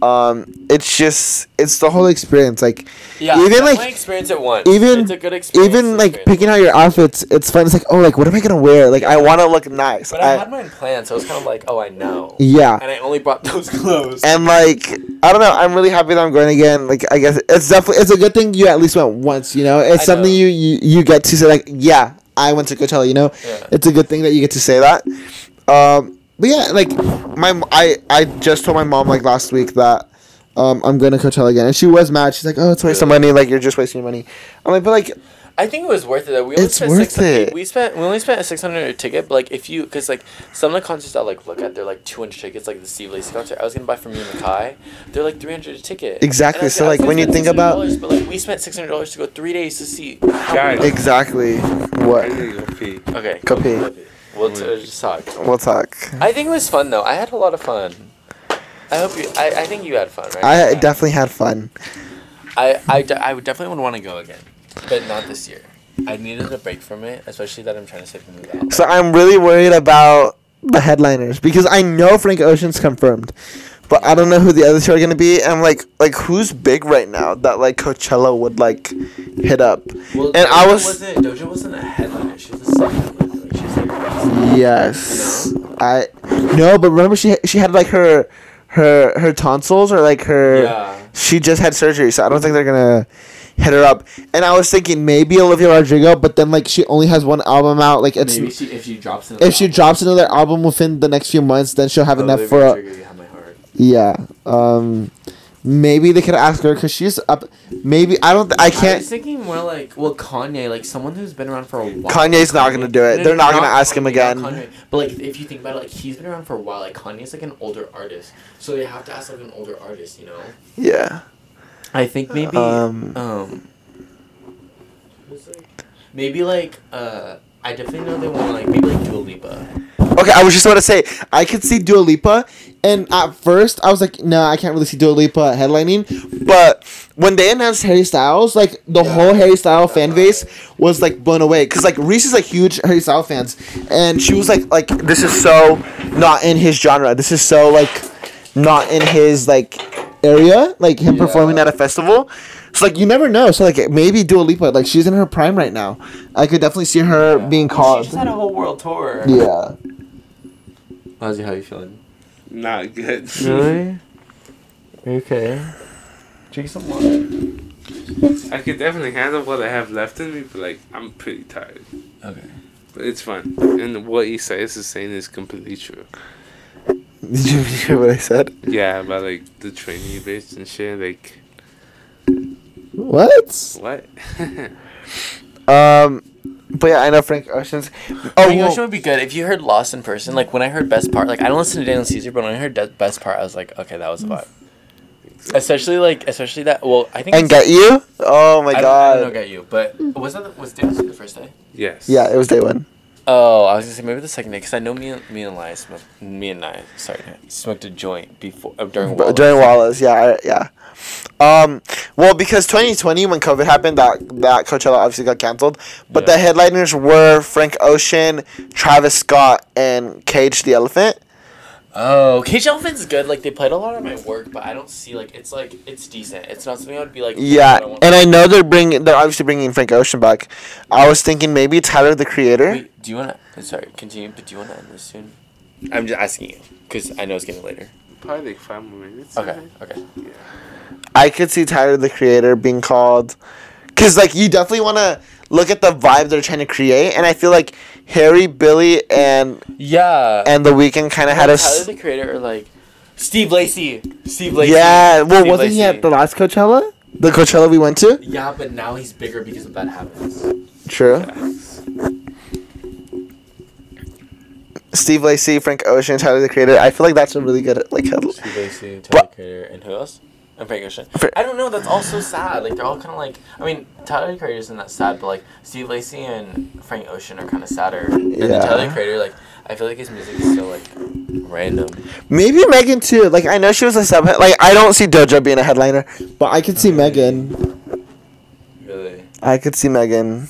G: Um, it's just it's the whole experience. Like
I: Yeah.
G: even
I: my
G: like
I: experience at once.
G: even
I: it's a good experience.
G: even like
I: experience.
G: picking out your outfits, it's fun. It's like, oh like what am I gonna wear? Like I wanna look nice.
I: But I,
G: I-
I: had mine planned, so I was kind of like, oh, I know.
G: Yeah.
I: And I only brought those clothes.
G: and like I don't know, I'm really happy that I'm going again. Like I guess it's definitely it's a good thing you at least went once, you know. It's
I: I
G: something
I: know.
G: you, you you get to say like, yeah, I went to Coachella, you know.
I: Yeah.
G: It's a good thing that you get to say that. Um, but yeah, like my m- I I just told my mom like last week that um, I'm going to Coachella again, and she was mad. She's like, oh, it's a waste of money. Like you're just wasting your money. I'm like, but like
I: I think it was worth it though. We only
G: It's
I: spent
G: worth
I: six,
G: it.
I: We spent we only spent a six hundred dollar ticket, but like if you because like some of the concerts I like look at, they're like two hundred tickets. Like the Steve Lacy concert, I was gonna buy from you and Makai. They're like three hundred a ticket.
G: Exactly,
I: And I was
G: so,
I: I was
G: like, when
I: gonna
G: you
I: spend
G: think about-
I: $600, but like we spent six hundred dollars to go three days to see. how
A: Guys.
I: many-
G: exactly
A: I
G: what
A: need to pee.
I: Okay. go-
G: Copy.
I: We'll t- just talk.
G: We'll talk.
I: I think it was fun though. I had a lot of fun. I hope you. I, I think you had fun, right?
G: I definitely had fun.
I: I, I, de- I would definitely would want to go again, but not this year. I needed a break from it, especially that I'm trying to save and move out.
G: So I'm really worried about the headliners because I know Frank Ocean's confirmed, but I don't know who the other two are gonna be. And like, like who's big right now that like Coachella would like hit up?
I: Well,
G: and I
I: Doja
G: was
I: wasn't, Doja wasn't a headliner. She was a second. Like, she was like best.
G: yes, I no, but remember she she had like her her her tonsils or like her
I: Yeah.
G: she just had surgery, so I don't think they're gonna hit her up. And I was thinking maybe Olivia Rodrigo, but then like she only has one album out, like it's.
I: Maybe she, if she drops in. Oh,
G: If she drops another album within the next few months, then she'll have enough for a,
I: have my heart.
G: Yeah. Um, maybe they could ask her because she's up. Maybe I don't. th- I can't.
I: was thinking more like, well, Kanye, like someone who's been around for a while.
G: Kanye's not gonna do it. They're not gonna ask him
I: Kanye,
G: again.
I: not Kanye. But like, if you think about it, like he's been around for a while. Like Kanye's like an older artist, so they have to ask like an older artist, you know.
G: Yeah.
I: I think maybe
G: Um,
I: um, maybe like uh I definitely know they want like maybe like Dua Lipa.
G: Okay, I was just about to say I could see Dua Lipa, and at first I was like, no, I can't really see Dua Lipa headlining. But when they announced Harry Styles, like the whole Harry Styles fan base was like blown away because like Reese is like huge Harry Styles fans, and she was like, like this is so not in his genre. This is so like not in his like area, like him performing at a festival. So like you never know. So like maybe Dua Lipa, like she's in her prime right now. I could definitely see her being called.
I: She's had a whole world tour.
G: Oh, Yeah.
I: Ozzy, how you feeling?
A: Not good.
I: Okay. Drink some water.
A: I could definitely handle what I have left in me, but like I'm pretty tired.
I: Okay.
A: But it's fine. And what Isaias is saying is completely true.
G: Did you hear what I said?
A: Yeah, about like the trainee bitch and shit. Like
G: What?
A: what?
G: Um, but yeah, I know Frank Ocean's.
I: Oh,
G: Oh,
I: Frank
G: well,
I: Ocean would be good if you heard Lost in person. Like when I heard Best Part, like I don't listen to Daniel Caesar, but when I heard De- Best Part, I was like, okay, that was a vibe. Especially like, especially that. Well, I think.
G: and get you? Oh my
I: I don't- I
G: god!
I: don't know, get you, but was that the, was Daniel Caesar the first day?
A: yes.
G: Yeah, it was day one.
I: Oh, I was gonna say maybe the second day because I know me and me and Lai smoked me and I sorry smoked a joint before uh, during
G: But
I: Wallace.
G: during Wallace, yeah, I, yeah. Um, well, because 2020 when COVID happened, that that Coachella obviously got canceled. But the headliners were Frank Ocean, Travis Scott, and Cage the Elephant.
I: Oh, Cage Elephant's good. Like they played a lot at my work, but I don't see like it's like it's decent. It's not something I would be like.
G: Yeah,
I: I want-
G: and I know they're bringing. They're obviously bringing Frank Ocean back. I was thinking maybe Tyler the Creator.
I: Wait, do you want to? Sorry, continue. But do you want to end this soon? I'm just asking you because I know it's getting later.
A: Probably like five more minutes.
I: Okay. Okay.
G: I could see Tyler the Creator being called, because like you definitely want to look at the vibe they're trying to create, and I feel like Harry, Billy, and
I: Yeah.
G: and the weekend kind of had a s-
I: Tyler the Creator or like Steve Lacy. Steve Lacy.
G: yeah. Well,
I: Steve
G: wasn't he
I: Lacy.
G: at the last Coachella? The Coachella we went to.
I: Yeah, but now he's bigger because of that happens.
G: True. Steve Lacy, Frank Ocean, Tyler the Creator. I feel like that's a really good like. headl-
I: Steve Lacy, Tyler
G: But-
I: Creator, and who else? And Frank Ocean.
G: Fra-
I: I don't know. That's all so sad. Like they're all kind of like. I mean, Tyler the Creator isn't that sad, but like Steve Lacy and Frank Ocean are kind of sadder. And then
G: Yeah.
I: Tyler the Creator, like I feel like his music is so like random.
G: Maybe Megan too. Like I know she was a sub. Like I don't see Doja being a headliner, but I could see Megan.
I: Really.
G: I could see Megan.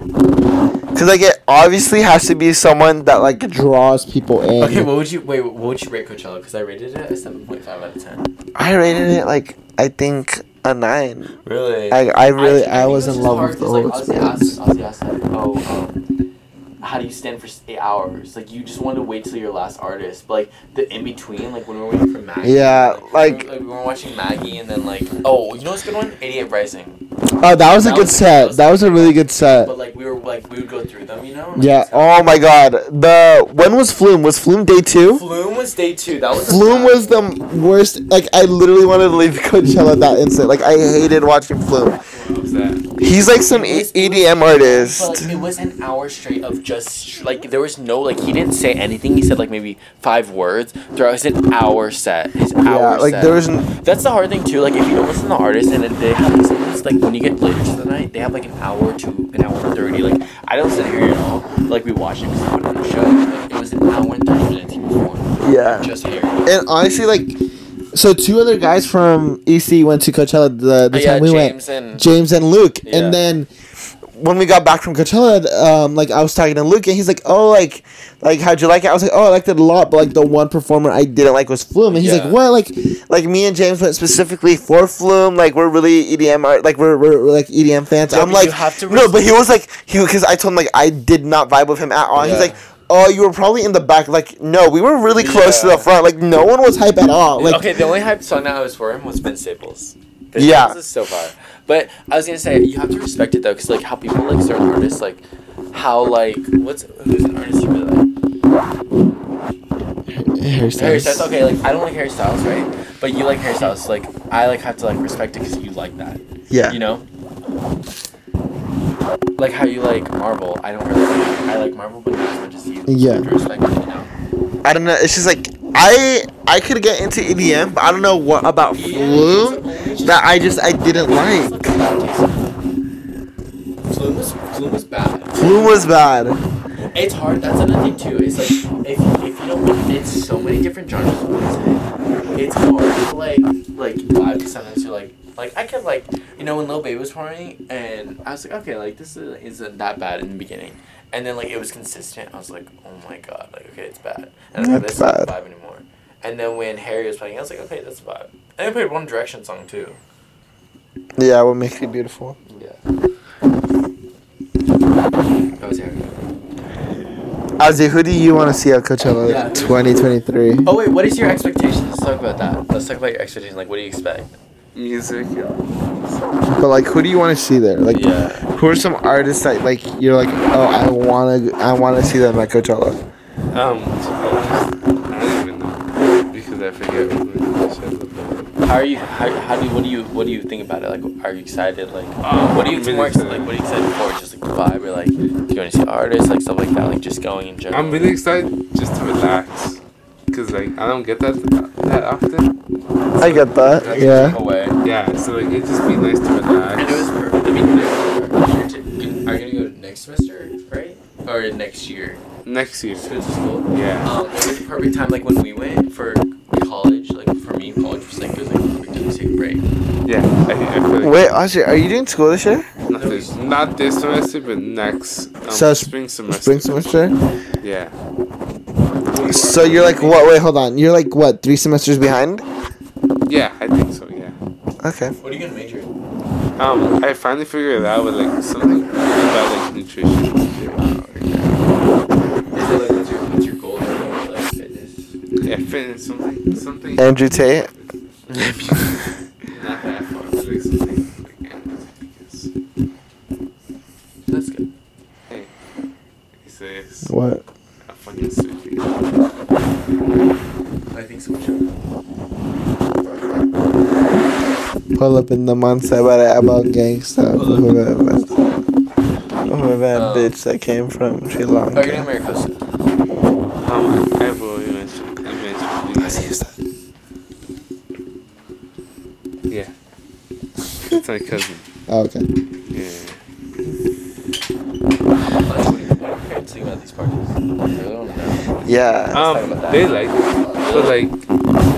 G: Cause like it obviously has to be someone that like draws people in.
I: Okay, what would you wait? What would you rate Coachella? Because I rated it a seven point five out of ten.
G: I rated it like I think a nine.
I: Really?
G: I I really
I: think-
G: I,
I: think
G: was
I: it's
G: in
I: just
G: love
I: hard
G: with the
I: 'cause, like,
G: whole experience.
I: Ozzy asked, Ozzy asked like, oh, um, how do you stand for s- eight hours? Like, you just want to wait till your last artist. But, like, the in between, like, when we were waiting for Maggie.
G: Yeah,
I: like,
G: like
I: we were- like, we were watching Maggie and then, like, oh, you know what's a good one? 88 Rising.
G: oh that was a good set. That was a really good set.
I: But, like, we were, like, we would go through them, you know? Like,
G: Yeah.
I: so-
G: Oh my God. The when was Flume? Was Flume day two?
I: Flume was day two. That was. a
G: oh. Flume
I: sad
G: was the
I: one.
G: worst. Like I literally wanted to leave Coachella that instant. Like I hated watching Flume.
A: What was that?
G: He's like some e- EDM artist.
I: But like, it was an hour straight of just sh- like there was no like he didn't say anything. He said like maybe five words throughout his an hour set. His hour
G: Yeah. Like
I: set.
G: there was. n-
I: That's the hard thing too. Like if you don't listen to the artist and then they have these things, like when you get later to the night, they have like an hour to an hour and thirty. Like I don't sit here at all. Like we watched it because I wanted to show. Like, it was an hour and thirty minutes before.
G: Yeah.
I: Just here.
G: And honestly, like, so two other guys from EC went to Coachella the, the
I: Uh,
G: time we
I: James
G: went,
I: and
G: James and Luke.
I: Yeah.
G: And then when we got back from Coachella, um, like I was talking to Luke, and he's like, "Oh, like, like how'd you like it?" I was like, "Oh, I liked it a lot, but like the one performer I didn't like was Flume." And he's
I: Yeah.
G: like, "What?" Like, like me and James went specifically for Flume. Like we're really EDM art. Like we're, we're, we're, like EDM fans.
I: Yeah,
G: I'm
I: but
G: like,
I: you have to
G: no, but he was like, he because I told him like I did not vibe with him at all. He's
I: Yeah.
G: like. Oh, you were probably in the back. Like, no, we were really close to
I: Yeah.
G: the front. Like, no one was hype at all. Like,
I: okay, the only hype song that I was for him was Vince Staples. Vince
G: Yeah.
I: Staples is so far. But I was gonna say you have to respect it though, because like how people like certain artists, like how like what's who's an artist you really like? Harry Styles. Okay, like I don't like Harry Styles, right? But you like Harry Styles. Like I like have to like respect it because you like that.
W: Yeah.
I: You know. Like how you like Marvel. I don't really. Like, I like Marvel, but not as much as you.
G: Yeah.
I: You have to respect it, you know?
G: I don't know. It's just like I I could get into EDM, but I don't know what about Flume that I just I didn't like.
I: Flume was Flume was bad.
G: Flume was bad.
I: It's hard. That's another thing too. It's like if, if you don't fit so many different genres of music, it's hard to like like vibe. Sometimes you're like like I could like you know when Lil Baby was performing and I was like okay like this is, isn't that bad in the beginning and then like it was consistent. I was like oh my god like okay it's bad and I was like,
G: That's
I: this isn't the
G: bad.
I: vibe anymore. And then when Harry was playing, I was like okay that's a vibe. And I played One Direction song too.
G: Yeah, what makes you beautiful?
I: Yeah. That was Harry.
G: Ozzy, who do you want to see at Coachella
I: Yeah.
G: 2023?
I: Oh wait, what is your expectation? Let's talk about that. Let's talk about your expectation. Like, what do you expect? Music.
G: But like, who do you want to see there? Like,
I: Yeah.
G: who are some artists that like you're like, oh, I wanna, I wanna see them at Coachella.
A: Um, I don't even know because I forget what I said before.
I: How are you? How, how do you? What do you? What do you think about it? Like, are you excited? Like, what are you more Uh, excited? Like, what are you excited for? Just like the vibe, or like, do you want to see artists, like stuff like that? Like, just going in general.
A: I'm really excited just to relax because like I don't get that that often.
G: I get that. Yeah.
I: Away.
A: Yeah, so like it'd just be nice to relax.
I: And it was perfect. I mean, are you gonna go next semester, right? Or next year?
A: Next year.
I: To school.
A: Yeah.
I: Um, it was a perfect time. Like when we went for college. Like for me, college was like it was like a perfect time to take a break.
A: Yeah, I, I feel like
G: Wait, Ozzy, are you doing school this year?
A: not this, not this semester, but next um,
G: So it's
A: spring semester.
G: Spring semester.
A: Yeah.
G: So you're like what? Wait, hold on. You're like what? Three semesters behind?
A: Yeah, I think so. Yeah.
G: Okay.
I: What are you gonna major? in?
A: Um, I finally figured it out with like something about like nutrition.
I: Is it like what's your what's your goal for like, like fitness?
A: Yeah, fitness, something, something.
G: Andrew Tate.
A: Not that far, but like something. Like, Andrew Tate, because-
I: That's good.
A: Hey, he says.
G: What?
A: A fucking sushi.
I: I think so too.
G: Pull up in the months about it about gangsta. Whoever
I: Oh.
G: that bitch that came from Sri
I: Are you gonna
G: Lanka.
I: marry Costa?
A: Um, I will eventually. eventually do that. Yeah. It's my cousin.
G: Oh, okay.
A: Yeah.
I: Like, what do your- what do your parents think about these parties? I really wanna know.
G: Yeah.
A: Um, they like it, but like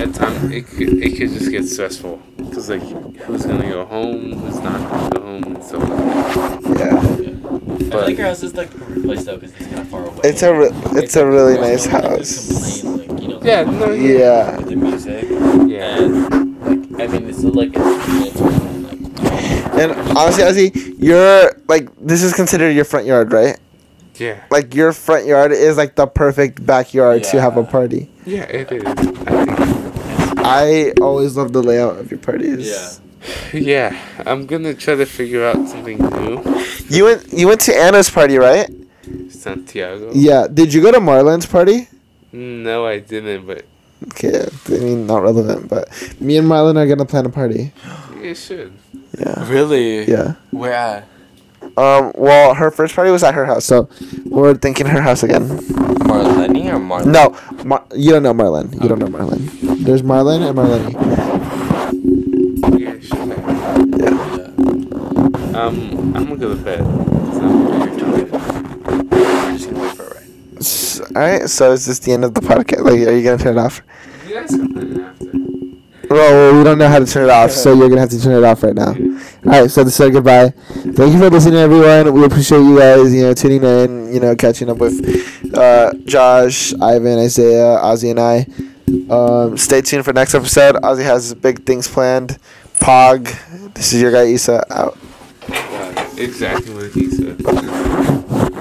A: at times it could, it could just get stressful because like who's gonna go home, who's not gonna go home, and so on.
G: Yeah.
I: I feel
A: But-
I: like your house is like a weird place though, because it's kind of far away.
G: It's a re- it's a really nice
I: There's no one that could
G: house.
I: complain, like, you know,
A: Yeah, no, yeah.
G: Yeah.
I: With the music,
A: Yeah.
I: and like I mean, it's like it's, it's like
G: And honestly, Ozzy, you're like this is considered your front yard, right?
A: Yeah.
G: Like your front yard is like the perfect backyard to have a
I: Yeah.
G: party.
A: Yeah, it is. I think,
G: I always love the layout of your parties.
I: yeah.
A: yeah, I'm gonna try to figure out something new.
G: You went you went to Anna's party, right?
A: Santiago.
G: Yeah. Did you go to Marlon's party?
A: No, I didn't, but
G: Okay, I mean not relevant, but me and Marlon are gonna plan a party.
A: you should.
G: Yeah.
I: Really?
G: Yeah.
I: Where at?
G: Um. Well, her first party was at her house, so we're thinking her house again.
I: Marlene or Marlene?
G: No, Mar- you don't know Marlon. You don't know Marlon. There's Marlon and Marlene.
A: Yeah, should. Um, I'm gonna go to bed. So,
I: You're totally fine. We're just gonna wait for it, right?
G: S- All right. So is this the end of the podcast? Like, are you gonna turn it off?
A: you guys can plan it after.
G: Well, we don't know how to turn it off, so you're gonna have to turn it off right now. All right. So to say goodbye. Thank you for listening, everyone. We appreciate you guys. You know, tuning in. You know, catching up with uh, Josh, Ivan, Isaiah, Ozzy, and I. Um, stay tuned for next episode. Ozzy has big things planned. Pog. This is your guy Issa out.
A: Yeah, exactly what he said.